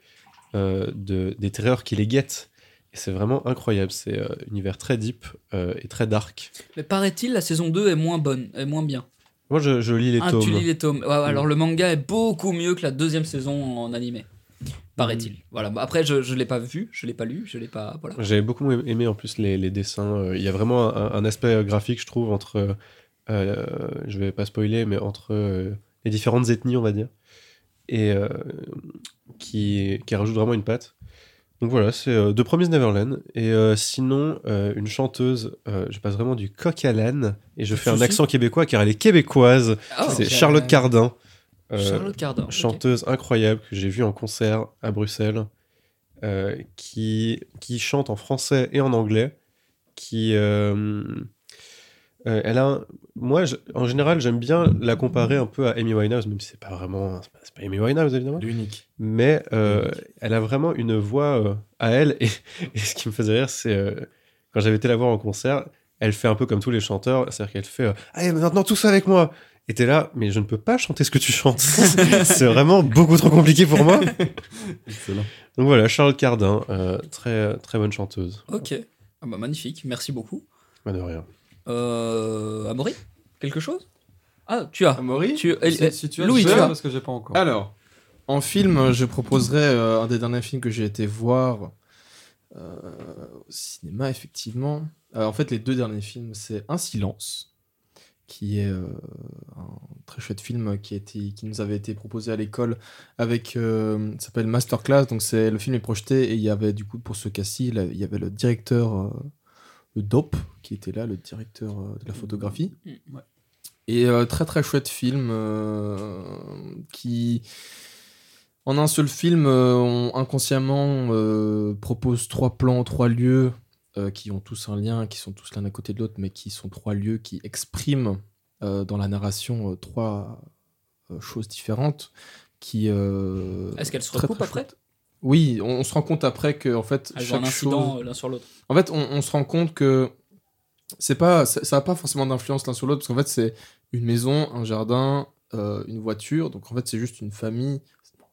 Speaker 4: euh, de, des terreurs qui les guettent. Et c'est vraiment incroyable. C'est euh, un univers très deep euh, et très dark.
Speaker 3: Mais paraît-il, la saison 2 est moins bonne, est moins bien.
Speaker 4: Moi, je, je lis les
Speaker 3: ah,
Speaker 4: tomes. Mm.
Speaker 3: tu lis les tomes. Ouais, ouais, alors, le manga est beaucoup mieux que la deuxième saison en animé. Paraît-il.
Speaker 4: Mm.
Speaker 3: Voilà. Bah, Après, je ne l'ai pas vu, je l'ai pas lu, je l'ai pas. Voilà.
Speaker 4: J'avais beaucoup aimé- aimé en plus les, les dessins. Euh, Il y a vraiment un, un aspect graphique, je trouve, entre. euh, euh, je vais pas spoiler, mais entre euh, les différentes ethnies, on va dire. Et euh, qui, qui rajoute vraiment une patte. Donc voilà, c'est euh, The Promised Neverland. Et euh, sinon, euh, une chanteuse, euh, je passe vraiment du coq à l'âne. Et je fais un
Speaker 3: souci.
Speaker 4: accent québécois car elle est québécoise.
Speaker 3: Ah,
Speaker 4: c'est
Speaker 3: ok.
Speaker 4: Charlotte Cardin. Euh,
Speaker 3: Charlotte Cardin. ok.
Speaker 4: chanteuse incroyable que j'ai vue en concert à Bruxelles, euh, qui, qui chante en français et en anglais, qui... euh, euh, elle a un- Moi, je- en général, j'aime bien la comparer un peu à Amy Winehouse, même si c'est pas vraiment... C'est pas, c'est pas Amy Winehouse, évidemment.
Speaker 1: L'unique.
Speaker 4: Mais euh, elle a vraiment une voix euh, à elle. Et, et ce qui me faisait rire, c'est euh, quand j'avais été la voir en concert, elle fait un peu comme tous les chanteurs. C'est-à-dire qu'elle fait euh, Allez, maintenant tous avec moi Et t'es là, mais je ne peux pas chanter ce que tu chantes. c'est vraiment beaucoup trop compliqué pour moi.
Speaker 2: Excellent.
Speaker 4: Donc voilà, Charles Cardin, euh, très, très bonne chanteuse.
Speaker 3: Ok. Ah bah, magnifique, merci beaucoup.
Speaker 4: Pas de rien.
Speaker 3: Euh, Amaury Quelque chose Ah, tu as.
Speaker 1: Amaury
Speaker 3: Tu, elle-
Speaker 2: Si-
Speaker 3: elle-
Speaker 2: si tu as,
Speaker 3: Louis,
Speaker 2: je
Speaker 3: tu Ah.
Speaker 2: peux,
Speaker 3: as.
Speaker 2: parce que j'ai pas encore.
Speaker 1: Alors, en film, je proposerais euh, un des derniers films que j'ai été voir euh, au cinéma, effectivement. Euh, en fait, les deux derniers films, c'est Un silence, qui est euh, un très chouette film qui, a été- qui nous avait été proposé à l'école avec. euh, ça s'appelle Masterclass, donc c'est le film est projeté et il y avait, du coup, pour ce cas-ci, là, il y avait le directeur, euh, le DOP, qui était là, le directeur euh, de la photographie.
Speaker 3: Mm,
Speaker 2: Ouais.
Speaker 1: Et euh, très très chouette film euh, qui, en un seul film, euh, on- inconsciemment euh, propose trois plans, trois lieux euh, qui ont tous un lien, qui sont tous l'un à côté de l'autre, mais qui sont trois lieux qui expriment euh, dans la narration euh, trois euh, choses différentes. Qui euh,
Speaker 3: Est-ce qu'elles se
Speaker 1: très, très
Speaker 3: recoupent après
Speaker 1: chouettes. Oui, on, on se rend compte après que en fait
Speaker 3: Elles ont
Speaker 1: chaque
Speaker 3: un
Speaker 1: chose
Speaker 3: incident euh, l'un sur l'autre.
Speaker 1: en fait, on, on se rend compte que c'est pas, ça n'a pas forcément d'influence l'un sur l'autre, parce qu'en fait, c'est une maison, un jardin, euh, une voiture. Donc, en fait, c'est juste une famille,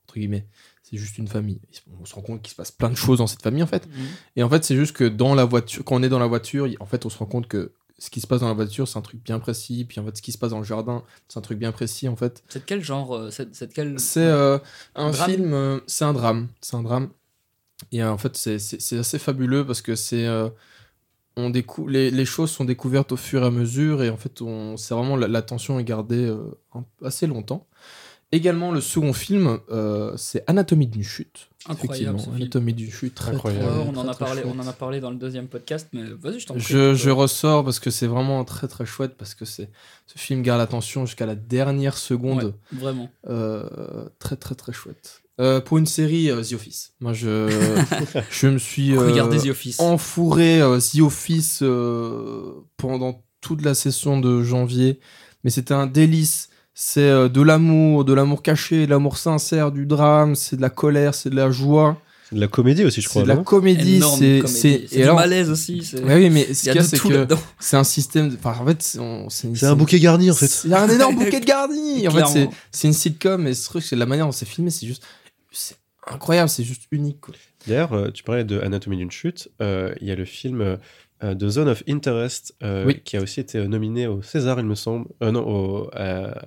Speaker 1: entre guillemets, c'est juste une famille. On se rend compte qu'il se passe plein de choses dans cette famille, en fait.
Speaker 4: Mm.
Speaker 1: Et en fait, c'est juste que dans la voiture, quand on est dans la voiture, y- en fait, on se rend compte que ce qui se passe dans la voiture, c'est un truc bien précis. Puis, en fait, ce qui se passe dans le jardin, c'est un truc bien précis, en fait.
Speaker 3: C'est de quel genre euh, C'est c'est de quel...
Speaker 1: C'est euh, un
Speaker 3: Drame.
Speaker 1: film, euh, c'est un drame, c'est un drame. Et euh, en fait, c'est- c'est c'est assez fabuleux parce que c'est euh, on décou les, les choses sont découvertes au fur et à mesure et en fait, on c'est vraiment la, la tension est gardée euh, un- assez longtemps. Également, le second film, euh, c'est Anatomie d'une chute.
Speaker 3: Incroyable, ce
Speaker 1: Effectivement,
Speaker 3: film.
Speaker 1: Anatomie d'une chute, très,
Speaker 4: Incroyable.
Speaker 1: très,
Speaker 3: Ouais, on,
Speaker 1: très,
Speaker 3: en a
Speaker 1: très
Speaker 3: parlé, on
Speaker 1: chouette.
Speaker 3: en a parlé dans le deuxième podcast, mais vas-y, je t'en prie.
Speaker 1: Je, je ressors parce que c'est vraiment très très chouette parce que c'est ce film garde l'attention jusqu'à la dernière seconde.
Speaker 3: Ouais, vraiment.
Speaker 1: Euh, très très très chouette. Euh, pour une série euh, The Office. Moi je je me suis euh,
Speaker 3: Regardez The Office.
Speaker 1: enfourré euh, The Office euh, pendant toute la session de janvier, mais c'était un délice. C'est euh, de l'amour, de l'amour caché, de l'amour sincère, du drame, c'est de la colère, c'est de la joie,
Speaker 4: C'est de la comédie aussi, je
Speaker 1: c'est
Speaker 4: crois.
Speaker 1: de la
Speaker 4: non
Speaker 1: comédie,
Speaker 3: Énorme
Speaker 1: c'est
Speaker 3: comédie.
Speaker 1: c'est
Speaker 3: C'est du malaise aussi. c'est-
Speaker 1: Ouais, oui, mais ce
Speaker 3: Il y
Speaker 1: qu'il
Speaker 3: a
Speaker 1: y a,
Speaker 3: de
Speaker 1: c'est
Speaker 3: tout
Speaker 1: que
Speaker 3: là-dedans.
Speaker 1: c'est un système. de- Enfin, en fait, c'est on- c'est une-
Speaker 4: C'est un bouquet garni en fait.
Speaker 1: il y a un énorme bouquet de garni. En fait,
Speaker 3: Clairement.
Speaker 1: c'est- c'est une sitcom et ce truc, c'est la manière dont c'est filmé, c'est juste, c'est incroyable, c'est juste unique. quoi.
Speaker 4: D'ailleurs, euh, tu parlais de Anatomie d'une chute. euh, Il y a le film euh, euh, de Zone of Interest euh,
Speaker 1: Oui.
Speaker 4: qui a aussi été euh, nominé au César, il me semble. Euh, non, au- à- à-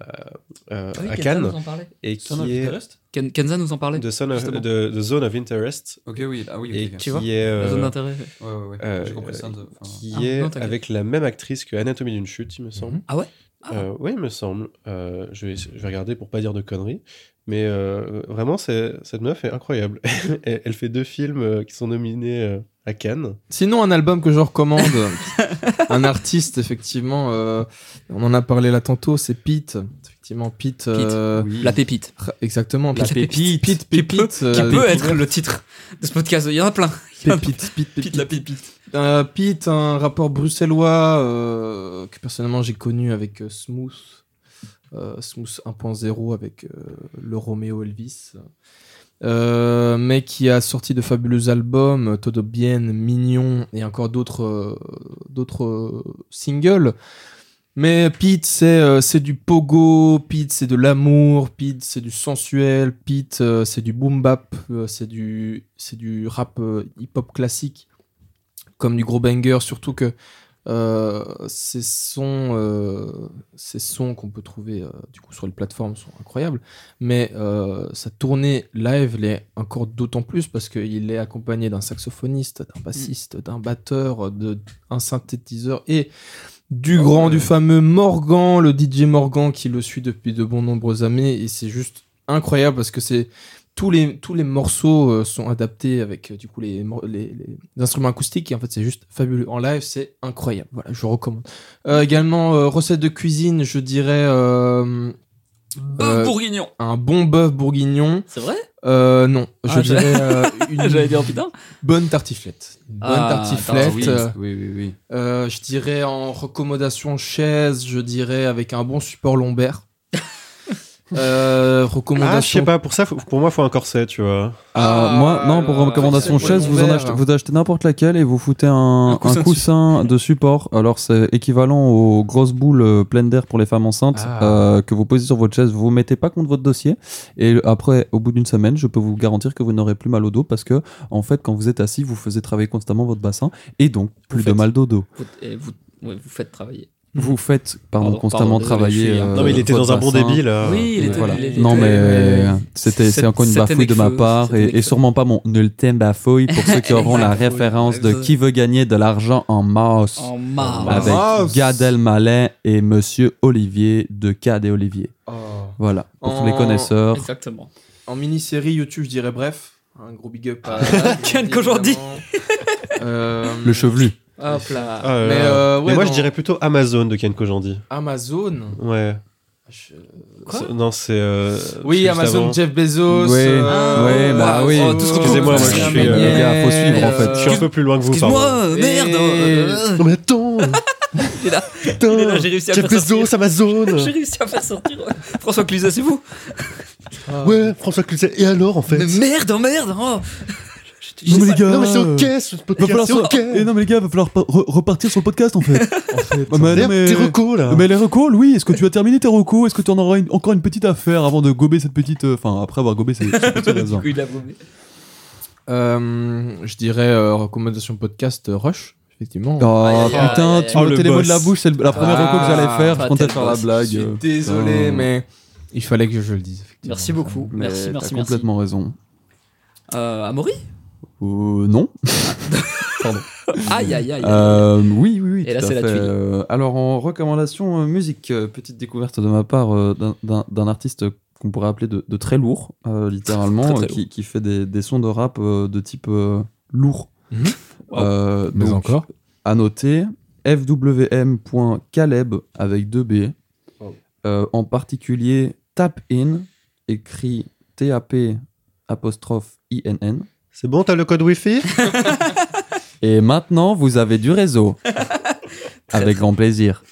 Speaker 3: Ah oui,
Speaker 4: à
Speaker 3: Kenza
Speaker 4: Cannes.
Speaker 3: nous en parlait.
Speaker 4: Et qui
Speaker 2: Son of
Speaker 4: est
Speaker 2: Interest
Speaker 3: Ken- Kenza nous en parlait.
Speaker 4: de, Son of-
Speaker 3: justement.
Speaker 4: de- de Zone of Interest.
Speaker 2: Ok, oui. Ah oui, ok,
Speaker 4: Et
Speaker 2: ok.
Speaker 4: qui
Speaker 3: vois
Speaker 4: est, euh,
Speaker 3: La zone d'intérêt.
Speaker 2: Ouais, ouais, ouais.
Speaker 4: euh,
Speaker 2: J'ai compris
Speaker 4: euh,
Speaker 2: ça. de- enfin,
Speaker 4: qui
Speaker 3: Ah,
Speaker 4: est
Speaker 3: non, t'inquiète.
Speaker 4: avec la même actrice que Anatomie d'une chute, il me semble.
Speaker 1: Mhm.
Speaker 3: Ah ouais Ah.
Speaker 4: Euh, oui, il me semble. Euh, je, vais, je vais regarder pour pas dire de conneries. Mais euh, vraiment, c'est- cette meuf est incroyable. elle, elle fait deux films euh, qui sont nominés euh, à Cannes.
Speaker 1: Sinon, un album que je recommande, un artiste, effectivement, euh, on en a parlé là tantôt, c'est Pete. Effectivement, Pete. euh,
Speaker 2: oui.
Speaker 3: La pépite.
Speaker 1: ra- Exactement,
Speaker 3: La
Speaker 1: Pete.
Speaker 3: pépite.
Speaker 1: Pete,
Speaker 3: Qui
Speaker 1: Pépite,
Speaker 3: peut, qui
Speaker 1: euh,
Speaker 3: peut être le titre de ce podcast. Il y en a plein. Il y en a plein.
Speaker 1: Pépite, Pete, Pépite.
Speaker 3: Pete, la pépite.
Speaker 1: Euh, Pete, un rapport bruxellois euh, que personnellement j'ai connu avec euh, Smooth, euh, Smooth 1.0 avec euh, le Romeo Elvis, Euh, mais qui a sorti de fabuleux albums, euh, Todo Bien, Mignon et encore d'autres euh, d'autres euh, singles. Mais Pete, c'est euh, c'est du pogo, Pete, c'est de l'amour, Pete, c'est du sensuel, Pete, euh, c'est du boom bap, euh, c'est du, c'est du rap euh, hip-hop classique comme du gros banger, surtout que euh, ces sons, euh, ces sons qu'on peut trouver euh, du coup sur les plateformes sont incroyables, mais euh, sa tournée live l'est encore d'autant plus parce qu'il est accompagné d'un saxophoniste, d'un bassiste, d'un batteur, de un synthétiseur et du
Speaker 2: Ah
Speaker 1: grand,
Speaker 2: ouais.
Speaker 1: du fameux Morgan, le DJ Morgan qui le suit depuis de bon nombreuses années et c'est juste incroyable parce que c'est tous les, tous les morceaux euh, sont adaptés avec euh, du coup les, mor- les, les instruments acoustiques et en fait c'est juste fabuleux en live c'est incroyable voilà je recommande Euh, également euh, recette de cuisine je dirais euh,
Speaker 3: Bœuf bourguignon.
Speaker 1: un bon bœuf bourguignon
Speaker 3: C'est vrai
Speaker 1: Euh, non je
Speaker 3: Ah,
Speaker 1: dirais euh,
Speaker 3: J'allais
Speaker 1: une
Speaker 3: dire putain.
Speaker 1: bonne tartiflette une bonne
Speaker 3: Ah,
Speaker 1: tartiflette
Speaker 2: oui,
Speaker 1: euh,
Speaker 2: oui, oui, oui.
Speaker 1: euh, je dirais en recommandation chaise je dirais avec un bon support lombaire Euh,
Speaker 4: Ah, je
Speaker 1: recommandation
Speaker 4: sais pas, pour, ça, faut- pour moi, faut un corset, tu vois.
Speaker 3: Ah,
Speaker 2: Ah, moi, non, pour
Speaker 3: là,
Speaker 2: recommandation
Speaker 1: c'est
Speaker 2: chaise,
Speaker 1: bon,
Speaker 2: vous, en
Speaker 1: vert.
Speaker 2: achetez, vous achetez n'importe laquelle et vous foutez un,
Speaker 3: Un
Speaker 2: un
Speaker 3: coussin
Speaker 2: coussin, de support. Alors, c'est équivalent aux grosses boules euh, pleines d'air pour les femmes enceintes
Speaker 4: Ah.
Speaker 2: euh, que vous posez sur votre chaise. Vous vous mettez pas contre votre dossier. Et le- après, au bout d'une semaine, je peux vous garantir que vous n'aurez plus mal au dos parce que, en fait, quand vous êtes assis, vous faisiez travailler constamment votre bassin et donc plus de
Speaker 1: faites-
Speaker 2: mal au dos.
Speaker 3: Vous- et vous- Ouais, vous faites travailler.
Speaker 2: Vous faites pardon,
Speaker 3: Pardon,
Speaker 2: constamment
Speaker 3: pardon, désolé,
Speaker 2: travailler.
Speaker 3: je suis hein. un-
Speaker 2: euh,
Speaker 4: Mhm. Non, mais il était
Speaker 2: votre
Speaker 4: dans un bon euh.
Speaker 2: bassin.
Speaker 4: débit là.
Speaker 3: Oui, il était-
Speaker 2: Voilà.
Speaker 3: il était-
Speaker 2: Non, mais euh,
Speaker 3: C'est-
Speaker 2: c'était c'est encore une
Speaker 3: c'était
Speaker 2: bafouille de ma
Speaker 3: Nekfeu,
Speaker 2: part
Speaker 3: c'était
Speaker 2: et,
Speaker 3: Nekfeu.
Speaker 2: et sûrement pas mon ultime bafouille pour ceux qui auront la
Speaker 3: Bafouille.
Speaker 2: référence de
Speaker 3: Euh,
Speaker 2: qui veut gagner de l'argent en masse
Speaker 3: En marre.
Speaker 1: Ah,
Speaker 2: avec
Speaker 1: mince.
Speaker 2: Gad Elmaleh et Monsieur Olivier de Cad et Olivier.
Speaker 1: Oh.
Speaker 2: Voilà, pour tous les
Speaker 1: En-
Speaker 2: connaisseurs.
Speaker 3: Exactement.
Speaker 1: En mini-série YouTube, je dirais bref. Un gros big up à
Speaker 3: Ken Kojandi.
Speaker 1: Euh,
Speaker 2: Le chevelu.
Speaker 3: Hop là.
Speaker 4: Ah, là,
Speaker 1: Mais,
Speaker 4: là.
Speaker 1: euh,
Speaker 4: Mais
Speaker 1: ouais,
Speaker 4: moi,
Speaker 1: dans-
Speaker 4: je dirais plutôt Amazon de Ken Kojandi.
Speaker 1: Amazon.
Speaker 4: Ouais.
Speaker 1: Je-
Speaker 3: Quoi
Speaker 4: C'est- non, c'est. euh,
Speaker 1: Oui,
Speaker 4: juste
Speaker 1: Amazon,
Speaker 4: avant.
Speaker 1: Jeff Bezos.
Speaker 2: Oui,
Speaker 1: euh,
Speaker 2: oui, bah
Speaker 1: euh,
Speaker 2: oui.
Speaker 1: oh, tout ce qu'on
Speaker 4: Excusez-moi,
Speaker 1: peut Euh,
Speaker 4: moi, je
Speaker 1: faire.
Speaker 4: suis, euh,
Speaker 1: Manière,
Speaker 2: le gars, faut suivre, en fait.
Speaker 4: Je suis un peu plus loin que vous, pardon.
Speaker 3: euh, Excuse-moi, euh, merde. euh,
Speaker 4: Non, mais attends
Speaker 3: il est là,
Speaker 4: Putain
Speaker 3: il est là, j'ai réussi à le
Speaker 4: Jeff
Speaker 3: faire sortir.
Speaker 4: Bezos, Amazon
Speaker 3: J'ai réussi à faire sortir. ouais. François Cluzet, c'est vous
Speaker 1: Ah.
Speaker 4: Ouais, François Cluzet. Et alors, en fait
Speaker 3: Mais merde, oh, merde. oh. Je te dis-
Speaker 2: les gars,
Speaker 4: Non, mais c'est ok, ce
Speaker 2: va
Speaker 4: podcast,
Speaker 2: falloir
Speaker 4: c'est
Speaker 2: se-
Speaker 4: ok
Speaker 2: Eh non mais les gars, va falloir pa- re- repartir sur le podcast en fait. Ouais, mais, non,
Speaker 4: D'ailleurs,
Speaker 2: mais- Euh,
Speaker 4: Tes recos, là
Speaker 2: mais les recos, Louis, est-ce que tu as terminé tes recos Est-ce que tu en auras une- encore une petite affaire avant de gober cette petite, euh, enfin après avoir gobé cette, cette petite
Speaker 3: Du
Speaker 2: raisin
Speaker 3: coup, il a vomi.
Speaker 1: Euh, je dirais euh, recommandation podcast euh, Rush, effectivement.
Speaker 2: Oh
Speaker 3: Aïe, aïe,
Speaker 2: putain,
Speaker 3: aïe,
Speaker 2: tu
Speaker 3: aïe.
Speaker 2: m'as
Speaker 4: Oh,
Speaker 2: ôté
Speaker 4: le
Speaker 2: les mots
Speaker 4: boss.
Speaker 2: de la bouche, c'est la première
Speaker 1: Ah,
Speaker 2: reco que j'allais faire, je comptais
Speaker 3: fatal
Speaker 2: faire la
Speaker 3: boss.
Speaker 1: je
Speaker 2: blague.
Speaker 1: suis
Speaker 2: euh,
Speaker 1: désolé,
Speaker 2: putain.
Speaker 1: mais il fallait que je le dise. effectivement.
Speaker 3: Merci beaucoup.
Speaker 2: Mais
Speaker 3: Merci,
Speaker 2: t'as
Speaker 3: merci, merci.
Speaker 2: complètement raison.
Speaker 3: Euh, Amaury
Speaker 2: Euh, non.
Speaker 3: Aïe, aïe, aïe.
Speaker 2: Euh, oui, oui, oui.
Speaker 3: Et là,
Speaker 2: tout à
Speaker 3: c'est la
Speaker 2: fait.
Speaker 3: tuile.
Speaker 2: Euh, alors, en recommandation euh, musique, euh, petite découverte de ma part euh, d'un- d'un d'un artiste qu'on pourrait appeler de, de très lourd, euh, littéralement,
Speaker 3: Très, très
Speaker 2: euh, qui, qui fait des, des sons de rap euh, de type euh, lourd.
Speaker 1: Mhm.
Speaker 2: Euh,
Speaker 1: Mais
Speaker 2: donc,
Speaker 1: encore.
Speaker 2: À noter, fwm.caleb avec 2 B.
Speaker 4: Wow.
Speaker 2: Euh, en particulier, tap in, écrit TAP apostrophe INN.
Speaker 4: C'est bon, t'as le code Wi-Fi
Speaker 2: Et maintenant, vous avez du réseau. Avec grand plaisir.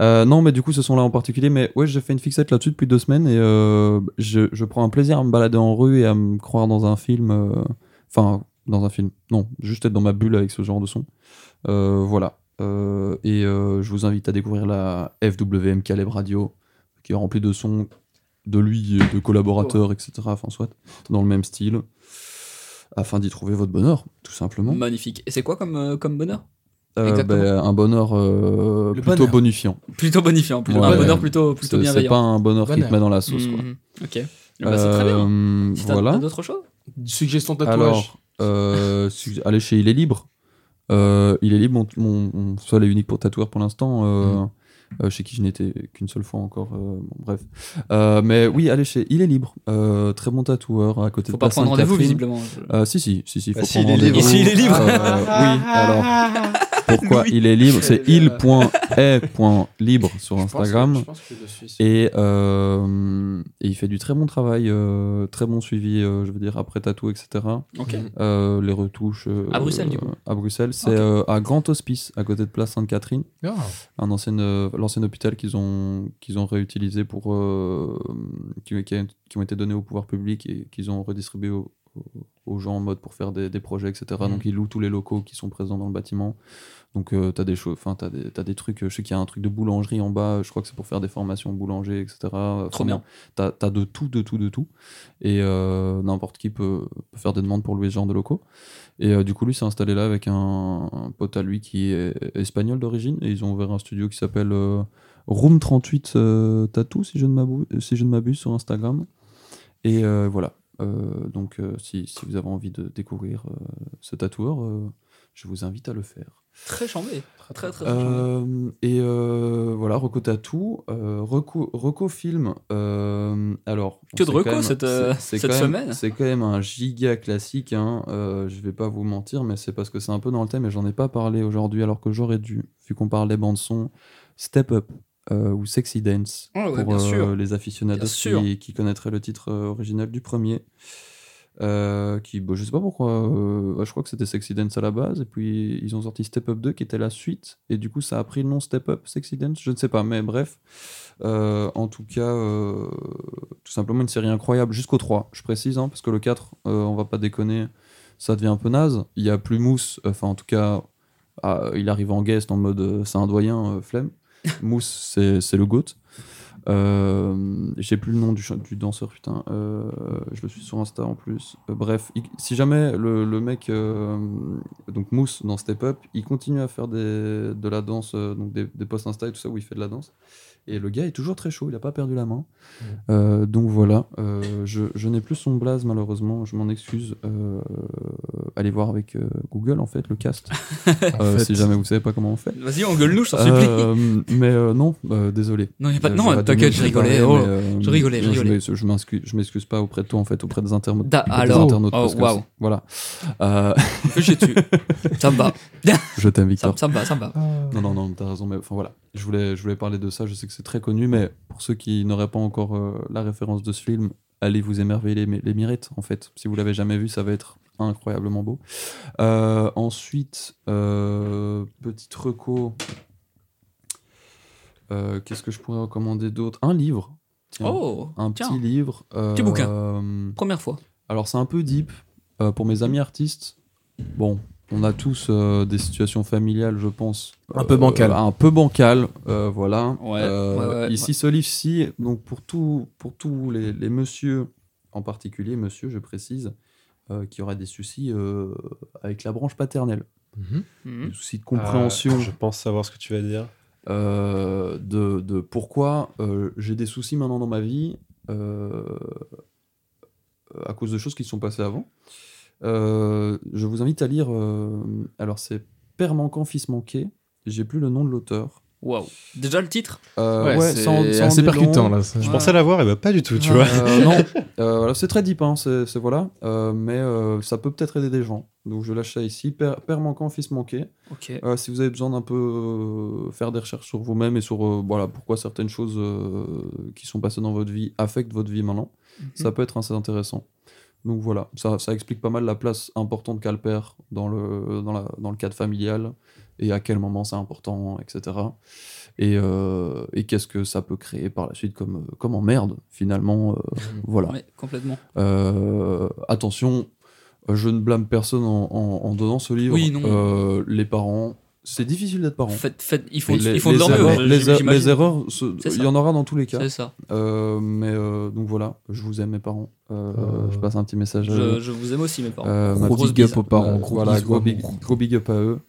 Speaker 2: Euh, non, mais du coup, ce sont là en particulier. Mais ouais, j'ai fait une fixette là-dessus depuis deux semaines et euh, je, je prends un plaisir à me balader en rue et à me croire dans un film. euh, Enfin, dans un film. Non, juste être dans ma bulle avec ce genre de son. Euh, voilà. Euh, et euh, je vous invite à découvrir la FWM Caleb Radio, qui est remplie de sons de lui, et de collaborateurs, etc. Enfin, soit dans le même style, afin d'y trouver votre bonheur, tout simplement.
Speaker 3: Magnifique. Et c'est quoi comme, euh, comme bonheur
Speaker 2: Euh,
Speaker 3: Exactement.
Speaker 2: ben, un bonheur euh,
Speaker 1: Le
Speaker 2: plutôt
Speaker 1: bonheur.
Speaker 2: bonifiant.
Speaker 3: Plutôt bonifiant, plutôt,
Speaker 2: Ouais,
Speaker 3: un
Speaker 2: ouais.
Speaker 3: bonheur plutôt, plutôt
Speaker 2: C'est c'est pas
Speaker 3: bienveillant.
Speaker 2: un bonheur, qui
Speaker 1: Bonheur.
Speaker 2: te met dans la sauce. Quoi.
Speaker 3: Mhm. Ok. Bah, c'est très bien.
Speaker 2: Euh,
Speaker 3: Si t'as t'as
Speaker 2: voilà.
Speaker 3: d'autres choses
Speaker 1: Suggestion de tatouage.
Speaker 2: Alors, euh, su- allez chez Il est libre. Euh, il est libre, mon, mon- mon seul et unique pour tatoueur pour l'instant, euh,
Speaker 3: Hmm.
Speaker 2: euh, chez qui je n'étais qu'une seule fois encore. euh, bon, bref. Euh, mais oui, allez chez Il est libre. Euh, très bon tatoueur à côté
Speaker 3: Faut
Speaker 2: de
Speaker 3: pas
Speaker 2: la
Speaker 3: prendre rendez-vous,
Speaker 2: Sainte-Catherine.
Speaker 3: visiblement. Je-
Speaker 2: Euh, si, si, si, si, faut
Speaker 4: Bah, si,
Speaker 2: prendre
Speaker 4: il est libre.
Speaker 2: rendez-vous.
Speaker 3: Et s'il est libre.
Speaker 2: Euh,
Speaker 3: ah,
Speaker 2: oui, alors. Pourquoi
Speaker 3: Louis.
Speaker 2: il est libre C'est
Speaker 1: Euh,
Speaker 2: il.est.libre sur
Speaker 1: Je pense que-
Speaker 2: Instagram.
Speaker 1: je pense que je suis-
Speaker 2: Et, euh, et il fait du très bon travail, euh, très bon suivi, euh, je veux dire, après tatou, etc.
Speaker 3: Ok.
Speaker 2: Euh, les retouches. euh,
Speaker 3: À Bruxelles, du coup.
Speaker 2: À Bruxelles. C'est
Speaker 3: Ok.
Speaker 2: euh, à Grand Hospice, à côté de Place Sainte-Catherine.
Speaker 1: Ah.
Speaker 2: Un ancien, euh, l'ancien hôpital qu'ils ont, qu'ils ont réutilisé pour. euh, qui, qui a- qui ont été donnés au pouvoir public et qu'ils ont redistribué au- au- aux gens en mode pour faire des, des projets, etc.
Speaker 3: Mm.
Speaker 2: Donc ils louent tous les locaux qui sont présents dans le bâtiment. Donc euh, t'as des choses, enfin t'as des, t'as des trucs. euh, Je sais qu'il y a un truc de boulangerie en bas. euh, Je crois que c'est pour faire des formations boulanger, etc. Euh, enfin,
Speaker 3: Trop bien.
Speaker 2: T'as, t'as de tout, de tout, de tout. Et euh, n'importe qui peut, peut faire des demandes pour louer ce genre de locaux. Et euh, du coup lui s'est installé là avec un, un pote à lui qui est espagnol d'origine et ils ont ouvert un studio qui s'appelle euh, Room 38 euh, Tattoo si je ne m'abuse, si je ne m'abuse sur Instagram. Et euh, voilà. Euh, donc euh, si, si vous avez envie de découvrir euh, ce tatoueur, euh, je vous invite à le faire.
Speaker 3: Très chambé. Très, très, très, chambé.
Speaker 2: Euh, et euh, voilà, Reco Tatou, euh, Reco, Reco Film. euh, alors,
Speaker 3: Que de
Speaker 2: c'est
Speaker 3: reco
Speaker 2: quand même-
Speaker 3: cette, euh,
Speaker 2: c'est- c'est
Speaker 3: cette
Speaker 2: quand même-
Speaker 3: semaine.
Speaker 2: C'est quand même un giga classique. Hein, euh, je vais pas vous mentir, mais c'est parce que c'est un peu dans le thème et j'en ai pas parlé aujourd'hui, alors que j'aurais dû, vu qu'on parle des bandes son, Step Up euh, ou Sexy Dance
Speaker 3: Ah ouais,
Speaker 2: pour
Speaker 3: bien
Speaker 2: euh,
Speaker 3: sûr.
Speaker 2: les aficionados
Speaker 3: Bien sûr.
Speaker 2: qui, qui connaîtraient le titre euh, original du premier. Euh, qui, bah, je sais pas pourquoi, euh, bah, je crois que c'était Sexy Dance à la base, et puis ils ont sorti Step Up 2 qui était la suite, et du coup ça a pris le nom Step Up Sexy Dance, je ne sais pas, mais bref. Euh, en tout cas, euh, tout simplement une série incroyable jusqu'au 3, je précise, hein, parce que le 4, euh, on va pas déconner, ça devient un peu naze. Il y a plus Mousse, enfin en tout cas, ah, il arrive en guest en mode euh, c'est un doyen, euh, flemme. Mousse, c'est c'est le GOAT. Euh, J'ai plus le nom du, ch- du danseur, putain. Euh, je le suis sur Insta en plus. Euh, bref, il- si jamais le, le mec, euh, donc Mousse dans Step Up, il continue à faire des, de la danse, euh, donc des, des posts Insta et tout ça où il fait de la danse. Et le gars est toujours très chaud, il a pas perdu la main. Euh, donc voilà, euh, je, je n'ai plus son blaze malheureusement, je m'en excuse. Euh, allez voir avec euh, Google en fait le cast, euh, si jamais vous savez pas comment on fait.
Speaker 3: Vas-y, engueule-nous, je t'en supplie.
Speaker 2: Euh, mais euh, non, euh, désolé.
Speaker 3: non, y a pas...
Speaker 2: Euh,
Speaker 3: non
Speaker 2: j'aurais
Speaker 3: t'inquiète,
Speaker 2: dû
Speaker 3: je
Speaker 2: me préparer,
Speaker 3: rigolais. oh.
Speaker 2: mais, euh,
Speaker 3: je rigolais, je rigolais.
Speaker 2: m'ex- Je m'excuse, je m'excuse pas auprès de toi en fait, auprès des internautes.
Speaker 3: Da-
Speaker 2: des
Speaker 3: alors.
Speaker 2: internautes,
Speaker 3: Oh,
Speaker 2: parce que
Speaker 3: waouh.
Speaker 2: c'est- Voilà. Euh,
Speaker 3: Je me fais chier dessus. ça me va,
Speaker 2: je t'aime
Speaker 3: ça,
Speaker 2: Victor.
Speaker 3: ça me va, ça me va.
Speaker 2: Non, non, non, t'as raison, mais enfin voilà. Je voulais, je voulais parler de ça, je sais que c'est très connu, mais pour ceux qui n'auraient pas encore euh, la référence de ce film, allez vous émerveiller les, les Mirettes, en fait. Si vous l'avez jamais vu, ça va être incroyablement beau. Euh, ensuite, euh, petite reco. Euh, Qu'est-ce que je pourrais recommander d'autre Un livre. Tiens,
Speaker 3: Oh,
Speaker 2: un
Speaker 3: tiens,
Speaker 2: petit livre. euh,
Speaker 3: Petit bouquin.
Speaker 2: euh,
Speaker 3: première fois.
Speaker 2: alors c'est un peu deep euh, pour mes amis artistes. Bon, on a tous euh, des situations familiales, je pense,
Speaker 1: Un peu bancales.
Speaker 2: euh, un peu bancales, euh, voilà.
Speaker 3: Ouais,
Speaker 2: Euh,
Speaker 3: ouais, ouais,
Speaker 2: ici, ce livre-ci, donc pour tous, pour tous les, les messieurs, en particulier monsieur, je précise, euh, qui auraient des soucis euh, avec la branche paternelle,
Speaker 3: Mhm.
Speaker 2: des soucis de compréhension.
Speaker 4: Ah, je pense savoir ce que tu vas dire.
Speaker 2: Euh, de, de pourquoi euh, j'ai des soucis maintenant dans ma vie euh, à cause de choses qui se sont passées avant. Euh, je vous invite à lire, euh, alors c'est Père manquant, fils manqué, j'ai plus le nom de l'auteur.
Speaker 3: Waouh. Déjà le titre
Speaker 2: Euh,
Speaker 1: Ouais,
Speaker 2: ouais, sans-
Speaker 1: c'est
Speaker 2: sans
Speaker 1: assez
Speaker 2: dire long.
Speaker 1: percutant là. ça.
Speaker 4: Je
Speaker 3: Ouais.
Speaker 4: pensais l'avoir, et bah pas du tout, tu vois.
Speaker 2: Euh, non, Euh, voilà, c'est très deep, hein, c'est, c'est- voilà, Euh, mais euh, ça peut peut-être aider des gens. Donc je lâche ça ici, Père, père manquant, fils manqué.
Speaker 3: Ok.
Speaker 2: Euh, si vous avez besoin d'un peu euh, faire des recherches sur vous-même et sur euh, voilà pourquoi certaines choses euh, qui sont passées dans votre vie affectent votre vie maintenant, ça peut être assez intéressant. Donc voilà, ça, ça explique pas mal la place importante qu'a le père dans le, dans, la- dans le cadre familial et à quel moment c'est important, etc. Et, euh, et qu'est-ce que ça peut créer par la suite comme, comme emmerde finalement. euh, voilà.
Speaker 3: Ouais, complètement.
Speaker 2: Euh, attention, euh, je ne blâme personne en, en- en donnant ce livre.
Speaker 3: Oui, non.
Speaker 2: Euh, les parents, c'est difficile d'être parent.
Speaker 3: Faites, faites, ils font,
Speaker 2: Et les,
Speaker 3: ils font de
Speaker 2: les
Speaker 3: leur
Speaker 2: erreurs,
Speaker 3: mieux.
Speaker 2: les, er- les
Speaker 3: j'imagine.
Speaker 2: erreurs, ce-
Speaker 3: C'est ça.
Speaker 2: il y en aura dans tous les cas.
Speaker 3: C'est ça.
Speaker 2: Euh, mais euh, donc voilà, je vous aime mes parents. Euh,
Speaker 1: Euh,
Speaker 2: Je passe un petit message. à
Speaker 3: Je,
Speaker 2: eux.
Speaker 3: je vous aime aussi, mes parents.
Speaker 2: Euh, ma
Speaker 1: Gros
Speaker 3: grosse
Speaker 1: big up
Speaker 3: bise.
Speaker 1: aux parents.
Speaker 2: Euh,
Speaker 1: gros
Speaker 2: voilà,
Speaker 1: bisous,
Speaker 2: gros,
Speaker 1: gros
Speaker 2: big,
Speaker 1: gros-
Speaker 2: gros big up à eux.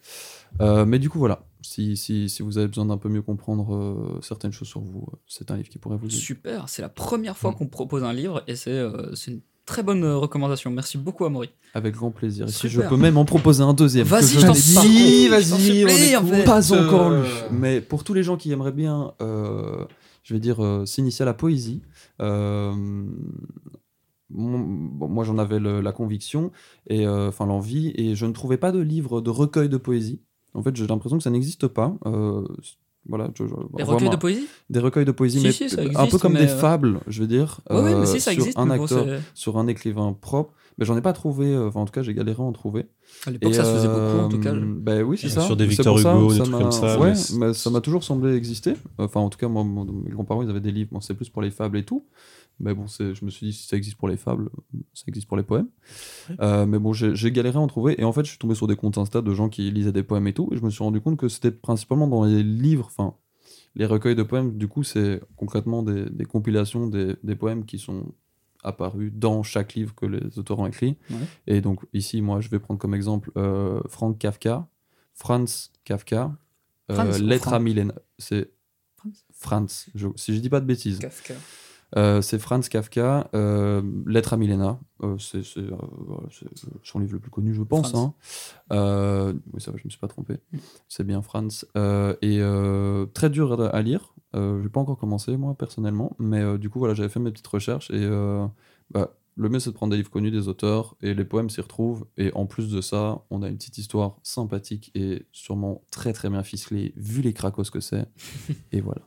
Speaker 2: Euh, mais du coup voilà, si, si, si vous avez besoin d'un peu mieux comprendre euh, certaines choses sur vous, euh, c'est un livre qui pourrait vous aider.
Speaker 3: Super, c'est la première
Speaker 2: Mm.
Speaker 3: fois qu'on propose un livre et c'est euh, c'est une très bonne euh, recommandation. Merci beaucoup, Amaury.
Speaker 2: Avec grand plaisir. Et Si je
Speaker 3: Super.
Speaker 2: peux même en proposer un deuxième. que
Speaker 3: Vas-y, je t'en
Speaker 2: n'ai
Speaker 3: par
Speaker 1: Vas-y,
Speaker 3: contre, je t'en
Speaker 1: vas-y, on
Speaker 3: supplie, en
Speaker 1: écoute.
Speaker 3: fait.
Speaker 2: pas encore
Speaker 1: Euh,
Speaker 2: lu. Mais pour tous les gens qui aimeraient bien, euh, je vais dire, euh, s'initier à la poésie, euh, mon- bon, moi j'en avais le- la conviction, et euh, enfin l'envie, et je ne trouvais pas de livre de recueil de poésie. En fait, j'ai l'impression que ça n'existe pas. Euh, voilà, je- je-
Speaker 3: Les
Speaker 2: envoie-moi
Speaker 3: recueils de poésie
Speaker 2: des recueils de poésie,
Speaker 3: Si,
Speaker 2: mais
Speaker 3: si, ça
Speaker 2: un peu
Speaker 3: existe,
Speaker 2: comme
Speaker 3: mais,
Speaker 2: des
Speaker 3: euh,
Speaker 2: fables, je veux dire,
Speaker 3: Oui, oui, mais
Speaker 2: euh,
Speaker 3: si, ça
Speaker 2: sur
Speaker 3: existe.
Speaker 2: un
Speaker 3: mais bon,
Speaker 2: acteur,
Speaker 3: c'est-
Speaker 2: sur un écrivain propre. Mais j'en ai pas trouvé, euh, enfin en tout cas j'ai galéré à en trouver.
Speaker 3: à l'époque, ça se faisait beaucoup, en tout cas.
Speaker 2: euh, ben oui, c'est
Speaker 4: Et
Speaker 2: ça.
Speaker 4: sur des
Speaker 2: C'est
Speaker 4: Victor
Speaker 2: pour ça,
Speaker 4: Hugo, des
Speaker 2: ça
Speaker 4: trucs
Speaker 2: m'a-
Speaker 4: comme ça,
Speaker 2: Ouais,
Speaker 4: mais c'est-
Speaker 2: mais ça m'a toujours semblé exister. Enfin, en tout cas, moi, mon- mes grands-parents, ils avaient des livres. Bon, c'est plus pour les fables et tout. Mais bon, c'est- je me suis dit, si ça existe pour les fables, ça existe pour les poèmes. Euh, mais bon, j'ai j'ai galéré à en trouver. Et en fait, je suis tombé sur des comptes Insta de gens qui lisaient des poèmes et tout. Et je me suis rendu compte que c'était principalement dans les livres, enfin, les recueils de poèmes. Du coup, c'est concrètement des, des compilations des, des poèmes qui sont apparus dans chaque livre que les auteurs ont écrit.
Speaker 3: Ouais.
Speaker 2: Et donc, ici, moi, je vais prendre comme exemple euh, Frank Kafka, Franz Kafka, euh,
Speaker 3: Franz ou
Speaker 2: Lettre à
Speaker 3: Franck
Speaker 2: Milena. C'est
Speaker 3: Franz
Speaker 2: Franz, je- si je dis pas de bêtises.
Speaker 3: Kafka.
Speaker 2: Euh, c'est Franz Kafka, euh, Lettre à Milena. Euh, c'est c'est, euh, voilà, c'est, euh, son livre le plus connu, je pense.
Speaker 3: Franz. Mm.
Speaker 2: hein. Euh, oui, ça va, je me suis pas trompé. C'est bien Franz. Euh, et euh, très dur à, à lire. Euh, j'ai pas encore commencé, moi, personnellement. Mais euh, du coup, voilà, j'avais fait mes petites recherches. Et euh, bah, le mieux, c'est de prendre des livres connus des auteurs. Et les poèmes s'y retrouvent. Et en plus de ça, on a une petite histoire sympathique et sûrement très, très bien ficelée, vu les cracos que c'est. et voilà.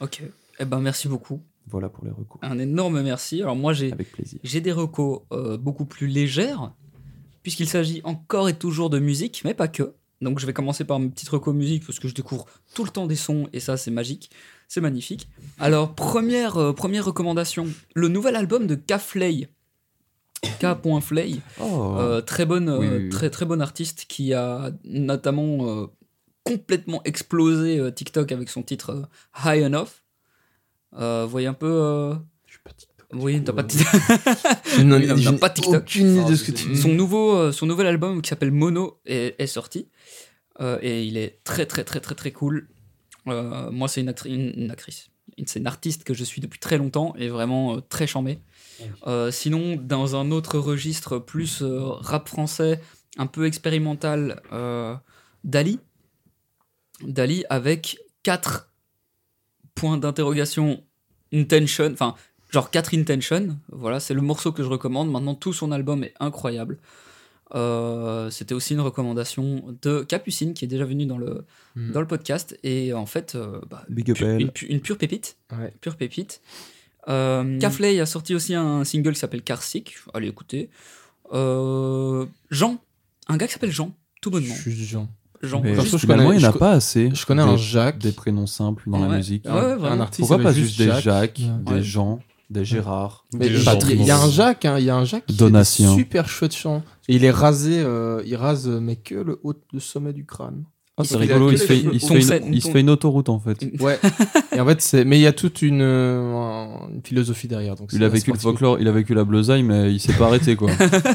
Speaker 3: Ok. Eh ben, merci beaucoup.
Speaker 2: Voilà pour les recours.
Speaker 3: Un énorme merci. Alors, moi, j'ai
Speaker 2: Avec plaisir.
Speaker 3: J'ai des recos euh, beaucoup plus légères, puisqu'il s'agit encore et toujours de musique, mais pas que. Donc je vais commencer par mes petites recos musique, parce que je découvre tout le temps des sons, et ça c'est magique, c'est magnifique. Alors première, euh, première recommandation, le nouvel album de K-Flay. K.Flay,
Speaker 2: Oh.
Speaker 3: euh, très bonne, euh,
Speaker 2: Oui, oui, oui.
Speaker 3: très très bonne artiste qui a notamment euh, complètement explosé euh, TikTok avec son titre euh, High Enough. Euh, voyez un peu. euh,
Speaker 4: Je suis pas TikTok.
Speaker 3: Oui, t'as pas de
Speaker 1: Je n'en ai-
Speaker 3: Oui, non,
Speaker 1: je
Speaker 3: t'as
Speaker 1: n'ai
Speaker 3: pas TikTok.
Speaker 1: aucune idée de ce que
Speaker 2: Enfin,
Speaker 1: tu
Speaker 3: Son, nouveau, euh, son nouvel album qui s'appelle Mono est, est sorti. Euh, et il est très, très, très, très, très cool. Euh, moi, c'est une, actri- une, une actrice. Une- C'est une artiste que je suis depuis très longtemps et vraiment euh, très chambée. Euh, sinon, dans un autre registre plus euh, rap français, un peu expérimental, euh, Dali. Dali avec quatre points d'interrogation intention, enfin genre 4 Intention, voilà, c'est le morceau que je recommande. Maintenant, tout son album est incroyable. Euh, C'était aussi une recommandation de Capucine qui est déjà venue dans le,
Speaker 1: Mm.
Speaker 3: dans le podcast. Et en fait, euh, bah,
Speaker 2: Big
Speaker 3: pu- une, pu- une pure pépite.
Speaker 1: Ouais.
Speaker 3: Pure pépite. Euh, Cafley a sorti aussi un single qui s'appelle Car Sick. Allez écouter. Euh, Jean, un gars qui s'appelle Jean, tout
Speaker 1: Je
Speaker 3: bonnement.
Speaker 1: suis Jean.
Speaker 3: Jean.
Speaker 2: Mais
Speaker 1: Perso, je
Speaker 2: finalement,
Speaker 1: connais-
Speaker 2: il n'y en a
Speaker 1: je co-
Speaker 2: pas assez.
Speaker 1: Je connais
Speaker 2: des,
Speaker 1: un Jacques.
Speaker 2: des prénoms simples dans la
Speaker 3: Ouais.
Speaker 2: musique.
Speaker 3: Ah ouais, vraiment.
Speaker 1: un artiste.
Speaker 2: Pourquoi
Speaker 1: il
Speaker 2: pas
Speaker 1: s'appelle
Speaker 2: juste des Jacques,
Speaker 1: Ouais.
Speaker 2: des Jean, des Gérard
Speaker 1: Mais
Speaker 4: Des
Speaker 1: il y
Speaker 4: gens.
Speaker 1: a- il y a un Jacques, hein, il y a un Jacques qui
Speaker 2: Donatien.
Speaker 1: est super chouette chant. Et il est rasé, euh, il rase euh, mais que le haut, le sommet du crâne. Ah,
Speaker 2: C'est
Speaker 1: ça, il a
Speaker 2: rigolo,
Speaker 1: que
Speaker 2: il se
Speaker 1: les
Speaker 2: fait,
Speaker 1: cheveux
Speaker 2: il se
Speaker 1: hauts.
Speaker 2: fait
Speaker 3: Ton-
Speaker 2: une, il se fait une autoroute en fait.
Speaker 1: Ouais. Et en fait, c'est, mais il y a toute une, euh, une philosophie derrière. Donc
Speaker 2: Il
Speaker 1: c'est
Speaker 2: a
Speaker 1: assez
Speaker 2: vécu le
Speaker 1: particulier.
Speaker 2: folklore, il a vécu la bleusaille, mais il s'est pas arrêté quoi.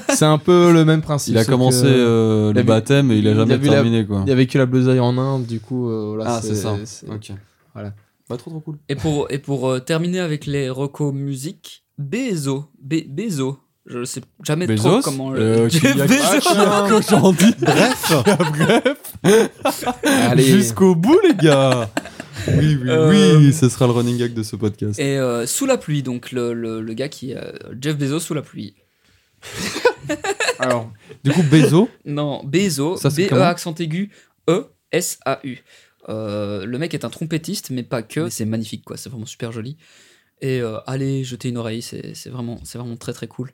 Speaker 1: C'est un peu le même principe.
Speaker 2: Il a
Speaker 1: sauf
Speaker 2: commencé
Speaker 1: que-
Speaker 2: euh,
Speaker 1: il a
Speaker 2: le
Speaker 1: vu-
Speaker 2: baptême et il a
Speaker 1: il
Speaker 2: jamais
Speaker 1: a vu la-
Speaker 2: terminé quoi.
Speaker 1: Il a vécu la bleusaille en Inde, du coup, euh, voilà,
Speaker 2: Ah, c'est ça.
Speaker 1: c'est-
Speaker 2: Ok.
Speaker 1: Voilà.
Speaker 2: Pas trop trop cool.
Speaker 3: Et pour, et pour euh, terminer avec les recos musique, Bezo. Be- Bezo. Je sais jamais trop
Speaker 2: Bezos
Speaker 3: comment.
Speaker 2: Euh,
Speaker 3: Jeff
Speaker 2: Kylian-
Speaker 3: Bezos.
Speaker 2: Ah, que j'en dis
Speaker 4: Bref,
Speaker 1: Allez.
Speaker 2: Jusqu'au bout, les gars Oui, oui,
Speaker 3: Euh,
Speaker 2: oui, ce sera le running gag de ce podcast.
Speaker 3: Et euh, Sous la pluie, donc le, le, le gars qui. euh, Jeff Bezos sous la pluie.
Speaker 1: Alors,
Speaker 2: Du coup, Bezo,
Speaker 3: Non, Bezo.
Speaker 2: Ça, c'est
Speaker 3: B-E
Speaker 2: comment
Speaker 3: accent aigu, E E-S-A-U. Euh, le mec est un trompettiste, mais pas que. C'est magnifique, quoi. C'est vraiment super joli. Et euh, allez, jeter une oreille, c'est c'est vraiment, c'est vraiment très très cool.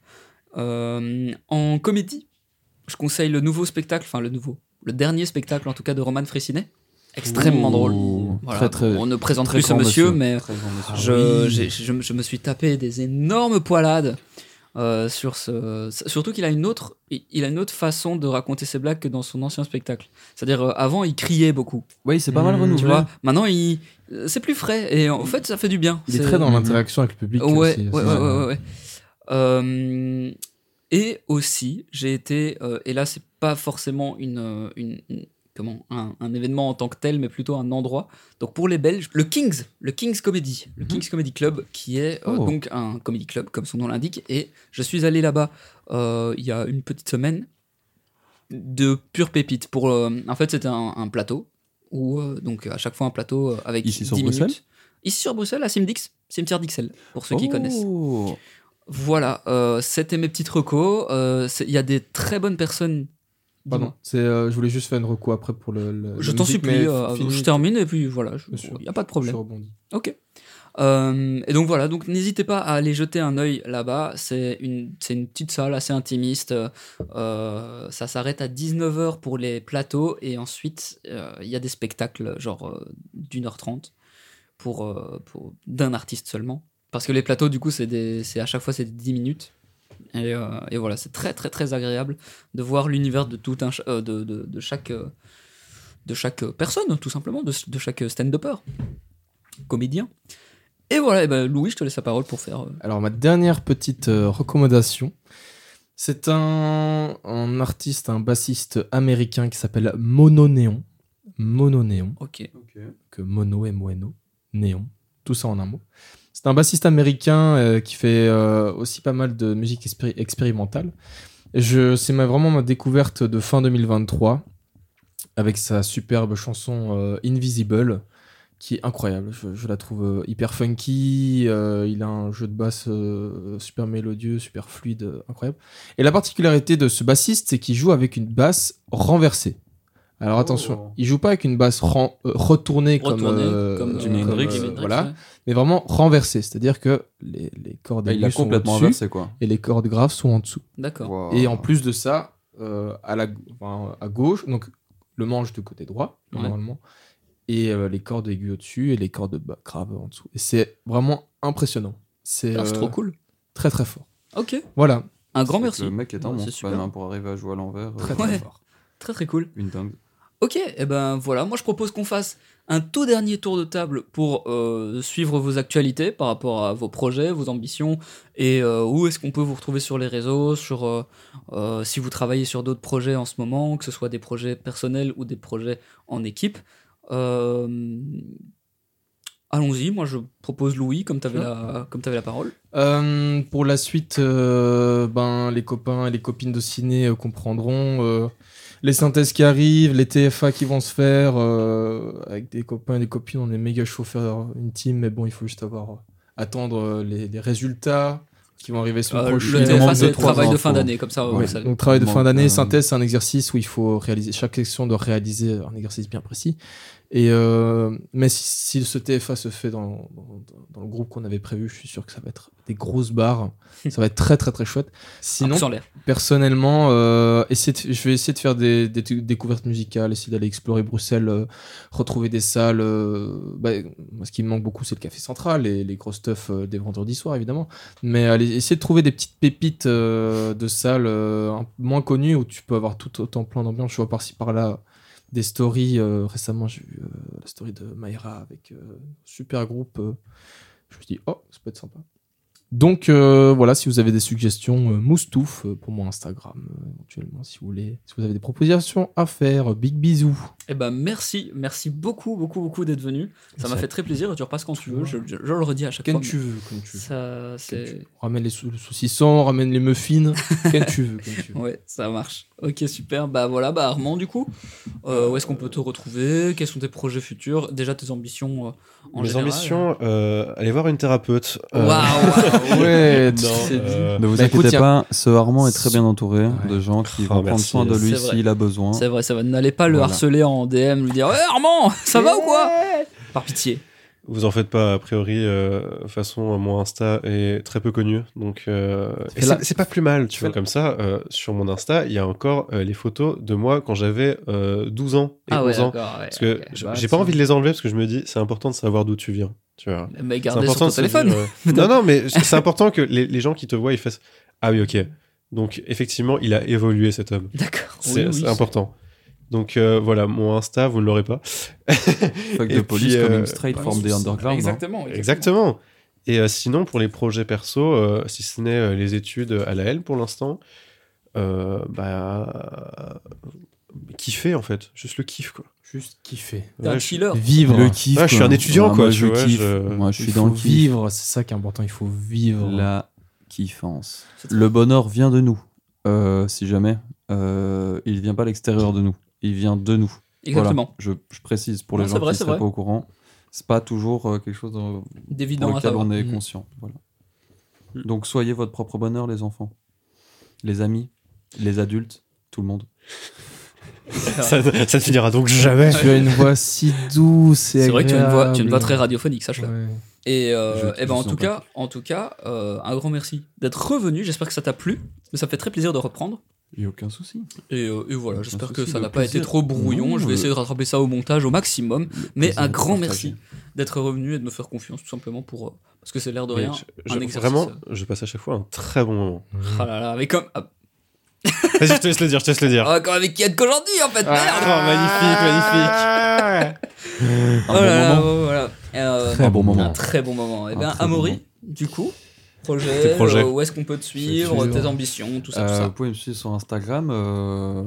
Speaker 3: Euh, en comédie, je conseille le nouveau spectacle, enfin le nouveau, le dernier spectacle en tout cas de Roman Frissinet. Extrêmement
Speaker 2: Ouh,
Speaker 3: drôle.
Speaker 2: très,
Speaker 3: Voilà,
Speaker 2: très-
Speaker 3: on ne présente
Speaker 2: très
Speaker 3: plus ce
Speaker 2: grand
Speaker 3: monsieur,
Speaker 2: monsieur.
Speaker 3: mais
Speaker 1: Ah
Speaker 3: je,
Speaker 1: oui.
Speaker 3: j'ai- je me- je me suis tapé des énormes poilades euh, sur ce. Surtout qu'il a une autre, il il a une autre façon de raconter ses blagues que dans son ancien spectacle. C'est-à-dire euh, avant il criait beaucoup,
Speaker 2: ouais, c'est pas mal
Speaker 1: Mmh,
Speaker 3: tu
Speaker 2: renouvelé.
Speaker 3: vois. Maintenant il, euh, c'est plus frais et en fait ça fait du bien.
Speaker 1: il est
Speaker 3: C'est-
Speaker 1: très dans l'interaction avec le public.
Speaker 3: Ouais,
Speaker 1: aussi,
Speaker 3: ouais,
Speaker 1: c'est-
Speaker 3: ouais, ouais, ouais, ouais. Euh, et aussi, j'ai été, euh, et là, c'est pas forcément une, euh, une- une- comment, un, un événement en tant que tel, mais plutôt un endroit. Donc pour les Belges, le Kings, le Kings Comedy, le Kings Comedy Club, qui est euh,
Speaker 2: Mhm. Oh.
Speaker 3: donc un comedy club, comme son nom l'indique. Et je suis allé là-bas euh, il y a une petite semaine de pure pépite. Pour, euh, en fait, c'était un, un plateau où euh, donc à chaque fois un plateau euh, avec
Speaker 2: Ici sur
Speaker 3: 10
Speaker 2: Bruxelles
Speaker 3: minutes. Ici sur Bruxelles, à Simdix, cimetière d'Ixelles, pour ceux qui
Speaker 2: Oh.
Speaker 3: connaissent. Voilà, euh, c'était mes petites recos. Euh, c'est- Il y a des très bonnes personnes.
Speaker 1: Pardon. C'est, euh, je voulais juste faire une reco après pour le. le-
Speaker 3: Je
Speaker 1: la
Speaker 3: t'en
Speaker 1: musique,
Speaker 3: supplie,
Speaker 1: mais
Speaker 3: euh,
Speaker 1: fini,
Speaker 3: je termine et puis voilà,
Speaker 1: Bien sûr.
Speaker 3: il n'y a pas de
Speaker 1: je
Speaker 3: problème.
Speaker 1: rebondis.
Speaker 3: Ok. Euh, et donc voilà, donc n'hésitez pas à aller jeter un œil là-bas. C'est une, c'est une petite salle assez intimiste. Euh, ça s'arrête à 19h pour les plateaux et ensuite euh, il y a des spectacles genre euh, d'une heure trente pour, euh, pour- d'un artiste seulement. Parce que les plateaux, du coup, c'est des- c'est à chaque fois c'est des 10 minutes. Et, euh, et voilà, c'est très très très agréable de voir l'univers de tout un ch- euh, de, de- de chaque euh, de chaque euh, personne tout simplement, de, de chaque euh, stand-upper comédien. Et voilà, eh ben, Louis, je te laisse la parole pour faire. euh,
Speaker 1: Alors, ma dernière petite euh, recommandation, c'est un, un artiste, un bassiste américain qui s'appelle Mono Néon. Mono Néon,
Speaker 3: Ok.
Speaker 2: Bah,
Speaker 1: que Mono et Moeno, Néon, tout ça en un mot. C'est un bassiste américain euh, qui fait euh, aussi pas mal de musique expéri- expérimentale. Je, c'est ma- vraiment ma découverte de fin 2023 avec sa superbe chanson euh, Invisible qui est incroyable. Je, je la trouve euh, hyper funky. euh, il a un jeu de basse euh, super mélodieux, super fluide, euh, incroyable. Et la particularité de ce bassiste, c'est qu'il joue avec une basse renversée. Alors attention,
Speaker 2: Oh.
Speaker 1: il joue pas avec une basse ren- euh, retournée, comme,
Speaker 3: Retourner,
Speaker 1: euh,
Speaker 3: comme,
Speaker 2: Jimi
Speaker 3: euh,
Speaker 2: Hendrix.
Speaker 3: comme Jimi
Speaker 1: euh,
Speaker 3: Hendrix,
Speaker 1: voilà,
Speaker 3: ouais.
Speaker 1: mais vraiment renversée, c'est-à-dire que les, les cordes
Speaker 2: Ah, il l'a
Speaker 1: aiguës sont
Speaker 2: complètement
Speaker 1: au-dessus
Speaker 2: inversé quoi.
Speaker 1: et les cordes graves sont en dessous.
Speaker 3: D'accord.
Speaker 1: Et
Speaker 2: Ah.
Speaker 1: en plus de ça, euh, à, la, enfin, à gauche, donc le manche du côté droit,
Speaker 3: Ouais.
Speaker 1: normalement, et euh, les cordes aiguës au-dessus et les cordes ba- graves en dessous. Et c'est vraiment impressionnant. C'est
Speaker 3: Alors, Ah, c'est
Speaker 1: euh,
Speaker 3: trop cool.
Speaker 1: très très fort.
Speaker 3: Ok.
Speaker 1: Voilà.
Speaker 3: Un grand
Speaker 2: C'est que
Speaker 3: merci.
Speaker 2: Le mec est un
Speaker 3: Ouais, c'est
Speaker 2: monstre quand
Speaker 3: super.
Speaker 2: même, hein, pour arriver à jouer à l'envers. euh,
Speaker 1: Très,
Speaker 3: Ouais.
Speaker 1: très fort.
Speaker 3: Très très cool.
Speaker 2: Une dingue.
Speaker 3: Ok, et ben voilà, moi je propose qu'on fasse un tout dernier tour de table pour euh, suivre vos actualités par rapport à vos projets, vos ambitions et euh, où est-ce qu'on peut vous retrouver sur les réseaux, sur euh, euh, si vous travaillez sur d'autres projets en ce moment, que ce soit des projets personnels ou des projets en équipe. Euh, Allons-y, moi je propose Louis comme tu avais, la- comme t'avais la parole.
Speaker 1: Euh, pour la suite, euh, ben, les copains et les copines de ciné euh, comprendront. euh, les synthèses qui arrivent, les TFA qui vont se faire. euh, avec des copains et des copines, on est méga chauffeurs, une team, mais bon, il faut juste avoir, attendre euh, les, les résultats qui vont arriver sur
Speaker 3: Euh,
Speaker 1: le prochain.
Speaker 3: le TFA
Speaker 2: manque
Speaker 3: c'est
Speaker 2: de
Speaker 3: le travail
Speaker 2: trois
Speaker 3: de fin
Speaker 2: infos.
Speaker 3: d'année, comme ça vous
Speaker 1: Ouais,
Speaker 3: le savez.
Speaker 1: donc travail de fin
Speaker 2: manque,
Speaker 1: d'année,
Speaker 2: euh,
Speaker 1: synthèse, c'est un exercice où il faut réaliser chaque section doit réaliser un exercice bien précis. Et euh, mais si, si ce TFA se fait dans, dans- dans le groupe qu'on avait prévu, je suis sûr que ça va être des grosses barres. ça va être très très très chouette.
Speaker 3: Un
Speaker 1: Sinon,
Speaker 3: pouce en l'air.
Speaker 1: personnellement, euh, essayer de- je vais essayer de faire des, des t- découvertes musicales, essayer d'aller explorer Bruxelles, euh, retrouver des salles. euh, bah, moi, ce qui me manque beaucoup, c'est le Café Central et les gros stuff euh, des vendredis soirs, évidemment. Mais aller essayer de trouver des petites pépites euh, de salles euh, un- moins connues où tu peux avoir tout autant plein d'ambiance. Je vois par-ci par-là des stories. euh, récemment, j'ai vu euh, la story de Mayra avec euh, super groupe. euh, je me suis dit, oh, ça peut être sympa. Donc euh, voilà, si vous avez des suggestions, euh, moustouf euh, pour mon Instagram, euh, éventuellement, si vous voulez. Si vous avez des propositions à faire, euh, big bisous.
Speaker 3: Eh ben merci, merci beaucoup, beaucoup, beaucoup d'être venu. Ça m'a
Speaker 1: Merci.
Speaker 3: fait très plaisir et tu repasses quand tu veux. Je, je- je le redis à chaque
Speaker 1: Quand
Speaker 3: fois.
Speaker 1: tu veux, quand tu veux.
Speaker 3: Ça,
Speaker 1: Quand
Speaker 3: c'est...
Speaker 1: tu veux. Ramène les sou- saucissons, ramène les muffins, quand tu veux, quand tu veux.
Speaker 3: Ouais, ça marche. Ok, super. Bah voilà, bah Armand, du coup, euh, où est-ce qu'on peut te retrouver Quels sont tes projets futurs Déjà tes ambitions euh, en
Speaker 4: Mes
Speaker 3: général.
Speaker 4: ambitions, euh, aller voir une thérapeute.
Speaker 3: Waouh
Speaker 4: Euh,
Speaker 3: waouh.
Speaker 1: Ouais,
Speaker 4: non, euh,
Speaker 2: Ne vous
Speaker 1: Bah, écoute,
Speaker 2: inquiétez
Speaker 1: y a-
Speaker 2: pas, ce Armand est très bien entouré de gens qui
Speaker 4: Oh,
Speaker 2: vont prendre
Speaker 4: merci.
Speaker 2: soin de lui
Speaker 3: C'est vrai.
Speaker 2: s'il a besoin.
Speaker 3: C'est vrai, ça va. N'allez pas le
Speaker 2: Voilà.
Speaker 3: harceler en DM, lui dire Ouais, Armand, ça va ou quoi Par pitié.
Speaker 4: Vous en faites pas, a priori, euh, façon, euh, mon Insta est très peu connu. Donc, euh, et
Speaker 1: fait
Speaker 4: c'est-
Speaker 1: la-
Speaker 4: c'est pas plus mal, tu
Speaker 1: fait
Speaker 4: vois. Comme ça, euh, sur mon Insta, il y a encore euh, les photos de moi quand j'avais euh, 12 ans et
Speaker 3: Ah ouais,
Speaker 4: 11 ans.
Speaker 3: d'accord. ouais,
Speaker 4: Parce que
Speaker 3: ok.
Speaker 4: j-
Speaker 1: bah,
Speaker 4: j'ai pas
Speaker 1: c'est-
Speaker 4: envie de les enlever parce que je me dis, c'est important de savoir d'où tu viens. Tu vois.
Speaker 3: Mais
Speaker 4: C'est
Speaker 3: gardez sur ton
Speaker 4: de se dire,
Speaker 3: téléphone.
Speaker 4: euh, non, non, mais c'est important que les, les gens qui te voient, ils fassent Ah oui, ok. Donc, effectivement, il a évolué cet homme.
Speaker 3: D'accord. Oui,
Speaker 4: C'est
Speaker 3: oui,
Speaker 4: c'est important. Donc euh, voilà, mon Insta, vous ne l'aurez pas.
Speaker 2: Fuck
Speaker 4: Et
Speaker 2: de
Speaker 4: puis,
Speaker 2: police,
Speaker 4: euh,
Speaker 2: Coming Straight,
Speaker 1: pas
Speaker 2: forme
Speaker 1: de
Speaker 2: des
Speaker 1: soucis.
Speaker 2: underground. hein.
Speaker 3: Exactement.
Speaker 4: Exactement. Et euh, sinon, pour les projets perso, euh, si ce n'est euh, les études à la L pour l'instant, euh, bah. euh, Kiffer en fait, juste le kiff quoi.
Speaker 1: Juste kiffer.
Speaker 3: T'es un
Speaker 4: Ouais, je-
Speaker 3: chiller.
Speaker 1: Vivre.
Speaker 2: Le kiff.
Speaker 4: Ouais, je suis
Speaker 2: quoi.
Speaker 4: un étudiant,
Speaker 2: Ouais,
Speaker 4: quoi,
Speaker 2: Moi,
Speaker 4: tu
Speaker 2: je
Speaker 4: vois,
Speaker 2: kiffe.
Speaker 4: je-
Speaker 2: Moi, je
Speaker 1: Il
Speaker 2: suis
Speaker 1: faut
Speaker 2: dans le kiff.
Speaker 1: vivre, c'est ça qui est important, il faut vivre.
Speaker 2: La kiffance.
Speaker 3: C'est très
Speaker 2: Le bonheur vient de nous, euh, si jamais. Euh, il vient pas à l'extérieur de nous, il vient de nous. Voilà,
Speaker 3: Exactement.
Speaker 2: je, je précise pour
Speaker 3: Non,
Speaker 2: les
Speaker 3: c'est
Speaker 2: gens
Speaker 3: vrai,
Speaker 2: qui
Speaker 3: c'est
Speaker 2: ne
Speaker 3: vrai.
Speaker 2: pas au courant. C'est pas toujours euh, quelque chose dans,
Speaker 3: D'évident
Speaker 2: dans
Speaker 3: à
Speaker 2: lequel
Speaker 3: savoir.
Speaker 2: on est
Speaker 1: Mhm.
Speaker 2: conscient. Voilà.
Speaker 3: Mm.
Speaker 2: Donc soyez votre propre bonheur, les enfants. Les amis, les adultes, tout le monde.
Speaker 4: Ça, ça ne finira donc jamais.
Speaker 1: Tu as une voix si douce et
Speaker 3: C'est vrai que tu as une voix, tu as une voix très
Speaker 1: agréable.
Speaker 3: radiophonique, sache-le.
Speaker 1: Ouais.
Speaker 3: Et, euh,
Speaker 2: Je-
Speaker 3: eh ben
Speaker 2: je
Speaker 3: en
Speaker 2: sens
Speaker 3: tout
Speaker 2: pas.
Speaker 3: cas, en tout cas, euh, un grand merci d'être revenu. J'espère que ça t'a plu. Ça me fait très plaisir de reprendre.
Speaker 2: Il n'y a aucun souci.
Speaker 3: Et, euh, et voilà, j'espère
Speaker 2: souci,
Speaker 3: que ça
Speaker 2: le
Speaker 3: n'a pas été
Speaker 2: plaisir.
Speaker 3: trop brouillon.
Speaker 2: Non,
Speaker 3: je vais
Speaker 2: le-
Speaker 3: essayer de rattraper ça au montage au maximum. Mais
Speaker 2: plaisir
Speaker 3: un
Speaker 2: est
Speaker 3: grand
Speaker 2: partagé.
Speaker 3: merci d'être revenu et de me faire confiance tout simplement pour euh, parce que c'est l'air de
Speaker 4: Mais
Speaker 3: rien.
Speaker 4: je-
Speaker 3: un
Speaker 4: je-
Speaker 3: exercice,
Speaker 4: vraiment,
Speaker 3: euh.
Speaker 4: je passe à chaque fois un très bon moment.
Speaker 3: Ah là là, mais comme ah,
Speaker 4: Vas-y, je te laisse le dire, je te laisse le dire.
Speaker 3: ah, comme avec Yann qu'aujourd'hui en fait. merde.
Speaker 4: magnifique, Ah, magnifique.
Speaker 3: Oh
Speaker 2: Un bon
Speaker 3: là là,
Speaker 2: moment.
Speaker 3: ouais, voilà. Euh,
Speaker 2: Très bon
Speaker 3: Un
Speaker 2: moment.
Speaker 3: très bon moment. Et
Speaker 2: Un
Speaker 3: bien
Speaker 2: très bon
Speaker 3: Amaury,
Speaker 2: moment.
Speaker 3: du coup, projet,
Speaker 4: Tes projets.
Speaker 3: euh, où est-ce qu'on peut te suivre,
Speaker 1: suivre.
Speaker 3: tes ambitions, tout ça, tout
Speaker 2: Euh,
Speaker 3: ça.
Speaker 2: vous pouvez me suivre sur Instagram euh,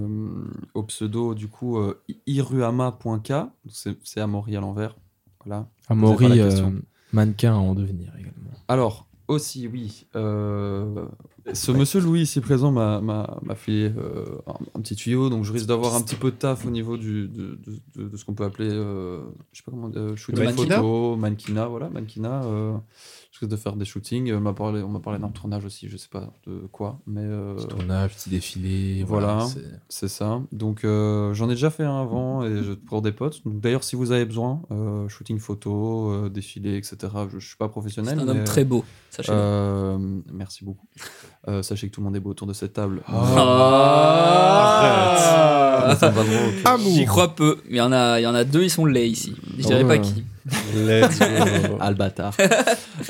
Speaker 2: au pseudo du coup euh, iruama.k. C'est c'est Amaury à l'envers. Voilà. Vous avez
Speaker 1: Amaury,
Speaker 2: pas la question.
Speaker 1: euh, mannequin à en devenir également.
Speaker 2: Alors, aussi, oui. euh, ce monsieur Louis ici présent m'a- m'a m'a filé euh, un, un petit tuyau, donc je risque d'avoir un petit peu de taf au niveau du, de, de- de- de ce qu'on peut appeler, euh, je sais pas comment, euh, shooting
Speaker 4: Mannequinat
Speaker 2: photo, mannequinat, voilà, mannequinat. euh, je risque de faire des shootings. euh, on m'a parlé, on m'a parlé d'un tournage aussi, je sais pas de quoi, mais euh,
Speaker 1: Petit tournage, petit défilé.
Speaker 2: voilà,
Speaker 1: Voilà. c'est-
Speaker 2: c'est ça. Donc euh, j'en ai déjà fait un avant et je, pour des potes. Donc, D'ailleurs, si vous avez besoin, euh, shooting photo, euh, défilé, etc. Je, je suis pas
Speaker 3: C'est
Speaker 2: professionnel.
Speaker 3: un homme
Speaker 2: mais-
Speaker 3: très beau, sachez
Speaker 2: euh, merci beaucoup. Euh, sachez que tout le monde est beau autour de cette table.
Speaker 1: Oh.
Speaker 2: Euh,
Speaker 3: Ah.
Speaker 2: Ça me va droit au cœur.
Speaker 3: J'y crois peu. Il y en a, il y en a deux, ils sont laids ici. Je dirais
Speaker 1: Ouais.
Speaker 3: pas qui.
Speaker 4: Let's go.
Speaker 2: Ah, le bâtard.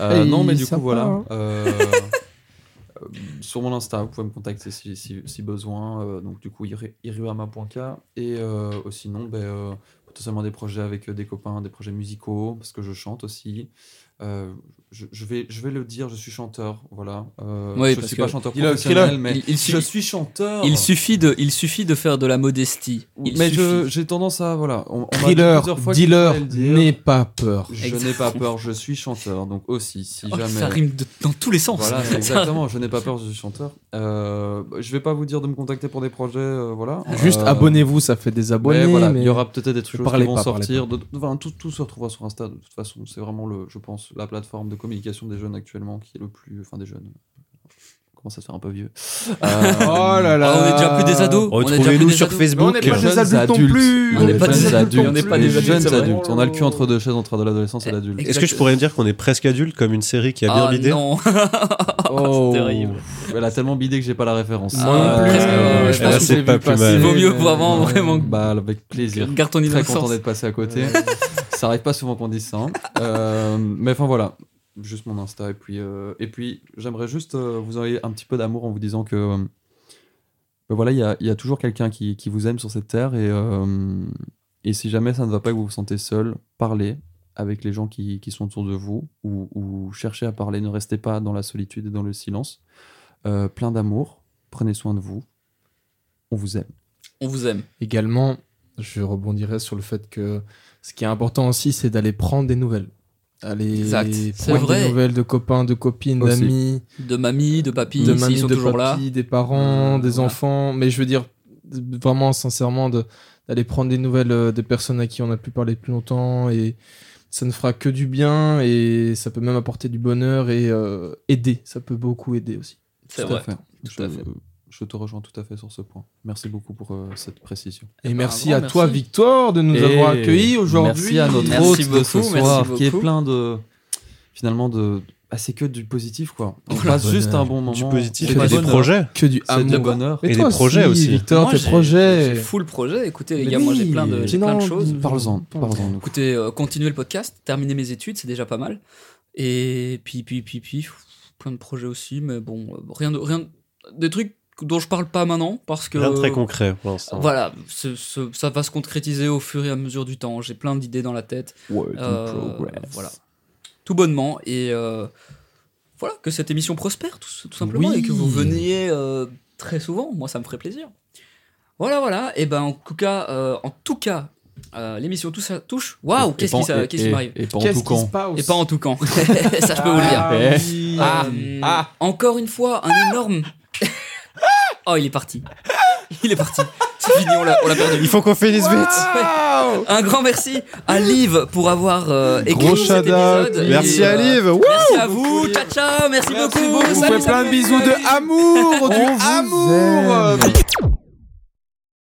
Speaker 2: Euh, non, mais
Speaker 1: Il est
Speaker 2: du coup,
Speaker 1: sympa,
Speaker 2: voilà.
Speaker 1: hein.
Speaker 2: Euh, euh, sur mon Insta, vous pouvez me contacter si, si- si besoin. euh, donc, du coup, iri- iruama.k. Et euh, oh, sinon, ben, euh, potentiellement des projets avec euh, des copains, des projets musicaux, parce que je chante aussi. Euh, je, je vais, je vais le dire, je suis chanteur. Voilà. Euh,
Speaker 3: Oui,
Speaker 2: je
Speaker 3: parce
Speaker 2: suis
Speaker 3: que
Speaker 2: pas chanteur
Speaker 1: il a-
Speaker 2: professionnel, mais
Speaker 3: il, il
Speaker 2: je
Speaker 3: suffi-
Speaker 2: suis chanteur.
Speaker 3: il suffit de, il suffit de faire de la modestie. Il
Speaker 2: mais je-
Speaker 3: suffit.
Speaker 2: j'ai tendance à. Voilà. On, on m'a dit
Speaker 1: Thriller,
Speaker 2: plusieurs fois que je
Speaker 1: dealer,
Speaker 2: fallait le dire.
Speaker 1: n'aie pas peur.
Speaker 2: Je
Speaker 3: Exact.
Speaker 2: n'ai pas peur, je suis chanteur. Donc, aussi, si
Speaker 3: Oh,
Speaker 2: jamais.
Speaker 3: ça rime de- dans tous les sens. Ah
Speaker 2: Voilà,
Speaker 3: Ça-
Speaker 2: exactement. Je n'ai pas peur du chanteur. Euh, je vais pas vous dire de me contacter pour des projets, euh, voilà.
Speaker 1: Juste
Speaker 2: Euh,
Speaker 1: abonnez-vous, ça fait des
Speaker 2: mais
Speaker 1: abonnés.
Speaker 2: voilà,
Speaker 1: mais-
Speaker 2: il y aura peut-être des trucs qui
Speaker 1: parlez
Speaker 2: vont
Speaker 1: pas,
Speaker 2: sortir. d'autres- enfin, tout, tout se retrouvera sur Insta. De toute façon, c'est vraiment le, je pense, la plateforme de communication des jeunes actuellement qui est le plus, enfin des jeunes. Je commence à se faire un peu vieux. Euh,
Speaker 1: Oh là là.
Speaker 3: Ah, on est déjà plus des ados. on est déjà plus
Speaker 4: Retrouvez-nous
Speaker 3: des
Speaker 4: sur
Speaker 3: ados.
Speaker 1: Mais on
Speaker 4: Facebook.
Speaker 1: n'est pas
Speaker 2: jeunes
Speaker 1: des adultes non
Speaker 2: adultes.
Speaker 1: plus.
Speaker 3: On n'est pas
Speaker 2: les
Speaker 3: des
Speaker 2: jeunes
Speaker 3: adultes,
Speaker 1: non
Speaker 2: adultes,
Speaker 3: on n'est pas
Speaker 2: les
Speaker 3: des adultes,
Speaker 2: jeunes
Speaker 3: c'est vrai.
Speaker 2: adultes. On a le cul entre deux chaises entre de l'adolescence et l'adulte.
Speaker 3: Exact.
Speaker 4: Est-ce que je pourrais me dire qu'on est presque adulte comme une série qui a bien
Speaker 3: Ah,
Speaker 4: l'idée
Speaker 3: non.
Speaker 2: Oh,
Speaker 4: terrible.
Speaker 2: Elle a tellement bidé que j'ai pas la référence.
Speaker 3: Moi non plus.
Speaker 2: presque,
Speaker 3: Euh, je
Speaker 1: pense
Speaker 4: là,
Speaker 1: que
Speaker 4: c'est
Speaker 1: j'ai vu
Speaker 4: pas plus
Speaker 1: passer.
Speaker 4: mal.
Speaker 3: Il vaut mieux vraiment, vraiment.
Speaker 2: Bah, avec plaisir.
Speaker 3: Garde ton
Speaker 2: Très
Speaker 3: innocence.
Speaker 2: content d'être passé à côté. Ça arrive pas souvent qu'on dise ça. hein. Euh, mais enfin voilà, juste mon Insta. Et puis, euh, et puis j'aimerais juste euh, vous envoyer un petit peu d'amour en vous disant que euh, ben voilà, il y a, il y a toujours quelqu'un qui, qui vous aime sur cette terre. Et, euh, et si jamais ça ne va pas et que vous vous sentez seul, parlez avec les gens qui, qui sont autour de vous ou, ou cherchez à parler. Ne restez pas dans la solitude et dans le silence. Euh, plein d'amour. Prenez soin de vous. On vous aime.
Speaker 3: On vous aime.
Speaker 1: Également, je rebondirai sur le fait que ce qui est important aussi, c'est d'aller prendre des nouvelles. Aller
Speaker 3: Exact. C'est
Speaker 1: prendre
Speaker 3: vrai.
Speaker 1: des nouvelles de copains, de copines,
Speaker 2: Aussi.
Speaker 1: d'amis,
Speaker 3: De mamie, de papy,
Speaker 1: de
Speaker 3: s'ils
Speaker 1: mamies,
Speaker 3: sont
Speaker 1: de
Speaker 3: toujours là.
Speaker 1: papis, des parents,
Speaker 4: Mmh,
Speaker 3: Euh,
Speaker 1: des
Speaker 3: voilà.
Speaker 1: enfants. Mais je veux dire, d- vraiment sincèrement, de- d'aller prendre des nouvelles euh, des personnes à qui on a pu parler plus longtemps et ça ne fera que du bien et ça peut même apporter du bonheur et euh, aider. Ça peut beaucoup aider aussi.
Speaker 3: C'est
Speaker 2: Tout à
Speaker 3: vrai.
Speaker 2: fait.
Speaker 3: Tout à
Speaker 2: Je-
Speaker 3: fait.
Speaker 2: Je te rejoins tout à fait sur ce point. Merci beaucoup pour euh, cette précision.
Speaker 1: Et
Speaker 3: ben,
Speaker 1: merci
Speaker 3: un
Speaker 1: à
Speaker 3: grand
Speaker 1: toi,
Speaker 3: merci.
Speaker 1: Victor, de nous
Speaker 2: Et
Speaker 1: avoir accueillis aujourd'hui.
Speaker 2: Merci à notre
Speaker 3: Merci
Speaker 2: hôte de
Speaker 3: beaucoup,
Speaker 2: ce
Speaker 3: merci
Speaker 2: soir, qui est
Speaker 3: beaucoup.
Speaker 2: plein de. Finalement, de. Ah, c'est que du positif, quoi. On
Speaker 3: Voilà.
Speaker 2: passe juste
Speaker 1: Bonheur.
Speaker 2: un bon moment.
Speaker 4: Du positif
Speaker 2: C'est
Speaker 4: et
Speaker 2: du
Speaker 4: des
Speaker 2: bonheur.
Speaker 4: projets.
Speaker 1: Que du
Speaker 2: C'est du
Speaker 1: amour.
Speaker 2: bonheur.
Speaker 1: Mais
Speaker 4: Et
Speaker 1: toi
Speaker 4: des projets aussi.
Speaker 1: Victor,
Speaker 3: Moi,
Speaker 1: tes
Speaker 3: j'ai-
Speaker 1: projets.
Speaker 3: J'ai full projet. Écoutez, les
Speaker 1: Mais
Speaker 3: gars, moi j'ai
Speaker 1: oui,
Speaker 3: plein de, j'ai plein de
Speaker 1: sinon,
Speaker 3: choses.
Speaker 2: Parle-en, parle-en. nous.
Speaker 3: Écoutez, euh, continuer le podcast, terminer mes études, c'est déjà pas mal. Et puis, puis, puis, puis, pff, plein de projets aussi, mais bon, euh, rien de, rien de- des trucs dont je parle pas maintenant parce que. euh,
Speaker 4: Rien de très concret hein. pour l'instant.
Speaker 3: Voilà, ce- ce- ça va se concrétiser au fur et à mesure du temps. J'ai plein d'idées dans la tête,
Speaker 2: Work in
Speaker 3: Euh,
Speaker 2: progress.
Speaker 3: voilà. tout bonnement. Et euh, voilà, que cette émission prospère, tout, tout simplement,
Speaker 1: Oui.
Speaker 3: et que vous veniez euh, très souvent. Moi, ça me ferait plaisir. Voilà, voilà. Et ben, en tout cas, euh, en tout cas, euh, l'émission tout ça touche. Waouh,
Speaker 2: Et- et
Speaker 3: qu'est-ce
Speaker 2: pan-
Speaker 3: qui ça-
Speaker 2: et-
Speaker 3: qu'est-ce qui
Speaker 2: et-
Speaker 3: m'arrive
Speaker 2: Et pas en
Speaker 1: Qu'est-ce
Speaker 2: tout
Speaker 1: qui se
Speaker 2: camp.
Speaker 1: passe
Speaker 3: Et pas en tout camp. ça, je peux vous le dire.
Speaker 1: Ah,
Speaker 2: Eh.
Speaker 1: oui.
Speaker 3: Ah, ah. Encore une fois, un énorme. oh, il est parti. Il est parti. C'est fini, on l'a on l'a perdu.
Speaker 4: Il faut qu'on finisse vite.
Speaker 1: Wow.
Speaker 3: Un grand merci à Liv pour avoir euh, écrit
Speaker 4: Gros
Speaker 3: cet
Speaker 4: shout-out.
Speaker 3: épisode.
Speaker 4: Merci
Speaker 3: Et,
Speaker 4: à
Speaker 3: euh,
Speaker 4: Liv. Wouh
Speaker 3: Merci à vous. Ciao, ciao. Merci,
Speaker 1: Merci
Speaker 3: beaucoup.
Speaker 1: beaucoup. On vous
Speaker 3: Salut,
Speaker 1: fait plein de
Speaker 3: salut.
Speaker 1: bisous de amour, du
Speaker 2: On vous
Speaker 1: amour.
Speaker 2: aime.